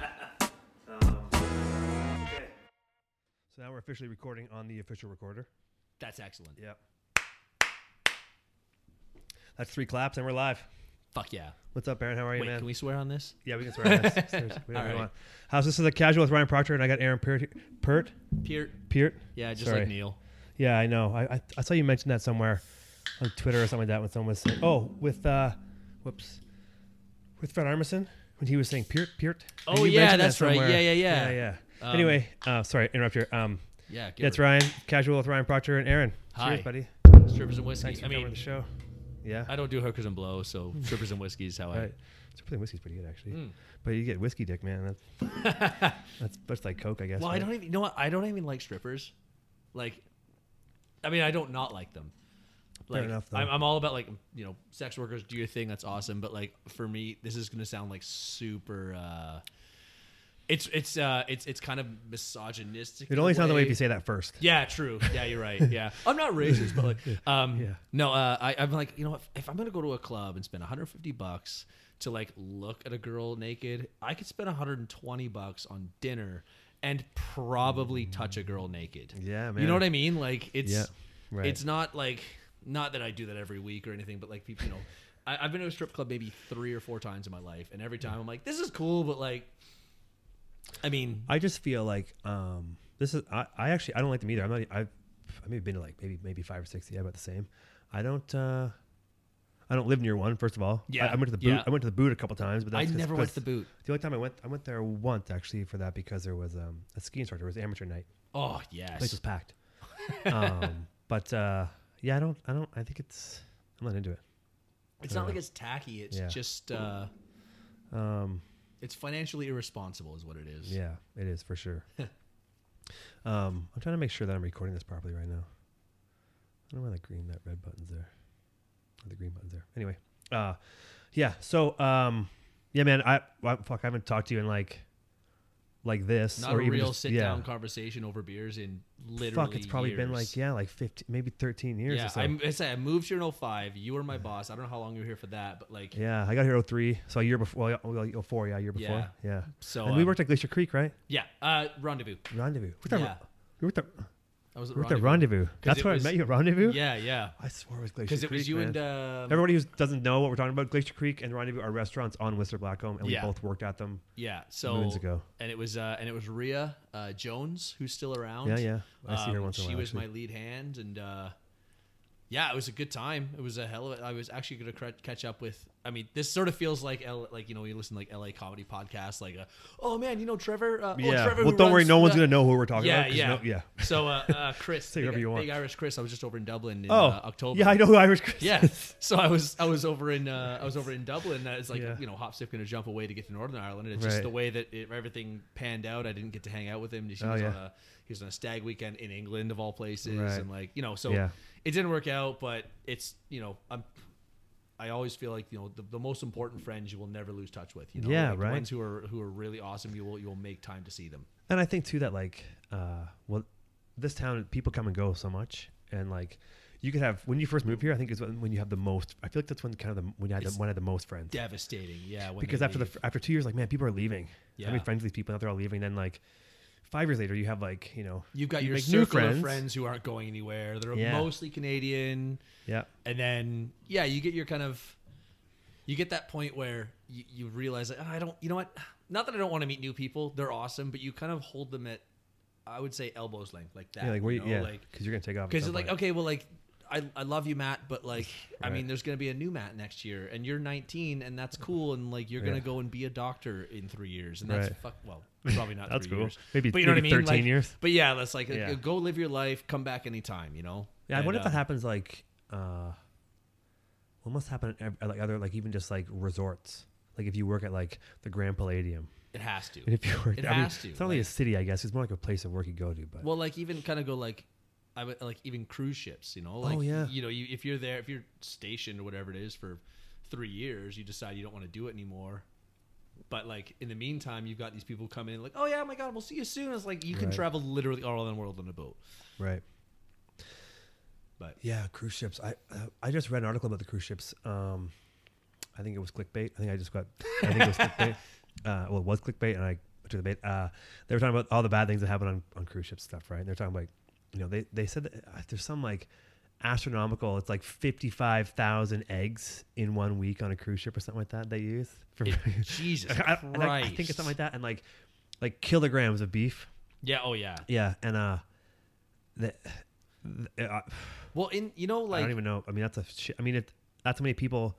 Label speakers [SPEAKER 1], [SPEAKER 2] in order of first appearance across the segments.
[SPEAKER 1] Um, okay.
[SPEAKER 2] So now we're officially recording on the official recorder.
[SPEAKER 3] That's excellent.
[SPEAKER 2] Yep. That's three claps and we're live.
[SPEAKER 3] Fuck yeah.
[SPEAKER 2] What's up, Aaron? How are you,
[SPEAKER 3] Wait,
[SPEAKER 2] man?
[SPEAKER 3] can we swear on this?
[SPEAKER 2] yeah, we can swear on this. It's Thursday. We don't
[SPEAKER 3] All
[SPEAKER 2] really
[SPEAKER 3] right.
[SPEAKER 2] want. How's this is a casual with Ryan Proctor and I got Aaron Pert. Pert?
[SPEAKER 3] Peer.
[SPEAKER 2] Peart?
[SPEAKER 3] Yeah, just
[SPEAKER 2] Sorry.
[SPEAKER 3] like Neil.
[SPEAKER 2] Yeah, I know. I, I I saw you mention that somewhere on Twitter or something like that when someone was saying, oh, with uh, whoops, with Fred Armisen when he was saying Peart Peart. I think
[SPEAKER 3] Oh,
[SPEAKER 2] you
[SPEAKER 3] yeah,
[SPEAKER 2] mentioned that
[SPEAKER 3] that's right.
[SPEAKER 2] somewhere.
[SPEAKER 3] Yeah, yeah, yeah.
[SPEAKER 2] yeah, yeah.
[SPEAKER 3] Um,
[SPEAKER 2] anyway, uh, sorry, interrupt here. Um,
[SPEAKER 3] Yeah,
[SPEAKER 2] yeah, it's Ryan, casual with Ryan Proctor and Aaron.
[SPEAKER 3] Hi.
[SPEAKER 2] Cheers, buddy.
[SPEAKER 3] right. Strippers and whiskey.
[SPEAKER 2] Thanks for
[SPEAKER 3] I
[SPEAKER 2] coming to
[SPEAKER 3] mean,
[SPEAKER 2] the show. Yeah,
[SPEAKER 3] I don't do hookers and blow, so strippers and whiskey is how I.
[SPEAKER 2] right. Sparkling whiskey's pretty good actually,
[SPEAKER 3] Hmm.
[SPEAKER 2] but you get whiskey dick, man. That's that's, that's like Coke, I guess.
[SPEAKER 3] Well, I
[SPEAKER 2] right?
[SPEAKER 3] don't even. You know what? I don't even like strippers. Like, I mean, I don't not like them. Like,
[SPEAKER 2] enough, though.
[SPEAKER 3] I'm, I'm all about like you know, sex workers do your thing. That's awesome. But like for me, this is gonna sound like super. uh It's it's uh it's it's kind of misogynistic.
[SPEAKER 2] It
[SPEAKER 3] in a
[SPEAKER 2] only sounds that way
[SPEAKER 3] way
[SPEAKER 2] if you say that first.
[SPEAKER 3] Yeah, true. Yeah, you're right. Yeah, I'm not racist, but like, um,
[SPEAKER 2] Yeah.
[SPEAKER 3] no, uh, I, I'm like, you know, what? if I'm gonna go to a club and spend 150 bucks to like look at a girl naked, I could spend 120 bucks on dinner and probably touch a girl naked.
[SPEAKER 2] Yeah,
[SPEAKER 3] You
[SPEAKER 2] man.
[SPEAKER 3] know what I mean? Like, it's
[SPEAKER 2] Yeah, right.
[SPEAKER 3] it's not like not that I do that every week or anything, but like people, you know, I, I've been to a strip club maybe three or four times in my life, and every time I'm like, this is cool, but like, I mean,
[SPEAKER 2] I just feel like um, this is. I, I actually I don't like them either. I'm not. e, I've I may have been to like maybe maybe five or six. Yeah, about the same. I don't. uh I don't live near one. First of all,
[SPEAKER 3] Yeah,
[SPEAKER 2] I, I went to the boot.
[SPEAKER 3] yeah.
[SPEAKER 2] I went to the boot a couple times, but
[SPEAKER 3] I
[SPEAKER 2] that's just
[SPEAKER 3] never went
[SPEAKER 2] 'cause
[SPEAKER 3] to the boot.
[SPEAKER 2] The only time I went, I went there once actually for that because there was um, a ski instructor. It was amateur night.
[SPEAKER 3] Oh
[SPEAKER 2] place was
[SPEAKER 3] yes,
[SPEAKER 2] packed. um, but uh, yeah, I don't. I don't. I think it's. I'm not into it.
[SPEAKER 3] it's not like it's tacky. It's
[SPEAKER 2] Yeah.
[SPEAKER 3] just. uh
[SPEAKER 2] Um,
[SPEAKER 3] It's financially irresponsible, is what it is.
[SPEAKER 2] yeah, it is for sure. um, I'm trying to make sure that I'm recording this properly right now. I don't know why the green that red button's there. Or the green button's there. Anyway, uh, yeah. So um, yeah, man. I, I fuck. I haven't talked to you in like like this
[SPEAKER 3] Not
[SPEAKER 2] or
[SPEAKER 3] a
[SPEAKER 2] even
[SPEAKER 3] real
[SPEAKER 2] just-
[SPEAKER 3] sit
[SPEAKER 2] yeah.
[SPEAKER 3] down conversation over beers in literally.
[SPEAKER 2] Fuck, it's probably been
[SPEAKER 3] years.
[SPEAKER 2] like yeah, like 15, maybe 13 years. or
[SPEAKER 3] Yeah,
[SPEAKER 2] so.
[SPEAKER 3] I'm, I say I moved here in 05. You were my boss. I don't know how long you were here for that, but like,
[SPEAKER 2] Yeah, I got here 03, so a year before, well, yeah, well, 04, yeah, a year before. Yeah.
[SPEAKER 3] Yeah. So,
[SPEAKER 2] and we
[SPEAKER 3] um,
[SPEAKER 2] worked at Glacier Creek, right?
[SPEAKER 3] yeah. Uh, rendezvous.
[SPEAKER 2] Rendezvous. We were at-
[SPEAKER 3] Yeah.
[SPEAKER 2] we were at the,
[SPEAKER 3] I was at
[SPEAKER 2] we were at the
[SPEAKER 3] rendezvous.
[SPEAKER 2] rendezvous. That's
[SPEAKER 3] it
[SPEAKER 2] where
[SPEAKER 3] was-
[SPEAKER 2] I met you at Rendezvous?
[SPEAKER 3] Yeah, yeah.
[SPEAKER 2] I swore it was Glacier Creek.
[SPEAKER 3] Because it was you
[SPEAKER 2] man.
[SPEAKER 3] and um,
[SPEAKER 2] Everybody who doesn't know what we're talking about, Glacier Creek and Rendezvous are restaurants on Whistler Blackcomb, and
[SPEAKER 3] Yeah.
[SPEAKER 2] we both worked at them.
[SPEAKER 3] yeah. So
[SPEAKER 2] moons ago.
[SPEAKER 3] and it was uh, and it was Rhea uh, Jones who's still around.
[SPEAKER 2] Yeah, yeah. I see her
[SPEAKER 3] Um,
[SPEAKER 2] once in a
[SPEAKER 3] She
[SPEAKER 2] while.
[SPEAKER 3] was
[SPEAKER 2] actually.
[SPEAKER 3] my lead hand, and uh, yeah, it was a good time. It was a hell of a. I was actually going to cr- catch up with. I mean, this sort of feels like L, like you know you listen to like L.A. comedy podcasts, like uh, oh man, you know Trevor. Uh,
[SPEAKER 2] yeah.
[SPEAKER 3] Oh, Trevor
[SPEAKER 2] well,
[SPEAKER 3] who
[SPEAKER 2] don't worry,
[SPEAKER 3] runs
[SPEAKER 2] no one's
[SPEAKER 3] the-"
[SPEAKER 2] going to know who we're talking
[SPEAKER 3] Yeah,
[SPEAKER 2] about. 'cause
[SPEAKER 3] yeah,
[SPEAKER 2] no- yeah.
[SPEAKER 3] So uh, uh, Chris,
[SPEAKER 2] Say whatever
[SPEAKER 3] big,
[SPEAKER 2] you want.
[SPEAKER 3] big Irish Chris. I was just over in Dublin in
[SPEAKER 2] Oh,
[SPEAKER 3] uh, October.
[SPEAKER 2] Yeah, I know who Irish Chris
[SPEAKER 3] Yeah, so I was I was over in uh, I was over in Dublin. That is like
[SPEAKER 2] Yeah.
[SPEAKER 3] you know hop, skip, and a jump away to get to Northern Ireland. And it's just
[SPEAKER 2] Right.
[SPEAKER 3] the way that it, everything panned out. I didn't get to hang out with him. He was,
[SPEAKER 2] Oh, yeah.
[SPEAKER 3] on a, he was on a stag weekend in England of all places,
[SPEAKER 2] Right.
[SPEAKER 3] and like you know, so
[SPEAKER 2] Yeah.
[SPEAKER 3] it didn't work out. But it's you know I'm. I always feel like you know the, the most important friends you will never lose touch with. You know,
[SPEAKER 2] Yeah,
[SPEAKER 3] like,
[SPEAKER 2] right.
[SPEAKER 3] Ones who are who are really awesome, you will you will make time to see them.
[SPEAKER 2] And I think too that like, uh, well, this town people come and go so much, and like, you could have when you first move here. I think is when, when you have the most. I feel like that's when kind of the when you had the,
[SPEAKER 3] It's
[SPEAKER 2] when I had the most friends.
[SPEAKER 3] Devastating, yeah. When
[SPEAKER 2] because
[SPEAKER 3] they
[SPEAKER 2] after the
[SPEAKER 3] leave.
[SPEAKER 2] the after two years, like man, people are leaving. How many
[SPEAKER 3] Yeah.
[SPEAKER 2] friends are these people? Now they're all leaving. Then like, five years later, you have like you know
[SPEAKER 3] you've got
[SPEAKER 2] you
[SPEAKER 3] your
[SPEAKER 2] make
[SPEAKER 3] circle
[SPEAKER 2] new
[SPEAKER 3] of
[SPEAKER 2] friends.
[SPEAKER 3] friends who aren't going anywhere. They're
[SPEAKER 2] Yeah.
[SPEAKER 3] mostly Canadian.
[SPEAKER 2] Yeah,
[SPEAKER 3] and then yeah you get your kind of you get that point where you, you realize like, "Ah, i don't you know what not that i don't want to meet new people they're awesome but you kind of hold them at i would say elbows length like that
[SPEAKER 2] yeah, like where you,
[SPEAKER 3] you know?
[SPEAKER 2] yeah,
[SPEAKER 3] like
[SPEAKER 2] because you're gonna take off. at
[SPEAKER 3] because
[SPEAKER 2] some
[SPEAKER 3] like
[SPEAKER 2] point.
[SPEAKER 3] okay well like I, I love you matt but like i
[SPEAKER 2] Right.
[SPEAKER 3] mean there's gonna be a new matt next year and you're 19 and that's cool and like you're gonna
[SPEAKER 2] Yeah.
[SPEAKER 3] go and be a doctor in three years and that's
[SPEAKER 2] Right.
[SPEAKER 3] fuck well probably not
[SPEAKER 2] That's
[SPEAKER 3] oh, three
[SPEAKER 2] cool.
[SPEAKER 3] years
[SPEAKER 2] Maybe-
[SPEAKER 3] but you know
[SPEAKER 2] maybe
[SPEAKER 3] what i mean
[SPEAKER 2] 13
[SPEAKER 3] Like,
[SPEAKER 2] years.
[SPEAKER 3] but yeah that's like
[SPEAKER 2] Yeah.
[SPEAKER 3] go live your life come back anytime you know
[SPEAKER 2] yeah, I
[SPEAKER 3] And,
[SPEAKER 2] wonder if
[SPEAKER 3] uh,
[SPEAKER 2] that happens like, uh, what must happen at ev- at, like other like even just like resorts. Like if you work at like the Grand Palladium,
[SPEAKER 3] it has to
[SPEAKER 2] and if you work,
[SPEAKER 3] It
[SPEAKER 2] I mean,
[SPEAKER 3] has to,
[SPEAKER 2] It's not really a
[SPEAKER 3] like-
[SPEAKER 2] city, I guess. It's more like a place of work you go to. But
[SPEAKER 3] Well, like even kind of go like, I would like even cruise ships. You know, like
[SPEAKER 2] Oh, yeah.
[SPEAKER 3] you know, you, if you're there, if you're stationed or whatever it is for three years, you decide you don't want to do it anymore. But like in the meantime, you've got these people coming in like, oh yeah, my god, we'll see you soon. It's like you can
[SPEAKER 2] Right.
[SPEAKER 3] travel literally all around the world on a boat.
[SPEAKER 2] right.
[SPEAKER 3] But
[SPEAKER 2] Yeah, cruise ships. I uh, I just read an article about the cruise ships. Um, I think it was clickbait. I think I just got. I think it was clickbait. uh, well, it was clickbait, and I went to the bait. Uh, they were talking about all the bad things that happen on, on cruise ship stuff, right? And they're talking like, you know, they they said that uh, there's some like astronomical. It's like fifty five thousand eggs in one week on a cruise ship or something like that. They use for
[SPEAKER 3] It- Jesus
[SPEAKER 2] I,
[SPEAKER 3] Christ.
[SPEAKER 2] I- and I- I think it's something like that, and like like kilograms of beef.
[SPEAKER 3] Yeah. Oh yeah.
[SPEAKER 2] Yeah, and uh, the, the- uh,
[SPEAKER 3] Well, in you know
[SPEAKER 2] I
[SPEAKER 3] like
[SPEAKER 2] don't even know. I mean, that's a shit. I mean, if that's how many people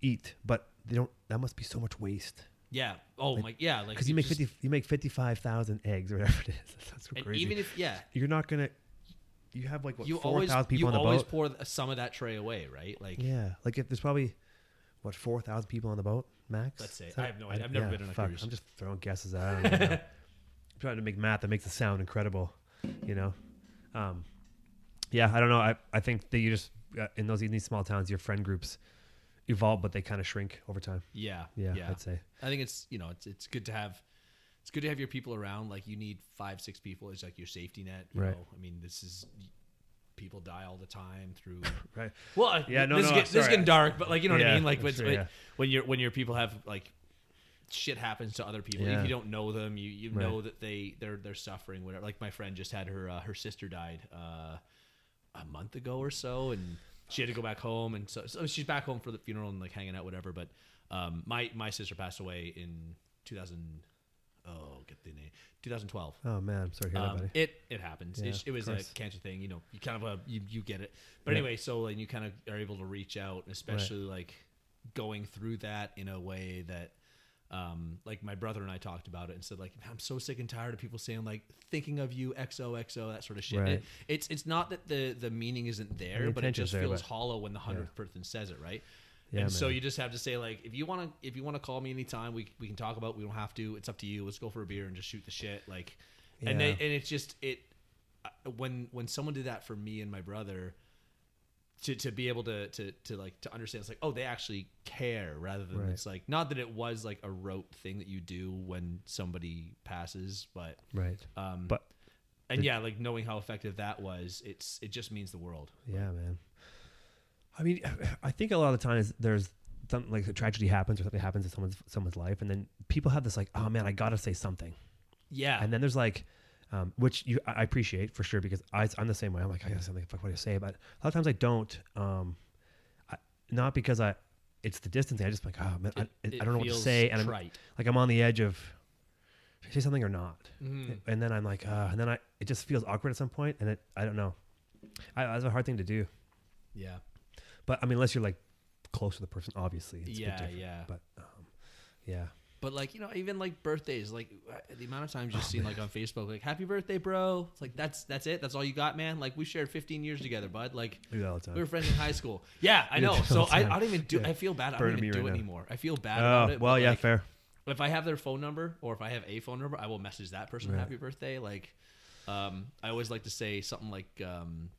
[SPEAKER 2] eat, but they don't. That must be so much waste.
[SPEAKER 3] yeah. Oh my yeah. Like
[SPEAKER 2] Because you make
[SPEAKER 3] just-
[SPEAKER 2] fifty, you make fifty five thousand eggs or whatever it is. That's so
[SPEAKER 3] and
[SPEAKER 2] crazy.
[SPEAKER 3] even if yeah,
[SPEAKER 2] You're not gonna. You have like what
[SPEAKER 3] you
[SPEAKER 2] four
[SPEAKER 3] always
[SPEAKER 2] thousand people
[SPEAKER 3] you
[SPEAKER 2] on the
[SPEAKER 3] always
[SPEAKER 2] boat.
[SPEAKER 3] pour th- some of that tray away, right? Like
[SPEAKER 2] yeah, like if there's probably what four thousand people on the boat max.
[SPEAKER 3] Let's say.
[SPEAKER 2] Is that
[SPEAKER 3] I
[SPEAKER 2] it?
[SPEAKER 3] have no idea. I've never
[SPEAKER 2] yeah,
[SPEAKER 3] been on a
[SPEAKER 2] fuck.
[SPEAKER 3] cruise.
[SPEAKER 2] I'm just throwing guesses out. I don't even know. I'm trying to make math that makes it sound incredible. You know, um, yeah. I don't know. I I think that you just uh, in those in these small towns, your friend groups evolve, but they kind of shrink over time.
[SPEAKER 3] yeah,
[SPEAKER 2] Yeah, I'd say.
[SPEAKER 3] I think it's you know it's it's good to have it's good to have your people around. Like you need five six people. It's like your safety net. You
[SPEAKER 2] Right.
[SPEAKER 3] Know? I mean, this is people die all the time through.
[SPEAKER 2] Right.
[SPEAKER 3] well, I-
[SPEAKER 2] Yeah, no,
[SPEAKER 3] this, is
[SPEAKER 2] no,
[SPEAKER 3] get- this is
[SPEAKER 2] sorry.
[SPEAKER 3] getting dark, but like you know what
[SPEAKER 2] Yeah,
[SPEAKER 3] I mean. Like, but,
[SPEAKER 2] that's true,
[SPEAKER 3] but
[SPEAKER 2] yeah.
[SPEAKER 3] when your when your people have like shit happens to other people,
[SPEAKER 2] Yeah.
[SPEAKER 3] if you don't know them, you you
[SPEAKER 2] Right.
[SPEAKER 3] know that they they're they're suffering. Whatever. Like my friend just had her uh, her sister died uh, a month ago or so, and she had to go back home, and so, so she's back home for the funeral and like hanging out, whatever. But um, my my sister passed away in 2000. Oh, get the name 2012.
[SPEAKER 2] Oh man, I'm sorry to hear that,
[SPEAKER 3] Um,
[SPEAKER 2] buddy.
[SPEAKER 3] it it happens.
[SPEAKER 2] Yeah,
[SPEAKER 3] it, it
[SPEAKER 2] of
[SPEAKER 3] was a
[SPEAKER 2] course.
[SPEAKER 3] cancer thing. You know, you kind of a you, you get it. But
[SPEAKER 2] Yeah.
[SPEAKER 3] anyway, so like you kind of are able to reach out, and especially like going through that in a way that. Um, like my brother and I talked about it and said, like, "Man, I'm so sick and tired of people saying like thinking of you, XOXO, that sort of shit.
[SPEAKER 2] Right.
[SPEAKER 3] It- it's it's not that the the meaning isn't there, but it
[SPEAKER 2] intention's
[SPEAKER 3] just
[SPEAKER 2] there,
[SPEAKER 3] feels
[SPEAKER 2] but-
[SPEAKER 3] hollow when the hundredth person says it, right?
[SPEAKER 2] Yeah,
[SPEAKER 3] and so
[SPEAKER 2] man.
[SPEAKER 3] you just have to say like, if you want to, if you want to call me anytime, we we can talk about. it. We don't have to. It's up to you. Let's go for a beer and just shoot the shit. Like, and they,
[SPEAKER 2] Yeah.
[SPEAKER 3] and it's just it I- when when someone did that for me and my brother to, to be able to, to to like to understand it's like oh they actually care rather than
[SPEAKER 2] Right.
[SPEAKER 3] it's like not that it was like a rote thing that you do when somebody passes but
[SPEAKER 2] Right.
[SPEAKER 3] um
[SPEAKER 2] But
[SPEAKER 3] and yeah like knowing how effective that was it's it just means the world
[SPEAKER 2] Yeah, man. I mean, I think a lot of times there's something like a tragedy happens or something happens in someone's someone's life, and then people have this like, oh man, I gotta say something,
[SPEAKER 3] yeah
[SPEAKER 2] and then there's like. Um, which you, I I appreciate for sure because I, I'm the same way. I'm like, I got something. Fuck, what do I say? But a lot of times I don't. Um, I, not because I, it's the distancing. I just like, oh man, I, I
[SPEAKER 3] It
[SPEAKER 2] don't know what to
[SPEAKER 3] feels
[SPEAKER 2] say, and I'm,
[SPEAKER 3] trite.
[SPEAKER 2] like I'm on the edge of should I say something or not,
[SPEAKER 3] Mhm.
[SPEAKER 2] and then I'm like, uh, and then I it just feels awkward at some point, and it, I don't know. I, that's a hard thing to do,
[SPEAKER 3] yeah
[SPEAKER 2] but I mean, unless you're like close to the person, obviously, it's
[SPEAKER 3] Yeah,
[SPEAKER 2] a bit different.
[SPEAKER 3] yeah.
[SPEAKER 2] But um, yeah,
[SPEAKER 3] But like you know, even like birthdays, like uh, the amount of
[SPEAKER 2] Oh,
[SPEAKER 3] times you've seen like on Facebook, like "Happy birthday, bro!" It's like that's that's it. That's all you got, man. Like we shared 15 years together, bud. Like
[SPEAKER 2] I do that all the time.
[SPEAKER 3] we were friends in high school. Yeah, I
[SPEAKER 2] do
[SPEAKER 3] know.
[SPEAKER 2] that
[SPEAKER 3] So
[SPEAKER 2] all the
[SPEAKER 3] I,
[SPEAKER 2] time.
[SPEAKER 3] I don't even do.
[SPEAKER 2] Yeah.
[SPEAKER 3] I feel bad. I
[SPEAKER 2] Burning
[SPEAKER 3] don't
[SPEAKER 2] me
[SPEAKER 3] even do
[SPEAKER 2] right
[SPEAKER 3] it
[SPEAKER 2] now.
[SPEAKER 3] anymore. I feel bad about
[SPEAKER 2] Oh,
[SPEAKER 3] it.
[SPEAKER 2] well,
[SPEAKER 3] but,
[SPEAKER 2] yeah,
[SPEAKER 3] like,
[SPEAKER 2] fair.
[SPEAKER 3] If I have their phone number or if I have a phone number, I will message that person
[SPEAKER 2] Right.
[SPEAKER 3] "Happy birthday." Like, um, I always like to say something like, um,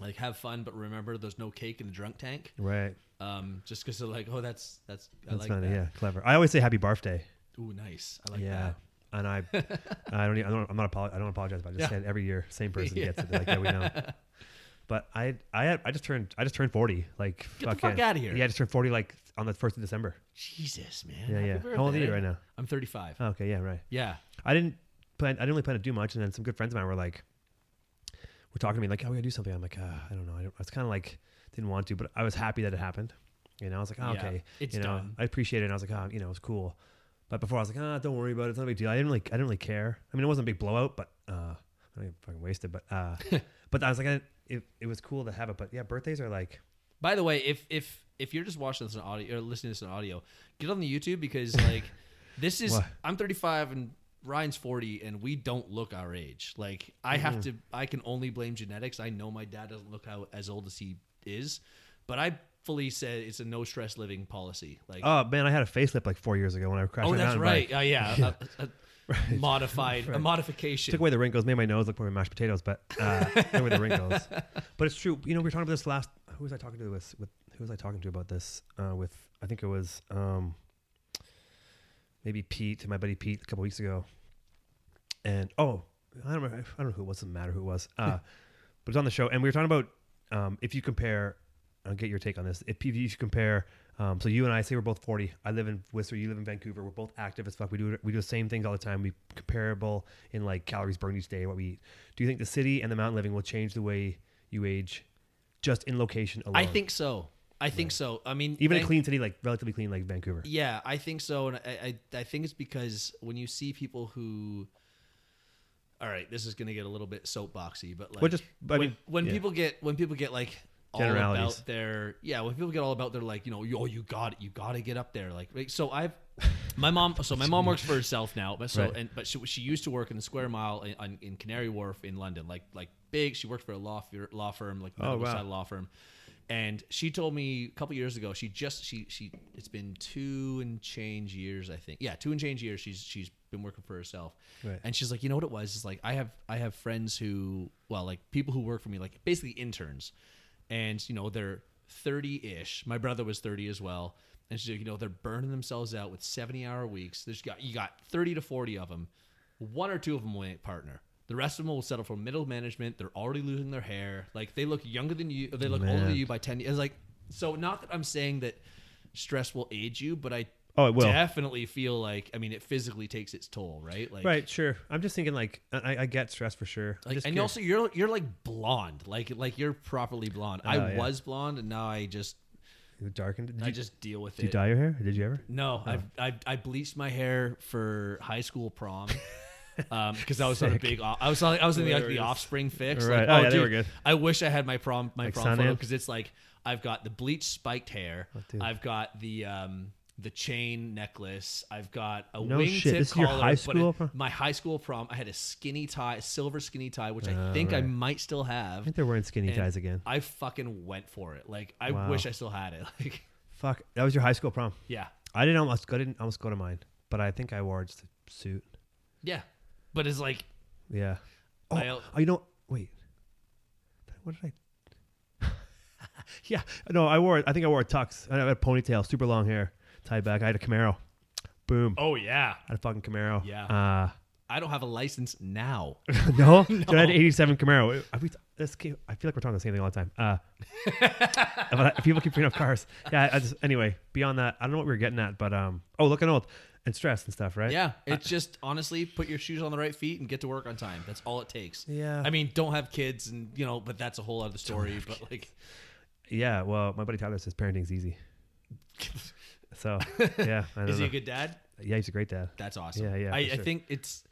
[SPEAKER 3] like "Have fun, but remember, there's no cake in the drunk tank."
[SPEAKER 2] Right.
[SPEAKER 3] Um, just because they're like, "Oh, that's that's I
[SPEAKER 2] That's
[SPEAKER 3] like
[SPEAKER 2] funny.
[SPEAKER 3] that."
[SPEAKER 2] Yeah, clever. I always say happy birth day.
[SPEAKER 3] Ooh, nice. I like
[SPEAKER 2] yeah.
[SPEAKER 3] that.
[SPEAKER 2] And I, I don't, even, I don't, I'm not, apolo- I don't apologize, but I just
[SPEAKER 3] Yeah.
[SPEAKER 2] say it every year. Same person gets it. They're Like, yeah, we know. But I, I, had, I just turned, I just turned 40. Like,
[SPEAKER 3] Get the fuck
[SPEAKER 2] yeah.
[SPEAKER 3] outta here.
[SPEAKER 2] Yeah, I just turned 40 like on the first of December.
[SPEAKER 3] Jesus, man.
[SPEAKER 2] Yeah,
[SPEAKER 3] Happy
[SPEAKER 2] yeah. How old are
[SPEAKER 3] birthday.
[SPEAKER 2] you right now?
[SPEAKER 3] I'm 35.
[SPEAKER 2] Oh, okay, yeah, right.
[SPEAKER 3] Yeah.
[SPEAKER 2] I didn't plan. I didn't really plan to do much, and then some good friends of mine were like, were talking to me like, "Oh, we gotta do something." I'm like, uh, "I don't know." I, don't, I was kind of like didn't want to, but I was happy that it happened. You know, I was like, oh,
[SPEAKER 3] Yeah,
[SPEAKER 2] "Okay,
[SPEAKER 3] it's
[SPEAKER 2] you know,
[SPEAKER 3] done.
[SPEAKER 2] I appreciate it." And I was like, "Oh, you know, it's cool." But before I was like, "Ah, don't worry about it. It's not a big deal." I didn't really, I didn't really care. I mean, it wasn't a big blowout, but uh, I don't even fucking wasted. But uh, but I was like, I, it, it was cool to have it. But yeah, birthdays are like,
[SPEAKER 3] By the way, if if if you're just watching this on audio or listening to this on audio, get on the YouTube because like this is
[SPEAKER 2] What?
[SPEAKER 3] I'm 35 and Ryan's 40 and we don't look our age. Like I have
[SPEAKER 2] Mm-hmm.
[SPEAKER 3] to I can only blame genetics. I know my dad doesn't look how as old as he is, but I fully said it's a no stress living policy. Like
[SPEAKER 2] oh man, I had a facelift like four years ago when I crashed.
[SPEAKER 3] Oh,
[SPEAKER 2] my
[SPEAKER 3] that's
[SPEAKER 2] mountain
[SPEAKER 3] right.
[SPEAKER 2] bike.
[SPEAKER 3] Uh, yeah. A, a- a modified a modification.
[SPEAKER 2] took away the wrinkles, made my nose look more like mashed potatoes, but uh, took away the wrinkles. But it's true. You know, we were talking about this last. Who was I talking to this with? Who was I talking to about this? Uh, with I think it was um, maybe Pete, my buddy Pete, a couple weeks ago. And oh, I don't remember. I don't know who it was. Doesn't matter who it was.
[SPEAKER 3] Hmm.
[SPEAKER 2] Uh, but it's on the show, and we were talking about um, if you compare. I'll get your take on this. If you, if you compare Um, so you and I say we're both 40. I live in Whistler. You live in Vancouver. We're both active as fuck. We do we do the same things all the time. We comparable in like calories burned each day, what we eat. Do you think the city and the mountain living will change the way you age, just in location alone?
[SPEAKER 3] I think so. I think so. I mean,
[SPEAKER 2] even a
[SPEAKER 3] Van-
[SPEAKER 2] clean city like relatively clean like Vancouver.
[SPEAKER 3] Yeah, I think so, and I, I I think it's because when you see people who, all right, this is gonna get a little bit soapboxy, but like,
[SPEAKER 2] Well, just- I
[SPEAKER 3] when,
[SPEAKER 2] mean,
[SPEAKER 3] when
[SPEAKER 2] yeah.
[SPEAKER 3] people get when people get like all
[SPEAKER 2] Generalities.
[SPEAKER 3] about their yeah, when people get all about their like you know oh you got you got to get up there like right? so I've my mom so my mom works for herself now but so
[SPEAKER 2] Right.
[SPEAKER 3] and but she, she used to work in the Square Mile in, on- in Canary Wharf in London like like big she worked for a law fir- law firm like
[SPEAKER 2] Oh,
[SPEAKER 3] medical
[SPEAKER 2] wow.
[SPEAKER 3] side law firm and she told me a couple years ago she just she she it's been two and change years i think yeah two and change years she's she's been working for herself
[SPEAKER 2] Right.
[SPEAKER 3] and she's like you know what it was is like i have i have friends who well like people who work for me like basically interns and you know they're 30-ish my brother was 30 as well and she's like you know they're burning themselves out with 70 hour weeks there's got you got 30 to 40 of them one or two of them will ain't partner the rest of them will settle for middle management. They're already losing their hair. Like they look younger than you. They look older
[SPEAKER 2] Man.
[SPEAKER 3] than you by ten years. It's Like so, not that I'm saying that stress will age you, but I
[SPEAKER 2] Oh, it will.
[SPEAKER 3] definitely feel like I mean it physically takes its toll, right? Like
[SPEAKER 2] Right, sure. I'm just thinking like I, I get stress for sure. I'm
[SPEAKER 3] Like,
[SPEAKER 2] just
[SPEAKER 3] and
[SPEAKER 2] curious.
[SPEAKER 3] also you're you're like blonde, like like you're properly blonde.
[SPEAKER 2] Oh,
[SPEAKER 3] I
[SPEAKER 2] yeah.
[SPEAKER 3] was blonde, and now I just
[SPEAKER 2] It darkened. Did
[SPEAKER 3] I
[SPEAKER 2] you,
[SPEAKER 3] just deal with
[SPEAKER 2] did you
[SPEAKER 3] it.
[SPEAKER 2] dye your hair? Did you ever?
[SPEAKER 3] No, I've, I've I bleached my hair for high school prom. Um, because I was on a
[SPEAKER 2] Sick.
[SPEAKER 3] big, off- I was on, I was in the, like, the
[SPEAKER 2] Hilarious.
[SPEAKER 3] offspring fix.
[SPEAKER 2] Right.
[SPEAKER 3] Like,
[SPEAKER 2] Oh, yeah, they were good.
[SPEAKER 3] I wish I had my prom, my
[SPEAKER 2] Like
[SPEAKER 3] prom photo
[SPEAKER 2] Sundance?
[SPEAKER 3] because it's like I've got the bleached spiked hair.
[SPEAKER 2] Oh, dude.
[SPEAKER 3] I've got the um the chain necklace. I've got a
[SPEAKER 2] No
[SPEAKER 3] wingtip
[SPEAKER 2] shit. This is your
[SPEAKER 3] collar.
[SPEAKER 2] high
[SPEAKER 3] but it-
[SPEAKER 2] school prom?
[SPEAKER 3] my high school prom. I had a skinny tie, a silver skinny tie, which I
[SPEAKER 2] Oh,
[SPEAKER 3] think I
[SPEAKER 2] right.
[SPEAKER 3] might still have.
[SPEAKER 2] I think they're wearing skinny
[SPEAKER 3] And
[SPEAKER 2] ties again.
[SPEAKER 3] I fucking went for it. Like I
[SPEAKER 2] Wow.
[SPEAKER 3] wish I still had it. Like
[SPEAKER 2] Fuck, that was your high school prom.
[SPEAKER 3] yeah.
[SPEAKER 2] I didn't almost go, didn't almost go to mine, but I think I wore just a suit.
[SPEAKER 3] Yeah. But it's like
[SPEAKER 2] Yeah. Oh,
[SPEAKER 3] I-
[SPEAKER 2] oh, you know, wait. What did I? yeah, no, I wore. I think I wore a tux. I had a ponytail, super long hair, tied back. I had a Camaro. Boom.
[SPEAKER 3] oh yeah.
[SPEAKER 2] I had a fucking Camaro.
[SPEAKER 3] Yeah. I don't have a license now.
[SPEAKER 2] Uh, no, Dude, I had an '87 Camaro. It- I, we, this came, I feel like we're talking the same thing all the time. Uh, but I- people keep bringing up cars. Yeah. I just, anyway, beyond that, I don't know what we were getting at, but um. Oh, looking old and stressed and stuff, right?
[SPEAKER 3] Yeah, it's just honestly put your shoes on the right feet and get to work on time. That's all it takes.
[SPEAKER 2] Yeah.
[SPEAKER 3] I mean, don't have kids and you know, but that's a whole other story. But like,
[SPEAKER 2] Yeah. Well, my buddy Tyler says parenting's easy. So yeah, I don't
[SPEAKER 3] is
[SPEAKER 2] know.
[SPEAKER 3] he a good dad?
[SPEAKER 2] yeah, he's a great dad.
[SPEAKER 3] That's awesome.
[SPEAKER 2] Yeah, yeah, for
[SPEAKER 3] I, I
[SPEAKER 2] sure.
[SPEAKER 3] think it's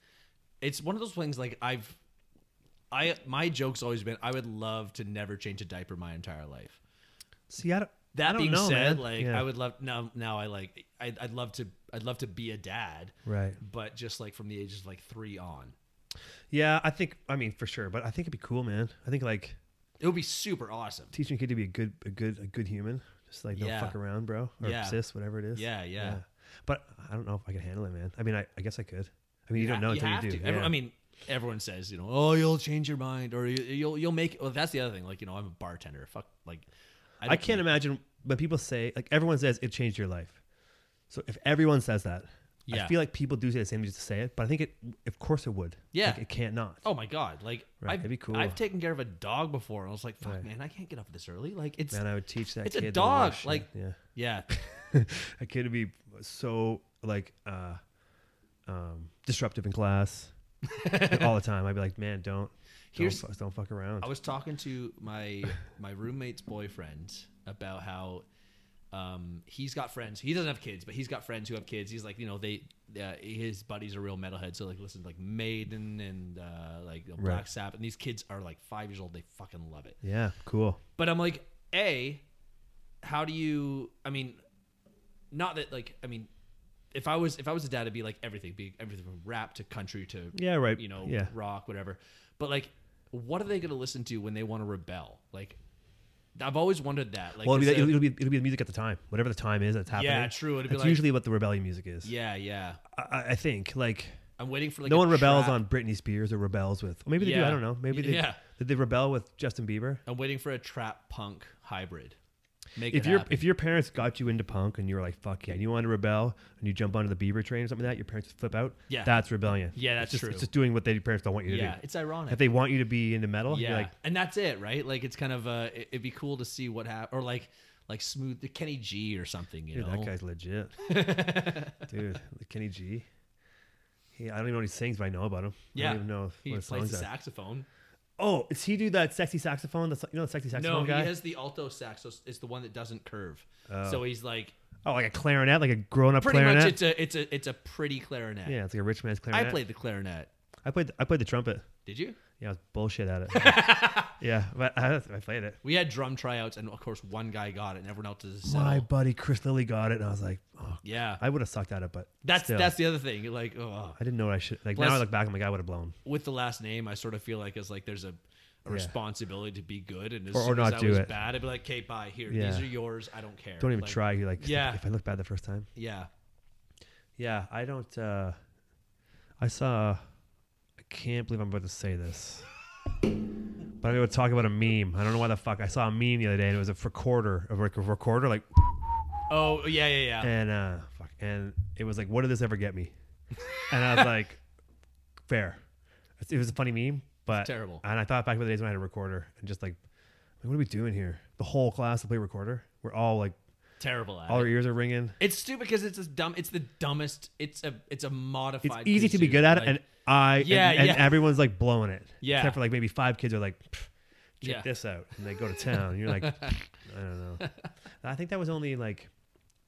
[SPEAKER 3] it's one of those things like I've I my joke's always been I would love to never change a diaper my entire life.
[SPEAKER 2] See, I don't.
[SPEAKER 3] That
[SPEAKER 2] I don't
[SPEAKER 3] being
[SPEAKER 2] know, man.
[SPEAKER 3] said, like
[SPEAKER 2] Yeah.
[SPEAKER 3] I would love now now I like I, I'd love to I'd love to be a dad,
[SPEAKER 2] Right.
[SPEAKER 3] but just like from the ages of like three on.
[SPEAKER 2] Yeah, I think. I mean, for sure. But I think it'd be cool, man. I think like
[SPEAKER 3] It would be super awesome.
[SPEAKER 2] teaching a kid to be a good, a good, a good human. Just like don't
[SPEAKER 3] Yeah.
[SPEAKER 2] fuck around, bro, or
[SPEAKER 3] Yeah.
[SPEAKER 2] sis, whatever it is.
[SPEAKER 3] Yeah, yeah.
[SPEAKER 2] But I don't know if I can handle it, man. I mean, I, I guess I could. I mean, you,
[SPEAKER 3] ha-
[SPEAKER 2] don't know until you
[SPEAKER 3] have
[SPEAKER 2] do.
[SPEAKER 3] to. Every-
[SPEAKER 2] yeah.
[SPEAKER 3] I mean, everyone says you know, oh, you'll change your mind, or you, you'll you'll make. Well, that's the other thing. Like you know, I'm a bartender. Fuck, like
[SPEAKER 2] I can't imagine when people say like everyone says it changed your life. So if everyone says that, I
[SPEAKER 3] Yeah.
[SPEAKER 2] feel like people do say the same just to say it. But I think it, of course, it would.
[SPEAKER 3] Yeah.
[SPEAKER 2] Like, it can't not.
[SPEAKER 3] Oh my god! Like
[SPEAKER 2] Right,
[SPEAKER 3] I've,
[SPEAKER 2] that'd be cool.
[SPEAKER 3] I've taken care of a dog before, and I was like, fuck,
[SPEAKER 2] Right.
[SPEAKER 3] man, I can't get up this early. Like it's
[SPEAKER 2] man, I would teach that.
[SPEAKER 3] it's a
[SPEAKER 2] kid to
[SPEAKER 3] dog,
[SPEAKER 2] wash,
[SPEAKER 3] like-
[SPEAKER 2] yeah.
[SPEAKER 3] yeah,
[SPEAKER 2] a kid to be so like uh um disruptive in class Like, all the time i'd be like man don't
[SPEAKER 3] Here's-
[SPEAKER 2] don't, fu- don't fuck around
[SPEAKER 3] I was talking to my my roommate's boyfriend about how um, he's got friends. He doesn't have kids, but he's got friends who have kids. He's like, you know, they uh, his buddies are real metalhead, so like listen to like Maiden and uh, like you know, Black
[SPEAKER 2] Right.
[SPEAKER 3] Sabbath, and these kids are like five years old. They fucking love it.
[SPEAKER 2] yeah cool
[SPEAKER 3] But I'm like, a, how do you? I mean, not that like I mean, if I was if I was a dad, it'd be like everything, be everything from rap to country to
[SPEAKER 2] Yeah, right.
[SPEAKER 3] you know,
[SPEAKER 2] Yeah.
[SPEAKER 3] rock, whatever. But like, what are they gonna listen to when they want to rebel? Like, I've always wondered that. Like,
[SPEAKER 2] well it'll
[SPEAKER 3] is
[SPEAKER 2] be,
[SPEAKER 3] there-
[SPEAKER 2] it'll, be it'll be the music at the time whatever the time is that's happening
[SPEAKER 3] Yeah, true. It'd be
[SPEAKER 2] that's
[SPEAKER 3] like-
[SPEAKER 2] usually what the rebellion music is
[SPEAKER 3] yeah, yeah.
[SPEAKER 2] I- I, I think like
[SPEAKER 3] I'm waiting for like
[SPEAKER 2] no
[SPEAKER 3] a
[SPEAKER 2] one rebels
[SPEAKER 3] trap-
[SPEAKER 2] on Britney Spears or rebels with. Maybe they do.
[SPEAKER 3] Yeah.
[SPEAKER 2] I don't know. Maybe they
[SPEAKER 3] Yeah.
[SPEAKER 2] did they rebel with Justin Bieber.
[SPEAKER 3] I'm waiting for a trap punk hybrid. Make
[SPEAKER 2] if
[SPEAKER 3] it
[SPEAKER 2] your
[SPEAKER 3] happen.
[SPEAKER 2] if your parents got you into punk and you were like fuck yeah, and you wanted to rebel and you jump onto the Bieber train or something like that, your parents would flip out.
[SPEAKER 3] Yeah.
[SPEAKER 2] that's rebellion.
[SPEAKER 3] Yeah,
[SPEAKER 2] it's
[SPEAKER 3] that's
[SPEAKER 2] just,
[SPEAKER 3] true.
[SPEAKER 2] It's just doing what their parents don't want you to
[SPEAKER 3] yeah,
[SPEAKER 2] do.
[SPEAKER 3] it's ironic.
[SPEAKER 2] If they want you to be into metal,
[SPEAKER 3] yeah,
[SPEAKER 2] you're like
[SPEAKER 3] and that's it, right? Like, it's kind of uh, it, would be cool to see what happens, or like. like smooth the Kenny G or something. You
[SPEAKER 2] Dude,
[SPEAKER 3] know,
[SPEAKER 2] that guy's legit. Dude, the Kenny G. He, I don't even know what he sings, but I know about him. I
[SPEAKER 3] yeah,
[SPEAKER 2] don't even know if-
[SPEAKER 3] he
[SPEAKER 2] what his
[SPEAKER 3] plays
[SPEAKER 2] songs
[SPEAKER 3] the
[SPEAKER 2] are.
[SPEAKER 3] saxophone.
[SPEAKER 2] oh, is he do that sexy saxophone? That's you know the sexy saxophone
[SPEAKER 3] No,
[SPEAKER 2] guy.
[SPEAKER 3] he has the alto sax. So it's- it's the one that doesn't curve.
[SPEAKER 2] Oh.
[SPEAKER 3] So he's like
[SPEAKER 2] oh, like a clarinet, like a grown-up
[SPEAKER 3] pretty
[SPEAKER 2] clarinet.
[SPEAKER 3] much it's a it's a it's a pretty clarinet.
[SPEAKER 2] yeah, it's like a rich man's
[SPEAKER 3] I
[SPEAKER 2] clarinet.
[SPEAKER 3] played the clarinet.
[SPEAKER 2] I played. I played the trumpet.
[SPEAKER 3] Did you?
[SPEAKER 2] Yeah, I was bullshit at it. yeah, but I, I played it.
[SPEAKER 3] We had drum tryouts, and of course, one guy got it, and everyone else is
[SPEAKER 2] My
[SPEAKER 3] settled.
[SPEAKER 2] buddy Chris Lilly got it, and I was like, oh,
[SPEAKER 3] Yeah,
[SPEAKER 2] I would have sucked at it, but
[SPEAKER 3] that's
[SPEAKER 2] still,
[SPEAKER 3] that's the other thing. Like, oh,
[SPEAKER 2] I didn't know what I should. Like now
[SPEAKER 3] Plus-
[SPEAKER 2] I look back, I'm like, I would have blown.
[SPEAKER 3] with the last name, I sort of feel like it's like there's a, a responsibility to be good, and as
[SPEAKER 2] Or- or
[SPEAKER 3] soon as
[SPEAKER 2] not
[SPEAKER 3] I
[SPEAKER 2] do
[SPEAKER 3] was
[SPEAKER 2] it.
[SPEAKER 3] bad, I'd be like, "Okay, bye. Here,
[SPEAKER 2] Yeah.
[SPEAKER 3] these are yours. I don't care.
[SPEAKER 2] Don't even
[SPEAKER 3] Like,
[SPEAKER 2] try. You're like,
[SPEAKER 3] Yeah.
[SPEAKER 2] if I look bad the first time.
[SPEAKER 3] Yeah,
[SPEAKER 2] Yeah, I don't. uh I saw. I can't believe I'm about to say this, but I'm going to talk about a meme. I don't know why the fuck I saw a meme the other day, and it was a recorder, a rec- recorder, like,
[SPEAKER 3] Oh yeah, yeah, yeah.
[SPEAKER 2] and uh, fuck, and it was like, what did this ever get me? And I was like, fair. It was a funny meme, but
[SPEAKER 3] terrible.
[SPEAKER 2] And I thought back to the days when I had a recorder and just like, what are we doing here? The whole class to play recorder. We're all like,
[SPEAKER 3] Terrible. At
[SPEAKER 2] all
[SPEAKER 3] it.
[SPEAKER 2] our ears are ringing.
[SPEAKER 3] It's stupid because it's a dumb. It's the dumbest. It's a it's a
[SPEAKER 2] it's
[SPEAKER 3] modified.
[SPEAKER 2] easy to be
[SPEAKER 3] kazoo,
[SPEAKER 2] good at it,
[SPEAKER 3] like-
[SPEAKER 2] and I and-
[SPEAKER 3] Yeah,
[SPEAKER 2] and,
[SPEAKER 3] yeah.
[SPEAKER 2] everyone's like blowing it.
[SPEAKER 3] Yeah.
[SPEAKER 2] except for like maybe five kids are like, "Pff, check
[SPEAKER 3] Yeah.
[SPEAKER 2] this out, and they go to town. You're like, I don't know. I think that was only like,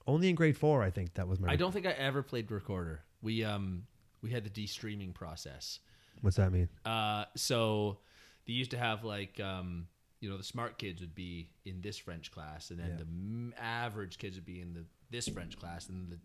[SPEAKER 2] only in grade four. I think that was my.
[SPEAKER 3] I don't think I ever played recorder. We um we had the de-streaming process.
[SPEAKER 2] What's that mean?
[SPEAKER 3] Uh, so they used to have like um, you know the smart kids would be in this French class, and then the m- average kids would be in the this French class, and the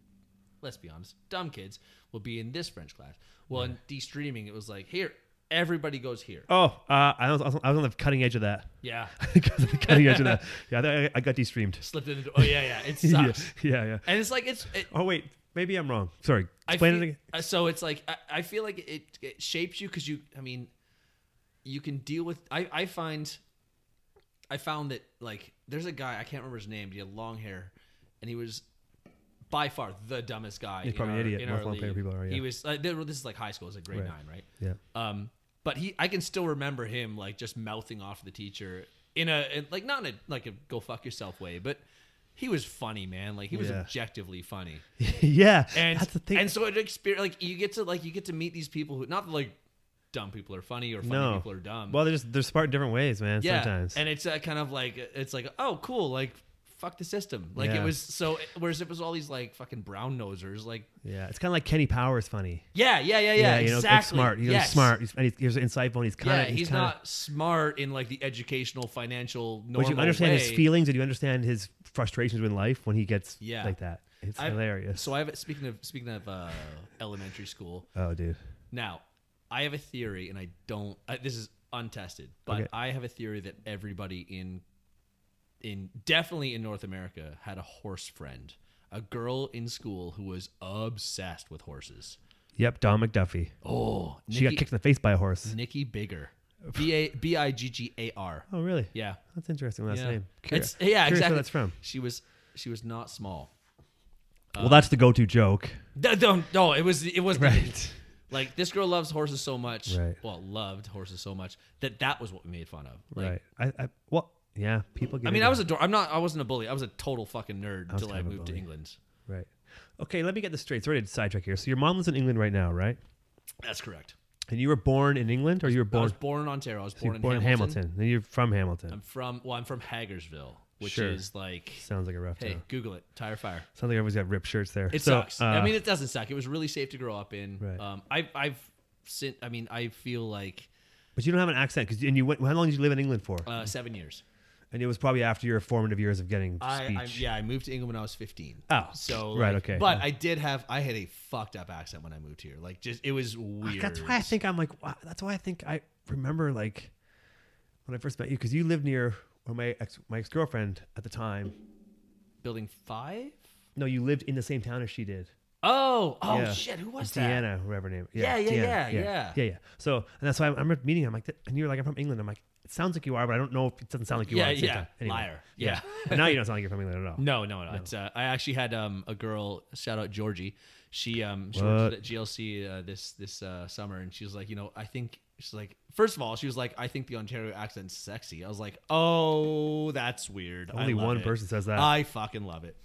[SPEAKER 3] let's be honest, dumb kids will be in this French class. Well, in de-streaming, it was like here everybody goes here.
[SPEAKER 2] Oh, uh, I was I was on- I was on the cutting edge of that.
[SPEAKER 3] Yeah,
[SPEAKER 2] I was on the cutting edge of that. Yeah, I, think I- I got de-streamed.
[SPEAKER 3] slipped in. The, oh yeah, yeah, it sucks.
[SPEAKER 2] Yeah, yeah, yeah.
[SPEAKER 3] And it's like it's. It,
[SPEAKER 2] Oh wait, maybe I'm wrong. Sorry.
[SPEAKER 3] I
[SPEAKER 2] Explain
[SPEAKER 3] feel,
[SPEAKER 2] it again.
[SPEAKER 3] uh, So it's like I, I feel like it, it shapes you because you. I mean, you can deal with. I I find, I found that like there's a guy I can't remember his name. But he had long hair, and he was by far the dumbest guy. He's
[SPEAKER 2] probably an idiot.
[SPEAKER 3] In
[SPEAKER 2] Most
[SPEAKER 3] our
[SPEAKER 2] long-hair
[SPEAKER 3] league.
[SPEAKER 2] people are, yeah.
[SPEAKER 3] He was. Like, they were- this is like high school. It's like grade
[SPEAKER 2] Right.
[SPEAKER 3] nine, right?
[SPEAKER 2] Yeah.
[SPEAKER 3] Um, but he, I can still remember him like just mouthing off the teacher in a in, like not in a like a go fuck yourself way, but he was funny, man. Like he was
[SPEAKER 2] Yeah.
[SPEAKER 3] objectively funny
[SPEAKER 2] yeah.
[SPEAKER 3] and
[SPEAKER 2] that's the thing.
[SPEAKER 3] And so it experience like you get to like you get to meet these people who not that, like dumb people are funny or funny
[SPEAKER 2] no.
[SPEAKER 3] people are dumb.
[SPEAKER 2] Well, they're just they're smart in different ways, man.
[SPEAKER 3] yeah,
[SPEAKER 2] Sometimes.
[SPEAKER 3] and it's uh, kind of like it's like oh cool like fuck the system like
[SPEAKER 2] Yeah.
[SPEAKER 3] it was so whereas it was all these like fucking brown nosers like
[SPEAKER 2] yeah, it's kind of like Kenny Powers funny.
[SPEAKER 3] yeah yeah yeah yeah,
[SPEAKER 2] Yeah, you know,
[SPEAKER 3] exactly
[SPEAKER 2] like smart. He's
[SPEAKER 3] yes.
[SPEAKER 2] smart. He's, and he's, he's insightful. And he's kind
[SPEAKER 3] Yeah,
[SPEAKER 2] of.
[SPEAKER 3] he's,
[SPEAKER 2] kinda,
[SPEAKER 3] not smart in like the educational financial normal
[SPEAKER 2] But you understand his
[SPEAKER 3] way.
[SPEAKER 2] feelings, and you understand his frustrations in life when he gets
[SPEAKER 3] Yeah.
[SPEAKER 2] like that. It's
[SPEAKER 3] I've-
[SPEAKER 2] hilarious.
[SPEAKER 3] So I have speaking of speaking of uh, elementary school.
[SPEAKER 2] oh, dude.
[SPEAKER 3] Now, I have a theory, and I don't. Uh, this is untested, but
[SPEAKER 2] Okay.
[SPEAKER 3] I have a theory that everybody in, in definitely in North America had a horse friend, a girl in school who was obsessed with horses.
[SPEAKER 2] Yep, Don McDuffie.
[SPEAKER 3] Oh,
[SPEAKER 2] She got kicked in the face by a horse.
[SPEAKER 3] Nikki Bigger, B A B I G G A R.
[SPEAKER 2] Oh, really?
[SPEAKER 3] Yeah,
[SPEAKER 2] That's interesting last
[SPEAKER 3] yeah,
[SPEAKER 2] name.
[SPEAKER 3] It's-
[SPEAKER 2] Curious-
[SPEAKER 3] yeah,
[SPEAKER 2] curious
[SPEAKER 3] exactly.
[SPEAKER 2] Where that's from.
[SPEAKER 3] She was she was not small. Uh,
[SPEAKER 2] well, that's the go-to joke.
[SPEAKER 3] No, no, no, it was it was
[SPEAKER 2] Right.
[SPEAKER 3] Like this girl loves horses so much,
[SPEAKER 2] Right.
[SPEAKER 3] well, loved horses so much that that was what we made fun of. Like,
[SPEAKER 2] Right. I, I. Well, yeah. People get.
[SPEAKER 3] I mean,
[SPEAKER 2] into
[SPEAKER 3] I was a dor- I'm not. I wasn't a bully. I was a total fucking nerd
[SPEAKER 2] was
[SPEAKER 3] until I
[SPEAKER 2] kind of a
[SPEAKER 3] moved to
[SPEAKER 2] bully.
[SPEAKER 3] England.
[SPEAKER 2] Right. Okay, let me get this straight. Sorry to sidetrack here. So your mom lives in England right now, right?
[SPEAKER 3] That's correct.
[SPEAKER 2] And you were born in England, or you were
[SPEAKER 3] I
[SPEAKER 2] born?
[SPEAKER 3] was born in Ontario. I was
[SPEAKER 2] so you
[SPEAKER 3] born,
[SPEAKER 2] were
[SPEAKER 3] in,
[SPEAKER 2] born
[SPEAKER 3] Hamilton.
[SPEAKER 2] in Hamilton. Then you're from Hamilton.
[SPEAKER 3] I'm from. Well, I'm from Hagersville, which
[SPEAKER 2] Sure.
[SPEAKER 3] is like.
[SPEAKER 2] Sounds like a rough
[SPEAKER 3] Hey,
[SPEAKER 2] town.
[SPEAKER 3] Google it. Tire fire.
[SPEAKER 2] Sounds like everyone's got ripped shirts there.
[SPEAKER 3] It
[SPEAKER 2] So,
[SPEAKER 3] sucks. I
[SPEAKER 2] uh,
[SPEAKER 3] mean, it doesn't suck. It was really safe to grow up in.
[SPEAKER 2] Right.
[SPEAKER 3] Um, I, I've since. I mean, I feel like
[SPEAKER 2] But you don't have an accent because and you went. How long did you live in England for?
[SPEAKER 3] uh, seven years.
[SPEAKER 2] and it was probably after your formative years of getting
[SPEAKER 3] I, I
[SPEAKER 2] speech.
[SPEAKER 3] yeah, I moved to England when I was 15.
[SPEAKER 2] Oh,
[SPEAKER 3] so
[SPEAKER 2] right,
[SPEAKER 3] like-
[SPEAKER 2] okay.
[SPEAKER 3] But I did have. I had a fucked up accent when I moved here. Like, just it was weird.
[SPEAKER 2] Oh, That's why I think I'm like. Wow, that's why I think I remember like when I first met you because you lived near well, my ex my ex girlfriend at the time.
[SPEAKER 3] building five.
[SPEAKER 2] No, you lived in the same town as she did.
[SPEAKER 3] Oh, oh
[SPEAKER 2] Yeah.
[SPEAKER 3] shit! Who was that?
[SPEAKER 2] Deanna, whoever her name. Yeah,
[SPEAKER 3] Yeah, yeah,
[SPEAKER 2] Deanna,
[SPEAKER 3] yeah,
[SPEAKER 2] yeah,
[SPEAKER 3] yeah.
[SPEAKER 2] yeah, yeah. So and that's why I remember meeting. Him, I'm like, "Th- and you were like, I'm from England. I'm like, it sounds like you are, but I don't know if it doesn't sound like you
[SPEAKER 3] Yeah,
[SPEAKER 2] are. at the same
[SPEAKER 3] yeah.
[SPEAKER 2] time." Anyway,
[SPEAKER 3] Liar. Yeah.
[SPEAKER 2] but now you don't sound like you're from England at all.
[SPEAKER 3] No, no, no. It's uh, I actually had um, a girl shout out Georgie. She um she worked
[SPEAKER 2] What?
[SPEAKER 3] at GLC uh, this this uh, summer, and she was like, you know, I think She's like, first of all, she was like, I think the Ontario accent's sexy. I was like, oh, that's weird. I
[SPEAKER 2] Only
[SPEAKER 3] love
[SPEAKER 2] one
[SPEAKER 3] it.
[SPEAKER 2] person says that.
[SPEAKER 3] I fucking love it.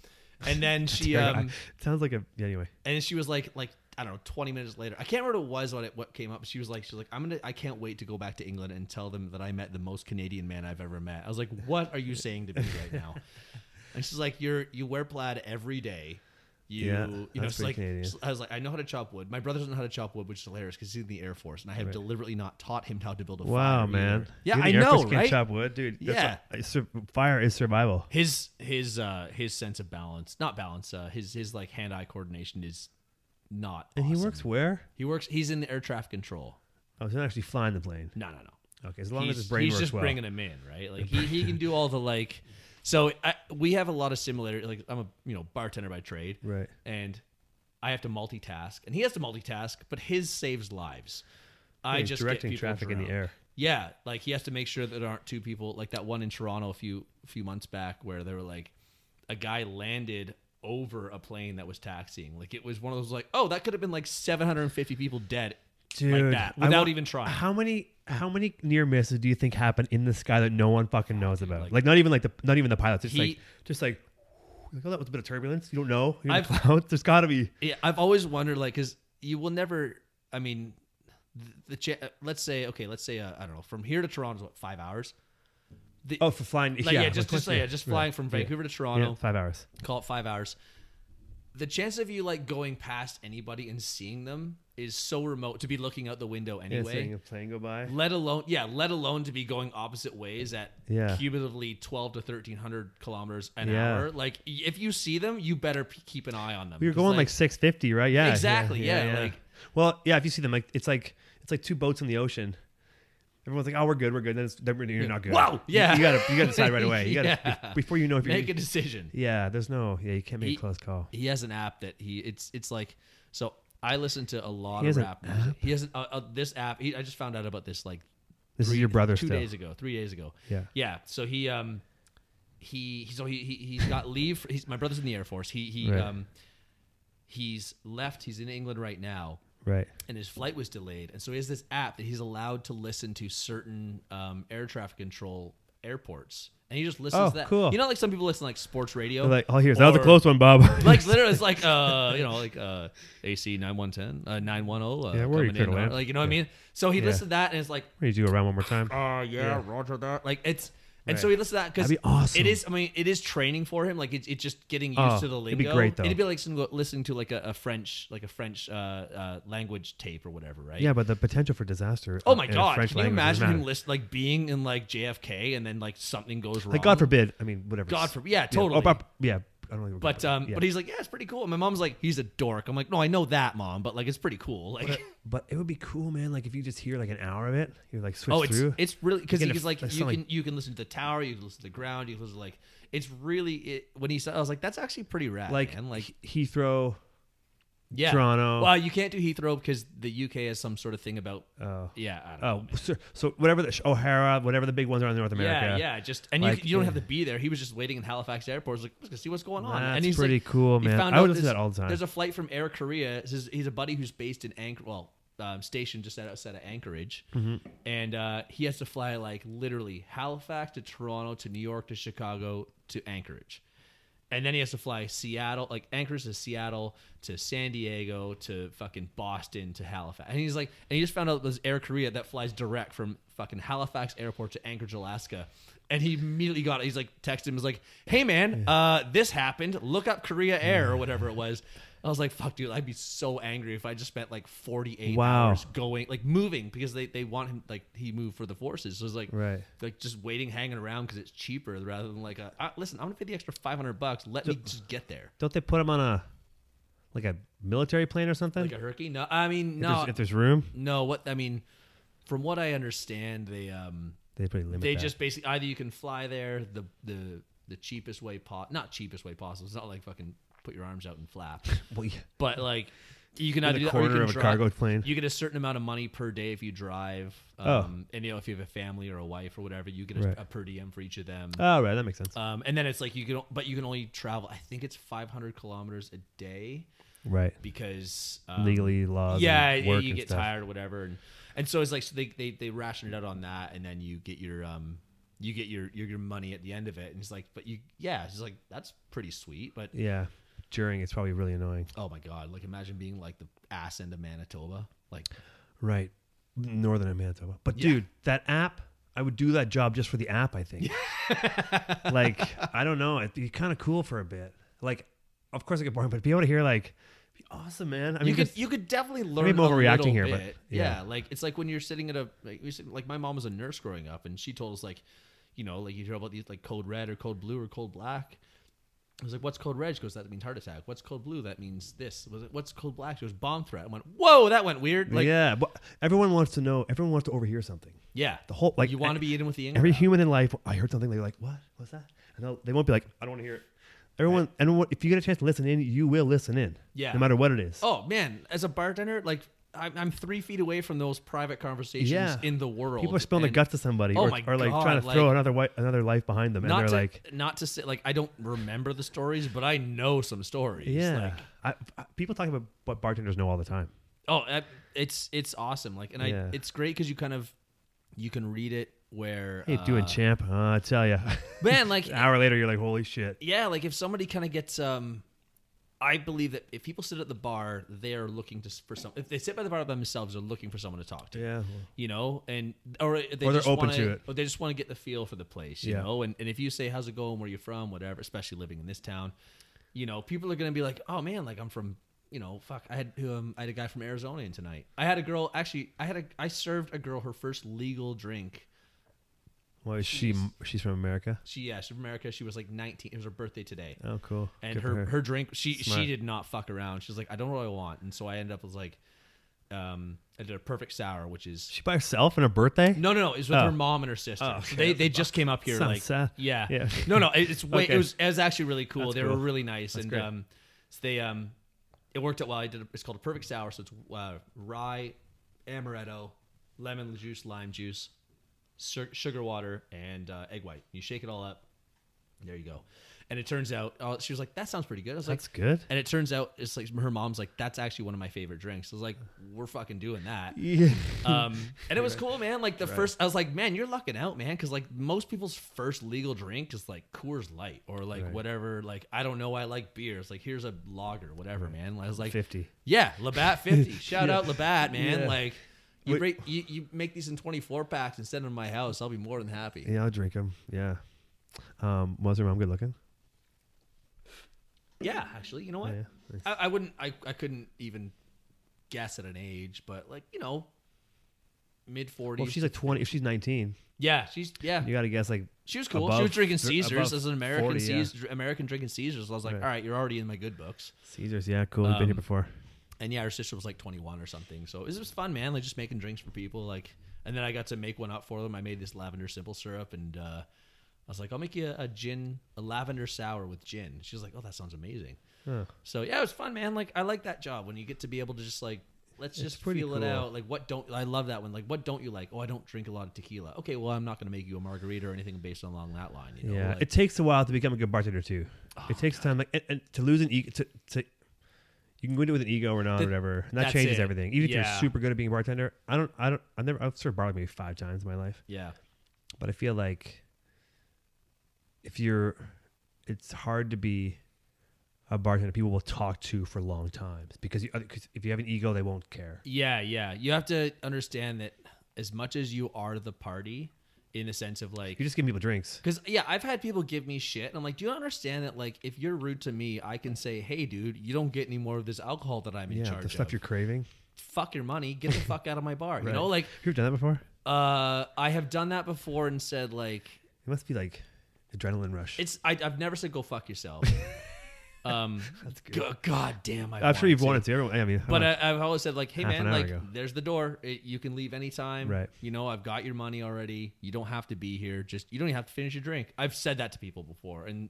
[SPEAKER 3] And then she,
[SPEAKER 2] Sorry, I-
[SPEAKER 3] um,
[SPEAKER 2] it sounds like a yeah, anyway.
[SPEAKER 3] and she was like, like I don't know, twenty minutes later, I can't remember what it was what it what came up. She was like, she was like, I'm gonna, I can't wait to go back to England and tell them that I met the most Canadian man I've ever met. I was like, what are you saying to me right now? And she's like, you're you wear plaid every day. You,
[SPEAKER 2] Yeah,
[SPEAKER 3] you know,
[SPEAKER 2] that's
[SPEAKER 3] it's
[SPEAKER 2] pretty
[SPEAKER 3] like
[SPEAKER 2] Canadian.
[SPEAKER 3] I was like, I know how to chop wood. My brother doesn't know how to chop wood, which is hilarious because he's in the Air Force, and I have
[SPEAKER 2] Right.
[SPEAKER 3] deliberately not taught him how to build a fire.
[SPEAKER 2] Wow,
[SPEAKER 3] either.
[SPEAKER 2] man.
[SPEAKER 3] Yeah,
[SPEAKER 2] You
[SPEAKER 3] I
[SPEAKER 2] think Air
[SPEAKER 3] know,
[SPEAKER 2] Force can
[SPEAKER 3] right?
[SPEAKER 2] chop wood, dudude. That's
[SPEAKER 3] Yeah.
[SPEAKER 2] what- it's sur- fire is survival.
[SPEAKER 3] his his uh his sense of balance not balance uh his his like hand eye coordination is not
[SPEAKER 2] And he
[SPEAKER 3] awesome.
[SPEAKER 2] works where?
[SPEAKER 3] he works he's in the air traffic control
[SPEAKER 2] Oh, he's not actually flying the plane.
[SPEAKER 3] no no no
[SPEAKER 2] Okay, as long
[SPEAKER 3] he's,
[SPEAKER 2] as his brain
[SPEAKER 3] he's
[SPEAKER 2] works
[SPEAKER 3] just
[SPEAKER 2] well.
[SPEAKER 3] bringing him in right like he, he can do all the like so I, we have a lot of similar like i'm a you know bartender by trade
[SPEAKER 2] Right.
[SPEAKER 3] and i have to multitask and he has to multitask but his saves lives i
[SPEAKER 2] he's
[SPEAKER 3] just get
[SPEAKER 2] directing
[SPEAKER 3] people
[SPEAKER 2] traffic in the
[SPEAKER 3] drunk.
[SPEAKER 2] air.
[SPEAKER 3] Yeah, like he has to make sure that there aren't two people like that one in Toronto a few few months back where they were like a guy landed over a plane that was taxiing. Like it was one of those like, oh, that could have been like 750 people dead like that
[SPEAKER 2] I
[SPEAKER 3] without
[SPEAKER 2] want-
[SPEAKER 3] even trying.
[SPEAKER 2] How many how many near misses do you think happen in the sky that no one fucking knows about? Like, not even like the not even the pilots. Just
[SPEAKER 3] He-
[SPEAKER 2] like just like, like oh that was a bit of turbulence. You don't know. You're in the
[SPEAKER 3] I've-
[SPEAKER 2] clouds. There's got to be.
[SPEAKER 3] Yeah, I've always wondered like cuz you will never I mean the, the cha- uh, let's say okay, let's say uh, I don't know, from here to Toronto's what 5 hours.
[SPEAKER 2] Oh, for flying.
[SPEAKER 3] Like, yeah,
[SPEAKER 2] yeah,
[SPEAKER 3] just
[SPEAKER 2] like,
[SPEAKER 3] just yeah, just flying from Vancouver to Toronto.
[SPEAKER 2] Yeah, five hours.
[SPEAKER 3] call it five hours. The chance of you like going past anybody and seeing them is so remote to be looking out the window
[SPEAKER 2] Yeah,
[SPEAKER 3] anyway.
[SPEAKER 2] seeing a plane go by.
[SPEAKER 3] let alone, yeah, let alone to be going opposite ways at
[SPEAKER 2] Yeah.
[SPEAKER 3] cumulatively twelve to thirteen hundred kilometers an
[SPEAKER 2] Yeah.
[SPEAKER 3] hour. Like y- if you see them, you better p- keep an eye on them.
[SPEAKER 2] We were
[SPEAKER 3] 'Cause,
[SPEAKER 2] going like, 650, right? Yeah,
[SPEAKER 3] Exactly, yeah, like-
[SPEAKER 2] well, yeah. If you see them, like it's like it's like two boats in the ocean. Everyone's like, "Oh, we're good, we're good." Then, it's, then you're not good.
[SPEAKER 3] Whoa!
[SPEAKER 2] You-
[SPEAKER 3] Yeah.
[SPEAKER 2] you, gotta you gotta decide right away. You gotta
[SPEAKER 3] Yeah.
[SPEAKER 2] be- before you know if you're.
[SPEAKER 3] make a decision.
[SPEAKER 2] yeah, there's no. Yeah, you can't make
[SPEAKER 3] He-
[SPEAKER 2] a close call.
[SPEAKER 3] he has an app that he it's it's like so I listen to a lot
[SPEAKER 2] He
[SPEAKER 3] of
[SPEAKER 2] has an
[SPEAKER 3] rap music. He has an, uh, uh, this app. He, I just found out about this like
[SPEAKER 2] This is your brother
[SPEAKER 3] two
[SPEAKER 2] still.
[SPEAKER 3] days ago, three days ago.
[SPEAKER 2] Yeah.
[SPEAKER 3] yeah. So he um he so he, he he's got leave. For, he's my brother's in the air force. He he
[SPEAKER 2] Right.
[SPEAKER 3] um he's left. He's in England right now,
[SPEAKER 2] Right.
[SPEAKER 3] and his flight was delayed. And so he has this app that he's allowed to listen to certain um, air traffic control airports, and he just listens
[SPEAKER 2] Oh,
[SPEAKER 3] to that.
[SPEAKER 2] cool.
[SPEAKER 3] You know, like some people listen to, like sports radio.
[SPEAKER 2] They're like, oh, here's that was a
[SPEAKER 3] or-
[SPEAKER 2] close one, Bob.
[SPEAKER 3] like literally, it's like uh, you know, like uh, AC nine one ten, uh, nine one zero.
[SPEAKER 2] Yeah, where are you, Colonel Ant?
[SPEAKER 3] Like you know what I mean? So he
[SPEAKER 2] Yeah.
[SPEAKER 3] listened to that, and it's like,
[SPEAKER 2] what do you do around one more time?
[SPEAKER 3] uh, yeah, Roger that. Like it's, and so
[SPEAKER 2] Right.
[SPEAKER 3] he listened to that because
[SPEAKER 2] That'd be awesome.
[SPEAKER 3] It is. I mean, it is training for him. Like it's it's just getting used
[SPEAKER 2] Oh,
[SPEAKER 3] to the
[SPEAKER 2] it'd
[SPEAKER 3] lingo.
[SPEAKER 2] be great, though.
[SPEAKER 3] It'd be like some, listening to like a, a French, like a French uh, uh, language tape or whatever, right?
[SPEAKER 2] Yeah, but the potential for disaster.
[SPEAKER 3] Oh
[SPEAKER 2] uh,
[SPEAKER 3] my
[SPEAKER 2] in
[SPEAKER 3] god!
[SPEAKER 2] French
[SPEAKER 3] Can you
[SPEAKER 2] language is
[SPEAKER 3] imagine him
[SPEAKER 2] massive.
[SPEAKER 3] list like being in like JFK and then like something goes wrong?
[SPEAKER 2] Like God forbid. I mean, whatever.
[SPEAKER 3] God forbid. Yeah,
[SPEAKER 2] Yeah. Oh,
[SPEAKER 3] totally.
[SPEAKER 2] but- Yeah. I don't think we're
[SPEAKER 3] But
[SPEAKER 2] gonna-
[SPEAKER 3] um,
[SPEAKER 2] yeah.
[SPEAKER 3] but he's like, yeah, it's pretty cool. And my mom's like, he's a dork. I'm like, no, I know that, mom, but like, it's pretty cool. Like,
[SPEAKER 2] But it would be cool, man. Like if you just hear like an hour of it, you like switch
[SPEAKER 3] oh, it's
[SPEAKER 2] through.
[SPEAKER 3] it's really because
[SPEAKER 2] You get
[SPEAKER 3] he's
[SPEAKER 2] a-
[SPEAKER 3] like,
[SPEAKER 2] a
[SPEAKER 3] you
[SPEAKER 2] sonic-
[SPEAKER 3] can you can listen to the tower, you can listen to the ground, you can listen to like, it's really it, when he said, I was like, that's actually pretty rad,
[SPEAKER 2] like
[SPEAKER 3] man. like
[SPEAKER 2] Heathrow.
[SPEAKER 3] yeah,
[SPEAKER 2] Toronto.
[SPEAKER 3] Well, you can't do Heathrow because the UK has some sort of thing about
[SPEAKER 2] Oh,
[SPEAKER 3] yeah, I don't know.
[SPEAKER 2] oh, so, so whatever the O'Hara, whatever the big ones are in North Oh, America.
[SPEAKER 3] Yeah, yeah, just and
[SPEAKER 2] Like,
[SPEAKER 3] you, you don't
[SPEAKER 2] yeah.
[SPEAKER 3] have to be there. He was just waiting in Halifax airport. He's like, let's go see what's going on.
[SPEAKER 2] That's
[SPEAKER 3] and he's
[SPEAKER 2] pretty
[SPEAKER 3] like-
[SPEAKER 2] cool,
[SPEAKER 3] he
[SPEAKER 2] man.
[SPEAKER 3] found
[SPEAKER 2] I would
[SPEAKER 3] out
[SPEAKER 2] listen to
[SPEAKER 3] this-
[SPEAKER 2] that all the time.
[SPEAKER 3] There's a flight from Air Korea. This is- he's a buddy who's based in Anchor, well, um, stationed just outside of Anchorage, and uh, he has to fly like literally Halifax to Toronto to New York to Chicago to Anchorage. And then he has to fly Seattle, like Anchorage to Seattle to San Diego to fucking Boston to Halifax. And he's like, and he just found out there's Air Korea that flies direct from fucking Halifax Airport to Anchorage, Alaska. And he immediately got it. He's like, texted him, was like, hey man, uh, this happened. Look up Korea Air or whatever it was. I was like, fuck, dude, I'd be so angry if I just spent like 48
[SPEAKER 2] Wow.
[SPEAKER 3] hours going, like moving because they, they want him, like, he moved for the forces. So it's like,
[SPEAKER 2] Right.
[SPEAKER 3] like just waiting, hanging around because it's cheaper rather than like, a, uh, listen, I'm gonna pay the extra 500 bucks. Let me just get there.
[SPEAKER 2] Don't they put them on a like a military plane or something?
[SPEAKER 3] Like a hurricane? No, I mean
[SPEAKER 2] if,
[SPEAKER 3] no,
[SPEAKER 2] there's, if there's room,
[SPEAKER 3] no. What I mean, from what I understand, they um
[SPEAKER 2] they pretty limit.
[SPEAKER 3] they
[SPEAKER 2] that.
[SPEAKER 3] just basically either you can fly there the the the cheapest way po- not cheapest way possible. It's not like fucking put your arms out and flap,
[SPEAKER 2] well, yeah.
[SPEAKER 3] but like you can
[SPEAKER 2] With
[SPEAKER 3] either
[SPEAKER 2] a
[SPEAKER 3] do that or you
[SPEAKER 2] quarter
[SPEAKER 3] can
[SPEAKER 2] of a
[SPEAKER 3] drive-
[SPEAKER 2] cargo plane.
[SPEAKER 3] You get a certain amount of money per day if you drive.
[SPEAKER 2] Oh.
[SPEAKER 3] Um, and you know if you have a family or a wife or whatever, you get a,
[SPEAKER 2] Right.
[SPEAKER 3] a per diem for each of them.
[SPEAKER 2] Oh right, that makes sense.
[SPEAKER 3] Um, and then it's like you can, but you can only travel. I think it's 500 kilometers a day
[SPEAKER 2] right,
[SPEAKER 3] because um,
[SPEAKER 2] legally laws.
[SPEAKER 3] yeah,
[SPEAKER 2] and
[SPEAKER 3] um, yeah,
[SPEAKER 2] work
[SPEAKER 3] you
[SPEAKER 2] and
[SPEAKER 3] get
[SPEAKER 2] stuff.
[SPEAKER 3] tired or whatever. And, And so it's like so they they they ration it out on that, and then you get your um you get your your, your money at the end of it, and it's like, but you yeah, it's like that's pretty sweet, but
[SPEAKER 2] Yeah. During it's probably really annoying.
[SPEAKER 3] oh my god, like imagine being like the ass end of Manitoba, like
[SPEAKER 2] Right. Northern in Manitoba. But
[SPEAKER 3] Yeah.
[SPEAKER 2] dude, that app, I would do that job just for the app, I think. like, I don't know. It'd be kind of cool for a bit. Like, of course I get boring, but to be able to hear like be awesome, man. I mean
[SPEAKER 3] you could
[SPEAKER 2] just-
[SPEAKER 3] you could definitely learn.
[SPEAKER 2] I'm
[SPEAKER 3] a
[SPEAKER 2] overreacting
[SPEAKER 3] little
[SPEAKER 2] here, but-
[SPEAKER 3] bit.
[SPEAKER 2] yeah.
[SPEAKER 3] yeah. like it's like when you're sitting at a like, we sit- like my mom was a nurse growing up, and she told us like, you know, like you hear about these like code red or code blue or code black. I was like, "What's code red?" She goes, "That means heart attack." What's code blue? That means this. Was it? What's code black? She goes, "Bomb threat." I went, "Whoa, that went weird." Like, yeah,
[SPEAKER 2] yeah, but everyone wants to know. Everyone wants to overhear something. The whole like
[SPEAKER 3] you want to be eating with the in
[SPEAKER 2] every
[SPEAKER 3] crowd.
[SPEAKER 2] human in life. I heard something. They're like, "What? What's that?" And they'll- they won't be like, "I don't want to hear it." Everyone, and if you get a chance to listen in, you will listen in.
[SPEAKER 3] Yeah.
[SPEAKER 2] No matter what it is.
[SPEAKER 3] Oh man, as a bartender, like I'm, I'm three feet away from those private conversations
[SPEAKER 2] Yeah.
[SPEAKER 3] in the world.
[SPEAKER 2] People are spilling the
[SPEAKER 3] and-
[SPEAKER 2] guts to somebody,
[SPEAKER 3] Oh
[SPEAKER 2] or,
[SPEAKER 3] my
[SPEAKER 2] or like
[SPEAKER 3] God,
[SPEAKER 2] trying to throw
[SPEAKER 3] like-
[SPEAKER 2] another wi- another life behind them, and
[SPEAKER 3] not
[SPEAKER 2] they're
[SPEAKER 3] to,
[SPEAKER 2] like,
[SPEAKER 3] not to say like I don't remember the stories, but I know some stories.
[SPEAKER 2] "Yeah."
[SPEAKER 3] Like,
[SPEAKER 2] I, I- people talk about what bartenders know all the time.
[SPEAKER 3] oh, I, it's it's awesome. Like, and
[SPEAKER 2] Yeah.
[SPEAKER 3] I it's great because you kind of you can read it where
[SPEAKER 2] Hey, doing
[SPEAKER 3] uh,
[SPEAKER 2] champ, huh? I tell you.
[SPEAKER 3] man, like
[SPEAKER 2] An hour later, you're like, "Holy shit!"
[SPEAKER 3] yeah, like if somebody kind of gets um. I believe that if people sit at the bar, they are looking to s- for some. If they sit by the bar by themselves, they're looking for someone to talk to.
[SPEAKER 2] Yeah.
[SPEAKER 3] you know, and or they
[SPEAKER 2] Or they're
[SPEAKER 3] just
[SPEAKER 2] open
[SPEAKER 3] wanna,
[SPEAKER 2] to it.
[SPEAKER 3] Or they just want to get the feel for the place, you
[SPEAKER 2] Yeah.
[SPEAKER 3] know. And and if you say how's it going, where you from, whatever, especially living in this town, you know, people are gonna be like, oh man, like I'm from, you know, fuck. I had um, I had a guy from Arizona in tonight. I had a girl actually. I had a I served a girl her first legal drink.
[SPEAKER 2] Well, is she she's from America.
[SPEAKER 3] She yeah, she's from America. She was like 19. It was her birthday today.
[SPEAKER 2] Oh, cool.
[SPEAKER 3] and
[SPEAKER 2] Good for
[SPEAKER 3] her, her drink she
[SPEAKER 2] Smart.
[SPEAKER 3] she did not fuck around. She was like, I don't know what I want, and so I ended up with like, um, I did a perfect sour, which is
[SPEAKER 2] She by herself on her birthday?
[SPEAKER 3] No, no, no. It was with
[SPEAKER 2] Oh.
[SPEAKER 3] her mom and her sister.
[SPEAKER 2] Oh, okay.
[SPEAKER 3] They they just came up here.
[SPEAKER 2] Sounds
[SPEAKER 3] like,
[SPEAKER 2] sad.
[SPEAKER 3] yeah,
[SPEAKER 2] Yeah.
[SPEAKER 3] No, no. It, it's way.
[SPEAKER 2] Okay.
[SPEAKER 3] It was. It was actually really cool.
[SPEAKER 2] That's
[SPEAKER 3] they
[SPEAKER 2] cool.
[SPEAKER 3] were really nice, and
[SPEAKER 2] great.
[SPEAKER 3] um, so they um, it worked out well. I did. A, it's called a perfect sour. So it's uh, rye, amaretto, lemon juice, lime juice, sur- sugar water, and uh, egg white. You shake it all up. There you go. And it turns out, uh, she was like, "That sounds pretty good." I was
[SPEAKER 2] That's
[SPEAKER 3] like,
[SPEAKER 2] good.
[SPEAKER 3] And it turns out, it's like her mom's like, "That's actually one of my favorite drinks." I was like, "We're fucking doing that."
[SPEAKER 2] Yeah.
[SPEAKER 3] um, and it was cool, man. Like the first, I was like, man, you're lucking out, man, because like most people's first legal drink is like Coors Light or like
[SPEAKER 2] Right.
[SPEAKER 3] whatever. Like I don't know, why I like beers. Like here's a lager, whatever, man. I was like,
[SPEAKER 2] 50.
[SPEAKER 3] yeah, Labatt fifty. Shout out Labatt, man.
[SPEAKER 2] Yeah.
[SPEAKER 3] Like you,
[SPEAKER 2] Wait.
[SPEAKER 3] break, you you make these in twenty four packs and send them to my house. I'll be more than happy.
[SPEAKER 2] Yeah, I'll drink them. Yeah. Um, was her mom good looking?
[SPEAKER 3] Yeah, actually, you know what?
[SPEAKER 2] Yeah, nice.
[SPEAKER 3] I, I wouldn't. I, I couldn't even guess at an age, but like you know, mid forties.
[SPEAKER 2] Well, if she's like 20, if she's 19,
[SPEAKER 3] yeah, she's yeah.
[SPEAKER 2] you got to guess like.
[SPEAKER 3] She was cool.
[SPEAKER 2] above
[SPEAKER 3] she was drinking
[SPEAKER 2] thir- above
[SPEAKER 3] Caesars as an American
[SPEAKER 2] 40, yeah.
[SPEAKER 3] Caesar, American drinking Caesars. I was like,
[SPEAKER 2] Right.
[SPEAKER 3] all right, you're already in my good books.
[SPEAKER 2] Caesars, yeah, cool. You've been here
[SPEAKER 3] Um,
[SPEAKER 2] before.
[SPEAKER 3] And yeah, her sister was like 21 or something. So it was, it was fun, man. Like just making drinks for people. Like, and then I got to make one up for them. I made this lavender simple syrup, and uh, I was like, I'll make you a, a gin, a lavender sour with gin. She was like, oh, that sounds amazing.
[SPEAKER 2] Huh.
[SPEAKER 3] So yeah, it was fun, man. Like I like that job when you get to be able to just like let's
[SPEAKER 2] It's
[SPEAKER 3] just
[SPEAKER 2] pretty
[SPEAKER 3] feel
[SPEAKER 2] cool.
[SPEAKER 3] it out. Like what don't I love that one? Like what don't you like? Oh, I don't drink a lot of tequila. Okay, well I'm not going to make you a margarita or anything based along that line. You know?
[SPEAKER 2] yeah,
[SPEAKER 3] Like- Oh,
[SPEAKER 2] it takes a while to become a good bartender too. it takes time, like, and, and to lose an ego, to, to you can go into it with an ego or not,
[SPEAKER 3] The-
[SPEAKER 2] whatever. And that
[SPEAKER 3] that's
[SPEAKER 2] changes
[SPEAKER 3] it.
[SPEAKER 2] everything. Even if you're
[SPEAKER 3] Yeah.
[SPEAKER 2] super good at being a bartender, I don't, I don't, I've never, I've served bar like maybe five times in my life,
[SPEAKER 3] yeah.
[SPEAKER 2] but I feel like if you're, it's hard to be a bartender people will talk to for long times because you, uh, cause if you have an ego, they won't care.
[SPEAKER 3] Yeah, yeah. You have to understand that as much as you are the party, in the sense of like,
[SPEAKER 2] You're just giving people drinks.
[SPEAKER 3] because yeah, I've had people give me shit, and I'm like, do you understand that like if you're rude to me, I can say, hey, dude, you don't get any more of this alcohol that I'm in
[SPEAKER 2] Yeah,
[SPEAKER 3] charge
[SPEAKER 2] the stuff
[SPEAKER 3] of.
[SPEAKER 2] you're craving.
[SPEAKER 3] Fuck your money, get the fuck out of my bar. You know, like
[SPEAKER 2] you've done that before.
[SPEAKER 3] uh, I have done that before and said like,
[SPEAKER 2] It must be like adrenaline rush.
[SPEAKER 3] it's I, I've never said go fuck yourself. um, go- God damn, I
[SPEAKER 2] I'm sure
[SPEAKER 3] wanted
[SPEAKER 2] you've
[SPEAKER 3] to.
[SPEAKER 2] wanted to. Everyone, I mean,
[SPEAKER 3] But uh,
[SPEAKER 2] I,
[SPEAKER 3] I, I've always said like, hey
[SPEAKER 2] Half an
[SPEAKER 3] man,
[SPEAKER 2] hour
[SPEAKER 3] like
[SPEAKER 2] ago.
[SPEAKER 3] there's the door. It, you can leave anytime.
[SPEAKER 2] Right.
[SPEAKER 3] You know, I've got your money already. You don't have to be here. Just you don't even have to finish your drink. I've said that to people before, and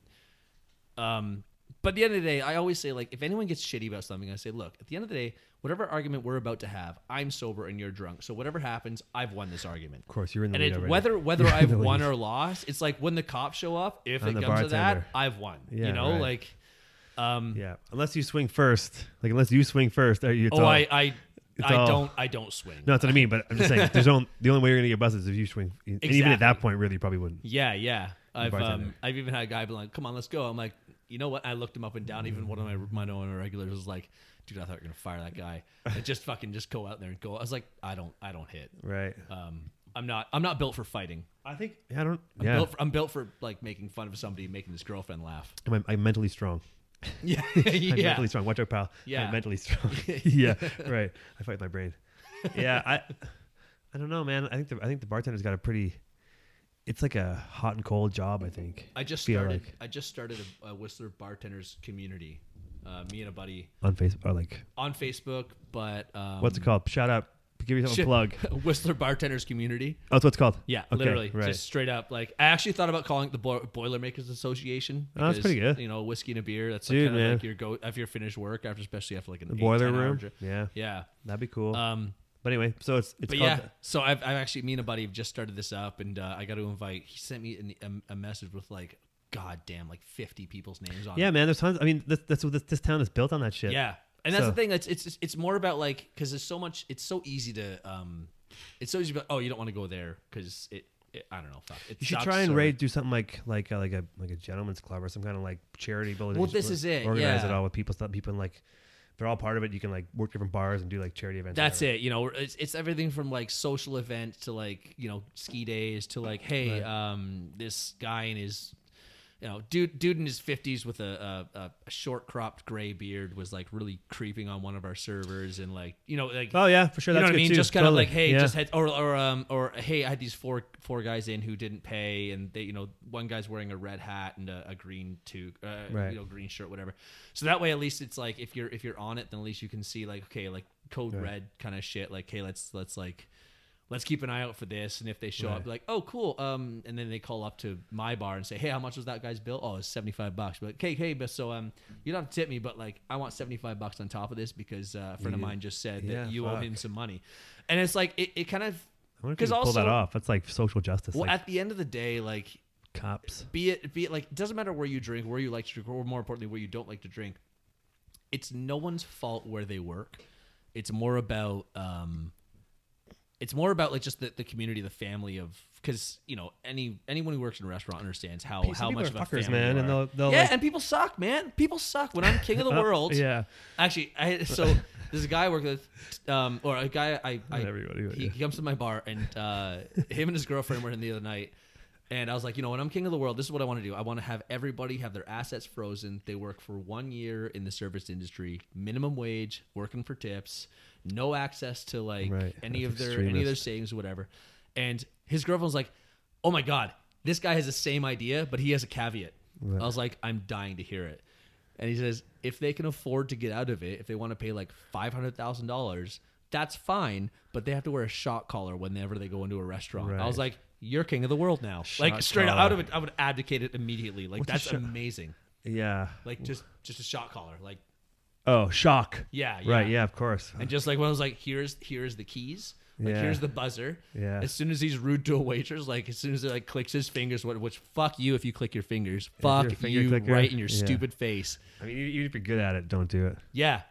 [SPEAKER 3] um, but at the end of the day, I always say like, if anyone gets shitty about something, I say, look, at the end of the day, whatever argument we're about to have, I'm sober and you're drunk. So whatever happens, I've won this argument.
[SPEAKER 2] of course, you're in the
[SPEAKER 3] And
[SPEAKER 2] lead
[SPEAKER 3] it,
[SPEAKER 2] already.
[SPEAKER 3] whether whether
[SPEAKER 2] You're in
[SPEAKER 3] I've
[SPEAKER 2] the
[SPEAKER 3] won
[SPEAKER 2] lead.
[SPEAKER 3] or lost, it's like when the cops show up. If
[SPEAKER 2] I'm
[SPEAKER 3] it
[SPEAKER 2] the
[SPEAKER 3] comes to that,
[SPEAKER 2] bartender.
[SPEAKER 3] I've won.
[SPEAKER 2] Yeah,
[SPEAKER 3] you know,
[SPEAKER 2] right.
[SPEAKER 3] like, um,
[SPEAKER 2] yeah, unless you swing first, like unless you swing first, are you? it's
[SPEAKER 3] oh,
[SPEAKER 2] all-
[SPEAKER 3] I, I
[SPEAKER 2] it's
[SPEAKER 3] I
[SPEAKER 2] all-
[SPEAKER 3] don't. I don't swing.
[SPEAKER 2] No, that's what I mean. But I'm just saying, there's only the only way you're gonna get buses is if you swing. And even at that
[SPEAKER 3] Exactly.
[SPEAKER 2] point, really, you probably wouldn't.
[SPEAKER 3] Yeah, yeah. I've
[SPEAKER 2] bartender.
[SPEAKER 3] um, I've even had a guy be like, "Come on, let's go." I'm like, you know what? I looked him up and down. Even one of my my one of my regulars was like, "Dude, I thought you were gonna fire that guy. Like, just fucking just go out there and go." I was like, "I don't, I don't hit.
[SPEAKER 2] Right.
[SPEAKER 3] Um, I'm not, I'm not built for fighting.
[SPEAKER 2] I think. Yeah, I don't.
[SPEAKER 3] I'm
[SPEAKER 2] yeah,
[SPEAKER 3] built for, I'm built for like making fun of somebody, making his girlfriend laugh.
[SPEAKER 2] I'm, I'm, mentally strong.
[SPEAKER 3] Yeah,
[SPEAKER 2] I'm
[SPEAKER 3] yeah.
[SPEAKER 2] mentally strong. Watch out, pal.
[SPEAKER 3] Yeah.
[SPEAKER 2] I'm mentally strong. yeah. Right. I fight my brain. Yeah. I. I don't know, man. I think the I think the bartender's got a pretty. It's like a hot and cold job. I think.
[SPEAKER 3] I just
[SPEAKER 2] feel
[SPEAKER 3] started.
[SPEAKER 2] like.
[SPEAKER 3] I just started a, a Whistler bartenders community. Uh, me and a buddy
[SPEAKER 2] on Facebook or like
[SPEAKER 3] on Facebook, but um,
[SPEAKER 2] what's it called? Shout out. Give yourself a
[SPEAKER 3] shit,
[SPEAKER 2] plug.
[SPEAKER 3] Whistler bartenders community.
[SPEAKER 2] Oh, that's what it's called.
[SPEAKER 3] Yeah,
[SPEAKER 2] Okay,
[SPEAKER 3] literally,
[SPEAKER 2] Right.
[SPEAKER 3] just straight up. Like, I actually thought about calling it the Bo- Boilermakers Association.
[SPEAKER 2] Oh, that's
[SPEAKER 3] because,
[SPEAKER 2] pretty good.
[SPEAKER 3] You know, whiskey and a beer. That's
[SPEAKER 2] Dude,
[SPEAKER 3] kind of
[SPEAKER 2] man.
[SPEAKER 3] like your go after you finish work, after especially after like an
[SPEAKER 2] the
[SPEAKER 3] eight,
[SPEAKER 2] boiler
[SPEAKER 3] 10 hour
[SPEAKER 2] room.
[SPEAKER 3] dri-
[SPEAKER 2] Yeah.
[SPEAKER 3] Yeah.
[SPEAKER 2] That'd be cool.
[SPEAKER 3] Um,
[SPEAKER 2] but anyway, so it's it's called.
[SPEAKER 3] but yeah, so I've, I've actually me and a buddy have just started this up, and uh, I got to invite. He sent me an, um, a, a message with like, god damn, like fifty people's names on.
[SPEAKER 2] Yeah,
[SPEAKER 3] it.
[SPEAKER 2] man. There's tons. I mean, that's, that's what this, this town is built on that shit.
[SPEAKER 3] yeah. And that's
[SPEAKER 2] So-
[SPEAKER 3] the thing. It's it's it's more about like because there's so much. It's so easy to um, it's so easy. to be like, Oh, you don't want to go there because it, it. I don't know. Fuck. It
[SPEAKER 2] You should
[SPEAKER 3] sucks
[SPEAKER 2] try and
[SPEAKER 3] or-
[SPEAKER 2] raid do something like like uh, like a like a gentleman's club or some kind of like charity building.
[SPEAKER 3] Well,
[SPEAKER 2] Just
[SPEAKER 3] this
[SPEAKER 2] or-
[SPEAKER 3] is it,
[SPEAKER 2] Organize
[SPEAKER 3] yeah.
[SPEAKER 2] it all with people. Stuff people and like they're all part of it. You can like work different bars and do like charity events.
[SPEAKER 3] That's it. You know, it's, it's everything from like social event to like you know ski days to like hey, um, this guy in his you know dude dude in his fifties with a, a a short cropped gray beard was like really creeping on one of our servers and like you know like.
[SPEAKER 2] Oh yeah, for sure.
[SPEAKER 3] you know
[SPEAKER 2] that's
[SPEAKER 3] what I
[SPEAKER 2] good
[SPEAKER 3] mean?
[SPEAKER 2] too.
[SPEAKER 3] Just kind of
[SPEAKER 2] Totally.
[SPEAKER 3] like, hey,
[SPEAKER 2] Yeah.
[SPEAKER 3] just had, or or um, or hey, I had these four four guys in who didn't pay, and they, you know, one guy's wearing a red hat and a, a green toque, uh,
[SPEAKER 2] Right.
[SPEAKER 3] you know, green shirt, whatever. So that way, at least it's like if you're if you're on it, then at least you can see like, okay, like code
[SPEAKER 2] Right.
[SPEAKER 3] red kind of shit. Like, hey, let's let's like. Let's keep an eye out for this, and if they show up, be like, "Oh, cool," um, and then they call up to my bar and say, "Hey, how much was that guy's bill?" Oh, it's seventy five bucks. But like, hey, hey, but so um, you don't have to tip me, but like, I want seventy five bucks on top of this because uh, a friend of mine just said
[SPEAKER 2] Yeah,
[SPEAKER 3] that you owe
[SPEAKER 2] fuck.
[SPEAKER 3] him some money. And it's like it, it kind of
[SPEAKER 2] I wonder if you
[SPEAKER 3] because
[SPEAKER 2] can
[SPEAKER 3] also
[SPEAKER 2] pull that off. That's like social justice,
[SPEAKER 3] well
[SPEAKER 2] like
[SPEAKER 3] at the end of the day, like
[SPEAKER 2] cops.
[SPEAKER 3] be it be it like it doesn't matter where you drink, where you like to drink, or more importantly, where you don't like to drink. It's no one's fault where they work. It's more about um, it's more about like just the, the community, the family of because you know any anyone who works in a restaurant understands how
[SPEAKER 2] Some
[SPEAKER 3] how
[SPEAKER 2] people
[SPEAKER 3] much
[SPEAKER 2] are
[SPEAKER 3] of a
[SPEAKER 2] fuckers,
[SPEAKER 3] family
[SPEAKER 2] man,
[SPEAKER 3] you
[SPEAKER 2] and
[SPEAKER 3] are.
[SPEAKER 2] they'll they'll
[SPEAKER 3] yeah,
[SPEAKER 2] like,
[SPEAKER 3] and people suck, man. People suck. When I'm king of the
[SPEAKER 2] uh,
[SPEAKER 3] world,
[SPEAKER 2] Yeah,
[SPEAKER 3] Actually, I so there's a guy I work with, um, or a guy I, I
[SPEAKER 2] Everybody would,
[SPEAKER 3] he,
[SPEAKER 2] yeah.
[SPEAKER 3] he comes to my bar and uh, him and his girlfriend were in the other night, and I was like, you know, when I'm king of the world, this is what I want to do. I want to have everybody have their assets frozen. They work for one year in the service industry, minimum wage, working for tips, no access to like
[SPEAKER 2] Right,
[SPEAKER 3] any
[SPEAKER 2] that's
[SPEAKER 3] of their any of
[SPEAKER 2] extremist.
[SPEAKER 3] their savings or whatever. And his girlfriend was like, oh my god, this guy has the same idea, but he has a caveat.
[SPEAKER 2] Right.
[SPEAKER 3] I was like, I'm dying to hear it. And he says, if they can afford to get out of it, if they want to pay like five hundred thousand dollars, that's fine. But they have to wear a shot collar whenever they go into a restaurant. I was
[SPEAKER 2] Right.
[SPEAKER 3] like, you're king of the world now. like
[SPEAKER 2] Shot
[SPEAKER 3] straight up,
[SPEAKER 2] collar.
[SPEAKER 3] out of it, I would advocate it immediately. Like
[SPEAKER 2] What's a
[SPEAKER 3] that's
[SPEAKER 2] shot-
[SPEAKER 3] amazing.
[SPEAKER 2] yeah.
[SPEAKER 3] Like just just a shot collar. Like
[SPEAKER 2] Oh, shock.
[SPEAKER 3] yeah, yeah.
[SPEAKER 2] Right. Yeah, of course.
[SPEAKER 3] And just like when I was like, here's here's the keys. Like
[SPEAKER 2] Yeah.
[SPEAKER 3] here's the buzzer.
[SPEAKER 2] Yeah.
[SPEAKER 3] As soon as he's rude to a waitress, like as soon as it like clicks his fingers, what which fuck you if you click your fingers.
[SPEAKER 2] you're a
[SPEAKER 3] Fuck
[SPEAKER 2] finger
[SPEAKER 3] you
[SPEAKER 2] clicker,
[SPEAKER 3] right in your
[SPEAKER 2] yeah.
[SPEAKER 3] stupid face.
[SPEAKER 2] I mean, even if you're good at it, don't do it.
[SPEAKER 3] Yeah.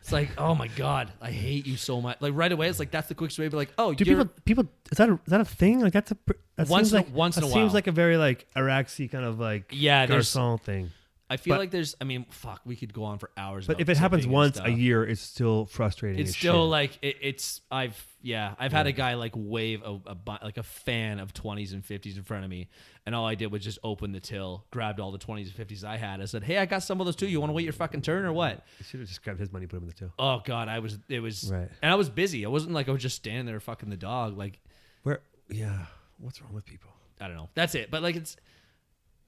[SPEAKER 3] It's like, oh my god, I hate you so much. Like right away, it's like that's the quickest way to be like, oh,
[SPEAKER 2] Do
[SPEAKER 3] you're,
[SPEAKER 2] people people is that a, is that a thing? Like that's a pr- that
[SPEAKER 3] Once
[SPEAKER 2] seems
[SPEAKER 3] in a-
[SPEAKER 2] like
[SPEAKER 3] once in
[SPEAKER 2] that
[SPEAKER 3] a
[SPEAKER 2] seems
[SPEAKER 3] while.
[SPEAKER 2] like a very like Araxi kind of like
[SPEAKER 3] Yeah, there's-
[SPEAKER 2] garçon thing.
[SPEAKER 3] I feel
[SPEAKER 2] but-
[SPEAKER 3] like there's. I mean, fuck, we could go on for hours.
[SPEAKER 2] But
[SPEAKER 3] about
[SPEAKER 2] if it happens
[SPEAKER 3] tipping and
[SPEAKER 2] once a
[SPEAKER 3] stuff.
[SPEAKER 2] year, it's still frustrating.
[SPEAKER 3] it's
[SPEAKER 2] as
[SPEAKER 3] still
[SPEAKER 2] shit.
[SPEAKER 3] like it, it's. I've yeah, I've had a guy like wave a, a bu- like a fan of 20s and 50s in front of me, and all I did was just open the till, grabbed all the 20s and 50s I had. I said, hey, I got some of those too. You want to wait your fucking turn or what?
[SPEAKER 2] you should have just grabbed his money, put him in the till.
[SPEAKER 3] Oh god, I was it was
[SPEAKER 2] Right.
[SPEAKER 3] and I was busy. I wasn't like I was just standing there fucking the dog like.
[SPEAKER 2] Where? Yeah. What's wrong with people?
[SPEAKER 3] I don't know. That's it. But like it's,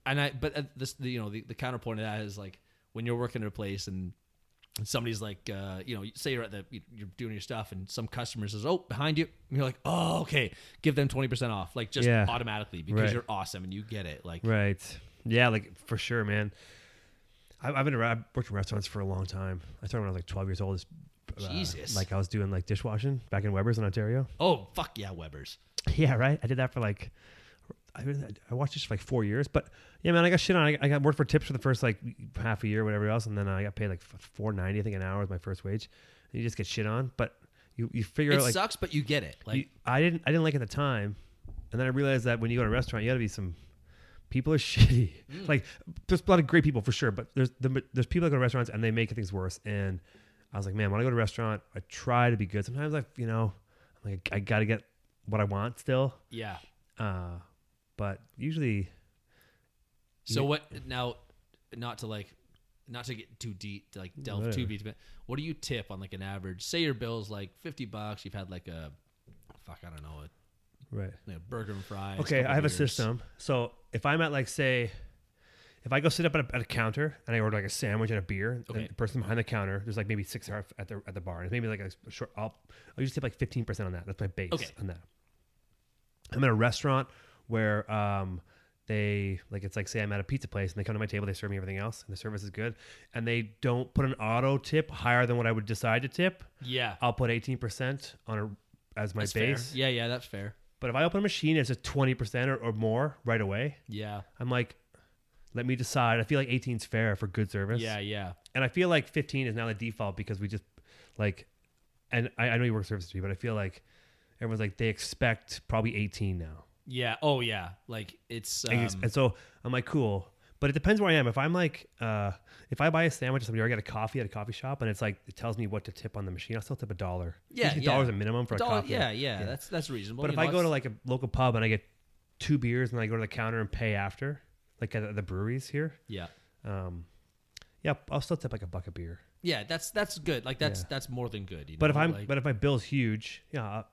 [SPEAKER 3] and I but uh, this the, you know the, the counterpoint of that is like when you're working at a place and somebody's like uh, you know say you're at the you're doing your stuff and some customer says oh behind you and you're like oh okay give them twenty percent off like just
[SPEAKER 2] Yeah.
[SPEAKER 3] automatically because
[SPEAKER 2] Right.
[SPEAKER 3] you're awesome and you get it like
[SPEAKER 2] Right. Yeah. Like for sure, man. I, I've been around, I've worked in restaurants for a long time. I started when I was like 12 years old. It's, uh,
[SPEAKER 3] Jesus.
[SPEAKER 2] Like I was doing like dishwashing back in Weber's in Ontario.
[SPEAKER 3] oh fuck yeah Weber's
[SPEAKER 2] Yeah, right. I did that for like, I, was- I watched this for like four years. But yeah, man, I got shit on. I, I got worked for tips for the first like half a year, whatever else, and then I got paid like four ninety, I think, an hour was my first wage. And you just get shit on, but You you figure
[SPEAKER 3] It
[SPEAKER 2] out like
[SPEAKER 3] sucks, but you get it. Like
[SPEAKER 2] you- I didn't I didn't like it at the time, and then I realized that when you go to a restaurant, you got to be some people are shitty.
[SPEAKER 3] Mm.
[SPEAKER 2] Like there's a lot of great people for sure, but there's the, there's people that go to restaurants and they make things worse. And I was like, man, when I go to a restaurant, I try to be good. Sometimes I you know I'm like I got to get what I want still,
[SPEAKER 3] yeah.
[SPEAKER 2] uh, but usually
[SPEAKER 3] So
[SPEAKER 2] Yeah.
[SPEAKER 3] what now? Not to like, not to get too deep, to like delve too
[SPEAKER 2] Whatever.
[SPEAKER 3] deep. But what do you tip on like an average? Say your bill's like fifty bucks. You've had like a, fuck, I don't know, a,
[SPEAKER 2] right.
[SPEAKER 3] like a burger and fries.
[SPEAKER 2] Okay,
[SPEAKER 3] couple
[SPEAKER 2] I have
[SPEAKER 3] beers.
[SPEAKER 2] a system. So if I'm at like say, if I go sit up at a, at a counter and I order like a sandwich and a beer,
[SPEAKER 3] Okay.
[SPEAKER 2] and the person behind the counter, there's like maybe six hours at the at the bar, and it's maybe like a short. I'll I'll just tip like fifteen percent on that. That's my base
[SPEAKER 3] Okay.
[SPEAKER 2] on that. I'm at a restaurant where um they like it's like say I'm at a pizza place and they come to my table, they serve me everything else, and the service is good, and they don't put an auto tip higher than what I would decide to tip.
[SPEAKER 3] Yeah,
[SPEAKER 2] I'll put eighteen percent on a as my
[SPEAKER 3] that's fair.
[SPEAKER 2] base.
[SPEAKER 3] Yeah, yeah, that's fair.
[SPEAKER 2] But if I open a machine, it's a twenty percent or, or more right away.
[SPEAKER 3] Yeah,
[SPEAKER 2] I'm like, let me decide. I feel like 18 is fair for good service.
[SPEAKER 3] yeah, yeah.
[SPEAKER 2] And I feel like fifteen is now the default because we just like, and I, I know you work service too, but I feel like everyone's like they expect probably eighteen now.
[SPEAKER 3] Yeah. Oh yeah. Like it's
[SPEAKER 2] And you ex-
[SPEAKER 3] um,
[SPEAKER 2] and so I'm like, cool. But it depends where I am. If I'm like, uh, if I buy a sandwich or something, or I get a coffee at a coffee shop, and it's like it tells me what to tip on the machine, I'll still tip a dollar.
[SPEAKER 3] Yeah,
[SPEAKER 2] Usually
[SPEAKER 3] yeah.
[SPEAKER 2] dollars a minimum for a,
[SPEAKER 3] dollar-
[SPEAKER 2] coffee.
[SPEAKER 3] yeah, yeah, That's that's reasonable.
[SPEAKER 2] But
[SPEAKER 3] you
[SPEAKER 2] if
[SPEAKER 3] know,
[SPEAKER 2] I go to
[SPEAKER 3] it's-
[SPEAKER 2] like a local pub and I get two beers and I go to the counter and pay after, like at the breweries here,
[SPEAKER 3] yeah,
[SPEAKER 2] um, yeah, I'll still tip like a buck a beer.
[SPEAKER 3] yeah, that's that's good. Like that's
[SPEAKER 2] Yeah.
[SPEAKER 3] that's more than good. You know?
[SPEAKER 2] But if I'm
[SPEAKER 3] like,
[SPEAKER 2] but if my bill's huge, yeah, I'll-